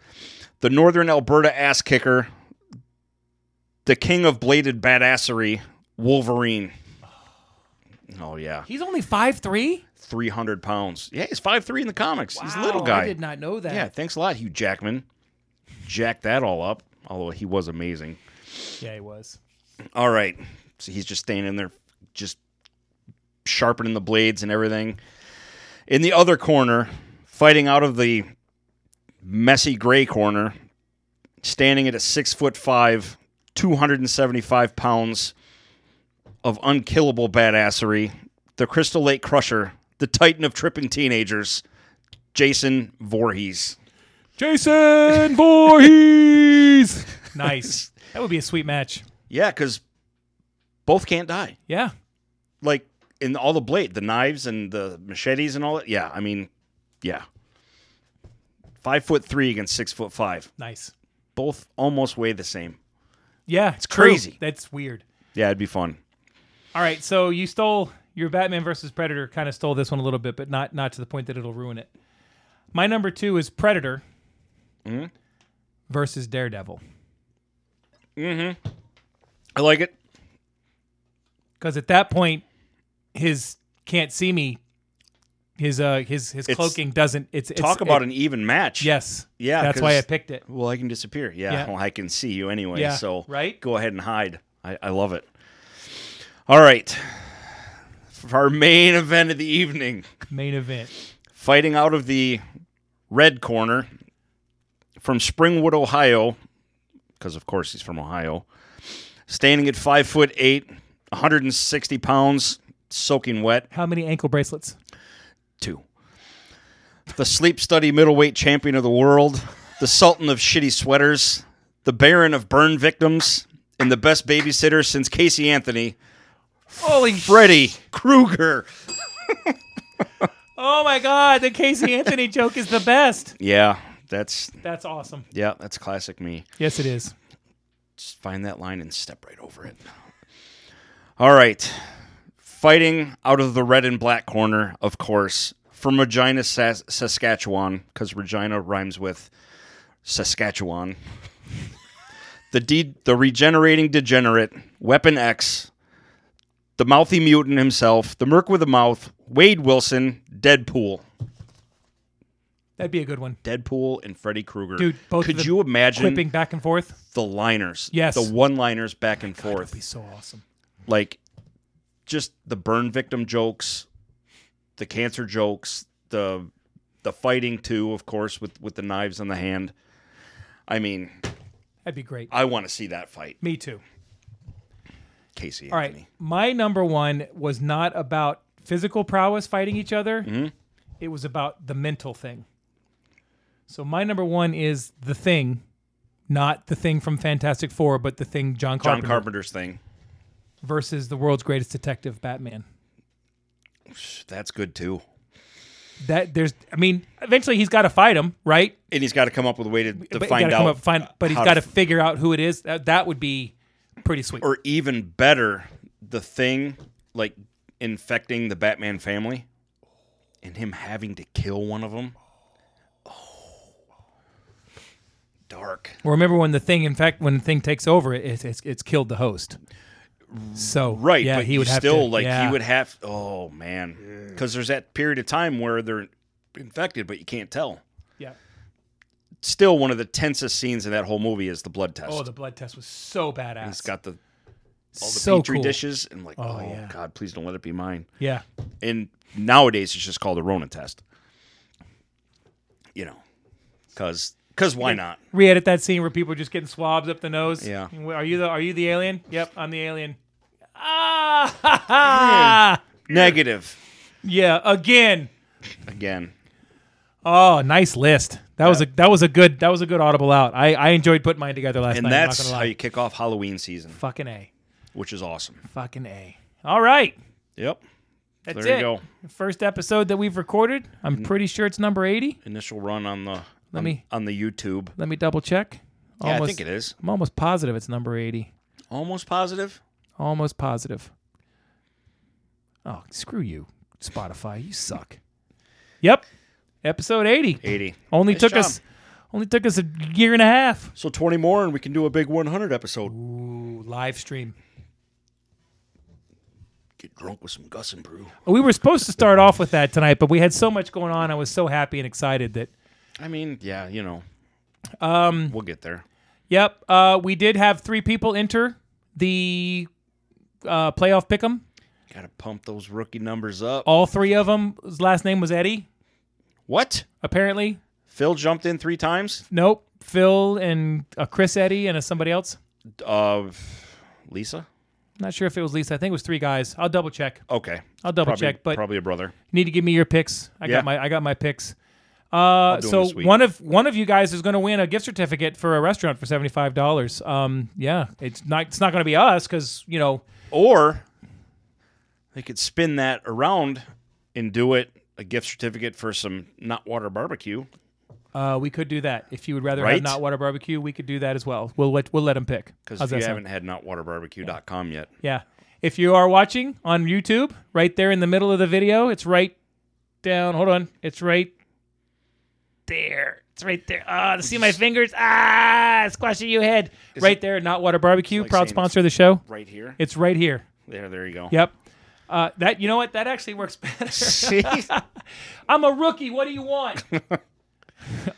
Speaker 1: the Northern Alberta ass kicker, the king of bladed badassery, Wolverine. Oh yeah,
Speaker 3: He's only five three.
Speaker 1: three hundred pounds. Yeah, he's five three in the comics. He's a little
Speaker 3: Oh, I
Speaker 1: guy.
Speaker 3: did not know that.
Speaker 1: Yeah, thanks a lot, Hugh Jackman. Jacked that all up. Although he was amazing.
Speaker 3: Yeah, he was.
Speaker 1: All right. So he's just staying in there, just sharpening the blades and everything. In the other corner, fighting out of the messy gray corner, standing at a six foot five, 275 pounds of unkillable badassery, the Crystal Lake Crusher, the Titan of tripping teenagers, Jason Voorhees.
Speaker 3: Jason Voorhees. nice. That would be a sweet match.
Speaker 1: Yeah, because both can't die.
Speaker 3: Yeah.
Speaker 1: like in all the blade, the knives and the machetes and all that. Yeah, I mean, yeah. Five foot three against six foot five.
Speaker 3: Nice.
Speaker 1: Both almost weigh the same.
Speaker 3: Yeah. It's
Speaker 1: crazy.
Speaker 3: That's weird.
Speaker 1: Yeah, it'd be fun.
Speaker 3: All right. So you stole your Batman versus Predator. Kind of stole this one a little bit, but not not to the point that it'll ruin it. My number two is Predator
Speaker 1: Mm-hmm.
Speaker 3: versus Daredevil
Speaker 1: I like it.
Speaker 3: because at that point his can't see me. His uh his his
Speaker 1: It's-
Speaker 3: cloaking doesn't. It's, it's
Speaker 1: Talk about
Speaker 3: it.
Speaker 1: an even match.
Speaker 3: Yes.
Speaker 1: Yeah,
Speaker 3: That's why I
Speaker 1: 'cause-
Speaker 3: picked it.
Speaker 1: Well, I can disappear. Yeah.
Speaker 3: Yeah.
Speaker 1: Well, I can see you anyway.
Speaker 3: Yeah,
Speaker 1: So
Speaker 3: right?
Speaker 1: go ahead and hide. I, I love it. All right. For our main event of the evening.
Speaker 3: Main event.
Speaker 1: fighting out of the red corner from Springwood, Ohio, because of course he's from Ohio, standing at five foot eight, 160 pounds, soaking wet,
Speaker 3: How many ankle bracelets?
Speaker 1: two. The sleep study middleweight champion of the world, the sultan of shitty sweaters, the baron of burn victims, and the best babysitter since Casey Anthony,
Speaker 3: Holy
Speaker 1: Freddy Krueger.
Speaker 3: Oh my god, the Casey Anthony joke is the best.
Speaker 1: Yeah, that's
Speaker 3: That's awesome.
Speaker 1: yeah, that's classic me.
Speaker 3: Yes, it is.
Speaker 1: Just find that line and step right over it. All right. Fighting out of the red and black corner, of course, from Regina, Sas- Saskatchewan, because Regina rhymes with Saskatchewan. the de- the regenerating degenerate, Weapon X, the the mouthy mutant himself, the merc with a mouth, Wade Wilson, Deadpool.
Speaker 3: That'd be a good one.
Speaker 1: Deadpool and Freddy Krueger.
Speaker 3: Dude, both
Speaker 1: could
Speaker 3: of them
Speaker 1: you imagine
Speaker 3: Quipping back and forth.
Speaker 1: the liners?
Speaker 3: Yes.
Speaker 1: The one liners back and
Speaker 3: That'd
Speaker 1: forth.
Speaker 3: be so awesome.
Speaker 1: like just the burn victim jokes, the cancer jokes, the the fighting too, of course, with with the knives on the hand. I mean,
Speaker 3: That'd be great.
Speaker 1: I want to see that fight,
Speaker 3: Me too.
Speaker 1: Casey.
Speaker 3: All right.
Speaker 1: Anthony.
Speaker 3: My number one was not about physical prowess fighting each other. It was about the mental thing. So my number one is the thing, not the thing from Fantastic Four, but the thing John
Speaker 1: John
Speaker 3: Carpenter
Speaker 1: Carpenter's thing.
Speaker 3: versus the world's greatest detective, Batman.
Speaker 1: That's good too.
Speaker 3: That there's, I mean, eventually he's got to fight him, right?
Speaker 1: And he's got to come up with a way to, to
Speaker 3: but
Speaker 1: find
Speaker 3: gotta
Speaker 1: out.
Speaker 3: come up, find, but he's
Speaker 1: how
Speaker 3: got to
Speaker 1: to-
Speaker 3: figure out who it is. That, that would be pretty sweet.
Speaker 1: or even better, the thing like infecting the Batman family and him having to kill one of them. Oh, dark.
Speaker 3: Well, remember when the thing, in fact, when the thing takes over, it, it's, it's it's killed the host. So
Speaker 1: Right,
Speaker 3: yeah,
Speaker 1: but
Speaker 3: he
Speaker 1: you
Speaker 3: would have
Speaker 1: still
Speaker 3: to,
Speaker 1: like
Speaker 3: yeah.
Speaker 1: he would have. Oh man, because there's that period of time where they're infected, but you can't tell.
Speaker 3: Yeah.
Speaker 1: Still, one of the tensest scenes in that whole movie is the blood test.
Speaker 3: Oh, the blood test was so badass.
Speaker 1: He's got the all the
Speaker 3: so
Speaker 1: petri
Speaker 3: cool.
Speaker 1: dishes, and like, oh,
Speaker 3: yeah.
Speaker 1: God, please don't let it be mine.
Speaker 3: Yeah,
Speaker 1: And nowadays, it's just called a Rona test. You know, because because why not?
Speaker 3: re-edit that scene where people are just getting swabs up the nose.
Speaker 1: Yeah.
Speaker 3: Are you the Are you the alien? Yep, I'm the alien. Ah, ha, ha.
Speaker 1: Negative
Speaker 3: yeah. Again.
Speaker 1: again.
Speaker 3: Oh, nice list. That was a that was a good that was a good audible out. I, I enjoyed putting mine together last
Speaker 1: And
Speaker 3: night. I'm not
Speaker 1: that's
Speaker 3: gonna
Speaker 1: how
Speaker 3: lie.
Speaker 1: you kick off Halloween season,
Speaker 3: fucking a
Speaker 1: which is awesome.
Speaker 3: fucking a. All right,
Speaker 1: Yep.
Speaker 3: that's
Speaker 1: there
Speaker 3: it.
Speaker 1: you go. Mm-hmm.
Speaker 3: First episode that we've recorded. I'm pretty sure it's number eighty.
Speaker 1: Initial run on the
Speaker 3: Let
Speaker 1: on-
Speaker 3: me-
Speaker 1: on the YouTube.
Speaker 3: Let me double check.
Speaker 1: Yeah, I
Speaker 3: Almost-
Speaker 1: think it is.
Speaker 3: I'm almost positive it's number eighty.
Speaker 1: Almost positive.
Speaker 3: Almost positive. Oh, screw you, Spotify. You suck. Yep. Episode 80.
Speaker 1: 80.
Speaker 3: Only
Speaker 1: Nice
Speaker 3: Oh, took
Speaker 1: job.
Speaker 3: us only took us a year and a half.
Speaker 1: So 20 more and we can do a big 100 episode.
Speaker 3: Ooh, live stream.
Speaker 1: Get drunk with some Gus and Brew.
Speaker 3: We were supposed to start off with that tonight, but we had so much going on. I was so happy and excited that
Speaker 1: I mean, yeah, you know. Um, we'll get there.
Speaker 3: Yep, uh, we did have 3 people enter the uh, playoff pick'em.
Speaker 1: Got to pump those rookie numbers up.
Speaker 3: All 3 of them his last name was Eddie,
Speaker 1: What?
Speaker 3: apparently.
Speaker 1: Phil jumped in three times.
Speaker 3: Nope. Phil and uh, Chris Eddie and uh, somebody else.
Speaker 1: Uh, Lisa?
Speaker 3: Not sure if it was Lisa. I think it was three guys. I'll double check.
Speaker 1: Okay.
Speaker 3: I'll double
Speaker 1: Probably-
Speaker 3: check. But
Speaker 1: probably a brother.
Speaker 3: you need to give me your picks. I
Speaker 1: Yeah.
Speaker 3: got my I got my picks. Uh,
Speaker 1: do 'em
Speaker 3: so
Speaker 1: this week.
Speaker 3: one of one of you guys is going to win a gift certificate for a restaurant for seventy five dollars. Um, yeah, it's not it's not going to be us because you know
Speaker 1: Or they could spin that around and do it a gift certificate for some not water barbecue.
Speaker 3: uh, we could do that. If you would rather
Speaker 1: Right?
Speaker 3: have not water barbecue, we could do that as well. We'll let we'll let them pick.
Speaker 1: Because
Speaker 3: How's
Speaker 1: if you
Speaker 3: that sound?
Speaker 1: haven't had notwaterbarbecue.com yet,
Speaker 3: Yeah. If you are watching on YouTube, right there in the middle of the video, it's right down. Hold on. It's right there. It's right there. Ah, see my fingers? Ah, squashing your head. right there, Not Water Barbecue,
Speaker 1: like saying
Speaker 3: proud
Speaker 1: it's-
Speaker 3: sponsor of the show.
Speaker 1: right here.
Speaker 3: It's right here.
Speaker 1: There, there you go.
Speaker 3: Yep. Uh, that you know what? That actually works better.
Speaker 1: See?
Speaker 3: I'm a rookie. What do you want? um,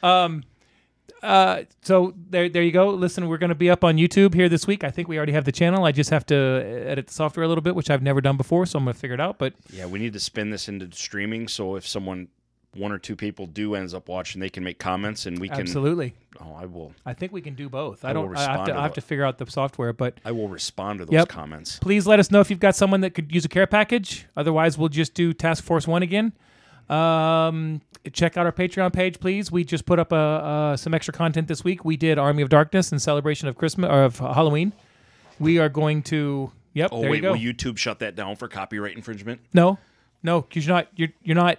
Speaker 3: uh, so there, there you go. Listen, we're going to be up on YouTube here this week. I think we already have the channel. I just have to edit the software a little bit, which I've never done before, so I'm going to figure it out. But
Speaker 1: Yeah, we need to spin this into streaming. So if someone, one or two people, do ends up watching, they can make comments, and we can.
Speaker 3: absolutely,
Speaker 1: Oh, I will.
Speaker 3: I think we can do both. I
Speaker 1: will
Speaker 3: don't. I have
Speaker 1: respond
Speaker 3: to.
Speaker 1: to
Speaker 3: I have
Speaker 1: the-
Speaker 3: to figure out the software, but.
Speaker 1: I will respond to those
Speaker 3: Yep.
Speaker 1: comments.
Speaker 3: Please let us know if you've got someone that could use a care package. Otherwise, we'll just do Task Force One again. Um, check out our Patreon page, please. We just put up uh, uh, some extra content this week. We did Army of Darkness in celebration of Christmas or of Halloween. We are going to. Yep.
Speaker 1: Oh
Speaker 3: there
Speaker 1: wait,
Speaker 3: you go.
Speaker 1: will YouTube shut that down for copyright infringement?
Speaker 3: no, no, because you're not. You're you're not.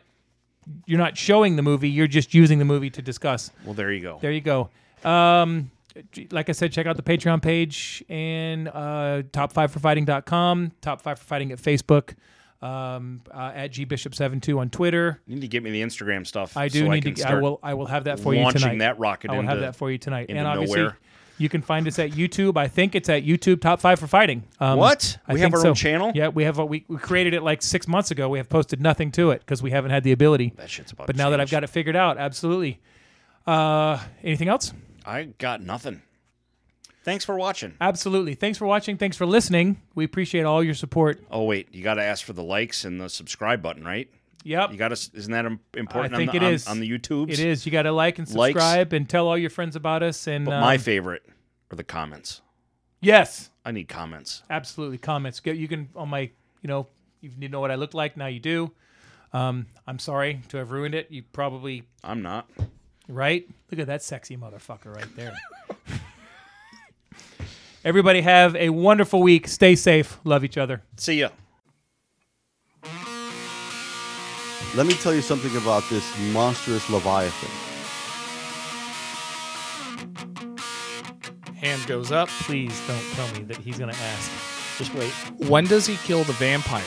Speaker 3: You're not showing the movie. You're just using the movie to discuss.
Speaker 1: Well, there you go.
Speaker 3: There you go. Um, like I said, check out the Patreon page and uh, top5forfighting.com, top5forfighting at Facebook, um, uh, at gbishop72 on Twitter.
Speaker 1: You need to get me the Instagram stuff.
Speaker 3: I do
Speaker 1: so
Speaker 3: need
Speaker 1: I can
Speaker 3: to. I
Speaker 1: start
Speaker 3: will. I will have that for you
Speaker 1: launching
Speaker 3: tonight.
Speaker 1: that rocket
Speaker 3: I will
Speaker 1: into
Speaker 3: have that for you tonight.
Speaker 1: into
Speaker 3: and obviously,
Speaker 1: nowhere.
Speaker 3: You can find us at YouTube. I think it's at YouTube Top Five for Fighting. Um,
Speaker 1: What?
Speaker 3: I
Speaker 1: We have
Speaker 3: think
Speaker 1: our
Speaker 3: so.
Speaker 1: own channel?
Speaker 3: Yeah, we have. A, we we created it like six months ago. We have posted nothing to it because we haven't had the ability.
Speaker 1: That shit's about.
Speaker 3: But
Speaker 1: to
Speaker 3: now that
Speaker 1: change.
Speaker 3: I've got it figured out, absolutely. Uh, anything else?
Speaker 1: I got nothing. Thanks for watching.
Speaker 3: Absolutely. Thanks for watching. Thanks for listening. We appreciate all your support.
Speaker 1: Oh wait, you got to ask for the likes and the subscribe button, right?
Speaker 3: Yep.
Speaker 1: You got to. Isn't that im- important?
Speaker 3: I think
Speaker 1: on
Speaker 3: it
Speaker 1: the, on-
Speaker 3: is.
Speaker 1: on, the YouTubes.
Speaker 3: It is. You got to like and
Speaker 1: Likes.
Speaker 3: subscribe and tell all your friends about us. And
Speaker 1: But
Speaker 3: um,
Speaker 1: my favorite are the comments.
Speaker 3: yes,
Speaker 1: I need comments.
Speaker 3: absolutely. Comments. Go- You can on my. You know, you didn't know what I looked like. Now you do. Um, I'm sorry to have ruined it. You probably
Speaker 1: I'm not.
Speaker 3: right. Look at that sexy motherfucker right there. Everybody have a wonderful week. Stay safe. Love each other.
Speaker 1: See ya.
Speaker 5: Let me tell you something about this monstrous Leviathan.
Speaker 6: Hand goes up.
Speaker 3: Please don't tell me that he's gonna ask.
Speaker 1: Just wait.
Speaker 6: When does he kill the vampires?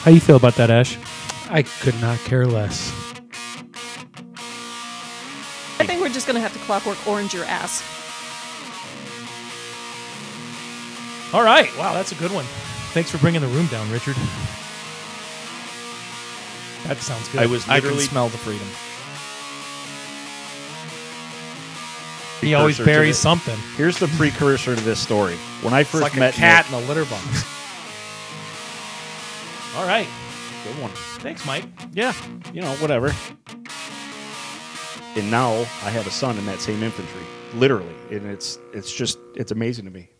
Speaker 3: How you feel about that, Ash?
Speaker 6: I could not care less.
Speaker 7: I think we're just gonna have to clockwork orange your ass.
Speaker 3: All right. Wow, that's a good one. Thanks for bringing the room down, Richard. That sounds good.
Speaker 1: I was
Speaker 6: I can
Speaker 1: literally.
Speaker 6: smell the freedom.
Speaker 3: he always
Speaker 1: precursor to
Speaker 3: buries
Speaker 1: the-
Speaker 3: something.
Speaker 1: Here's the precursor to this story. When I
Speaker 6: It's
Speaker 1: first
Speaker 6: like
Speaker 1: met
Speaker 6: a cat
Speaker 1: Nick-
Speaker 6: in a litter box.
Speaker 3: All right.
Speaker 1: good one.
Speaker 3: Thanks, Mike.
Speaker 1: Yeah, you know, whatever. And now I have a son in that same infantry, literally, and it's it's just it's amazing to me.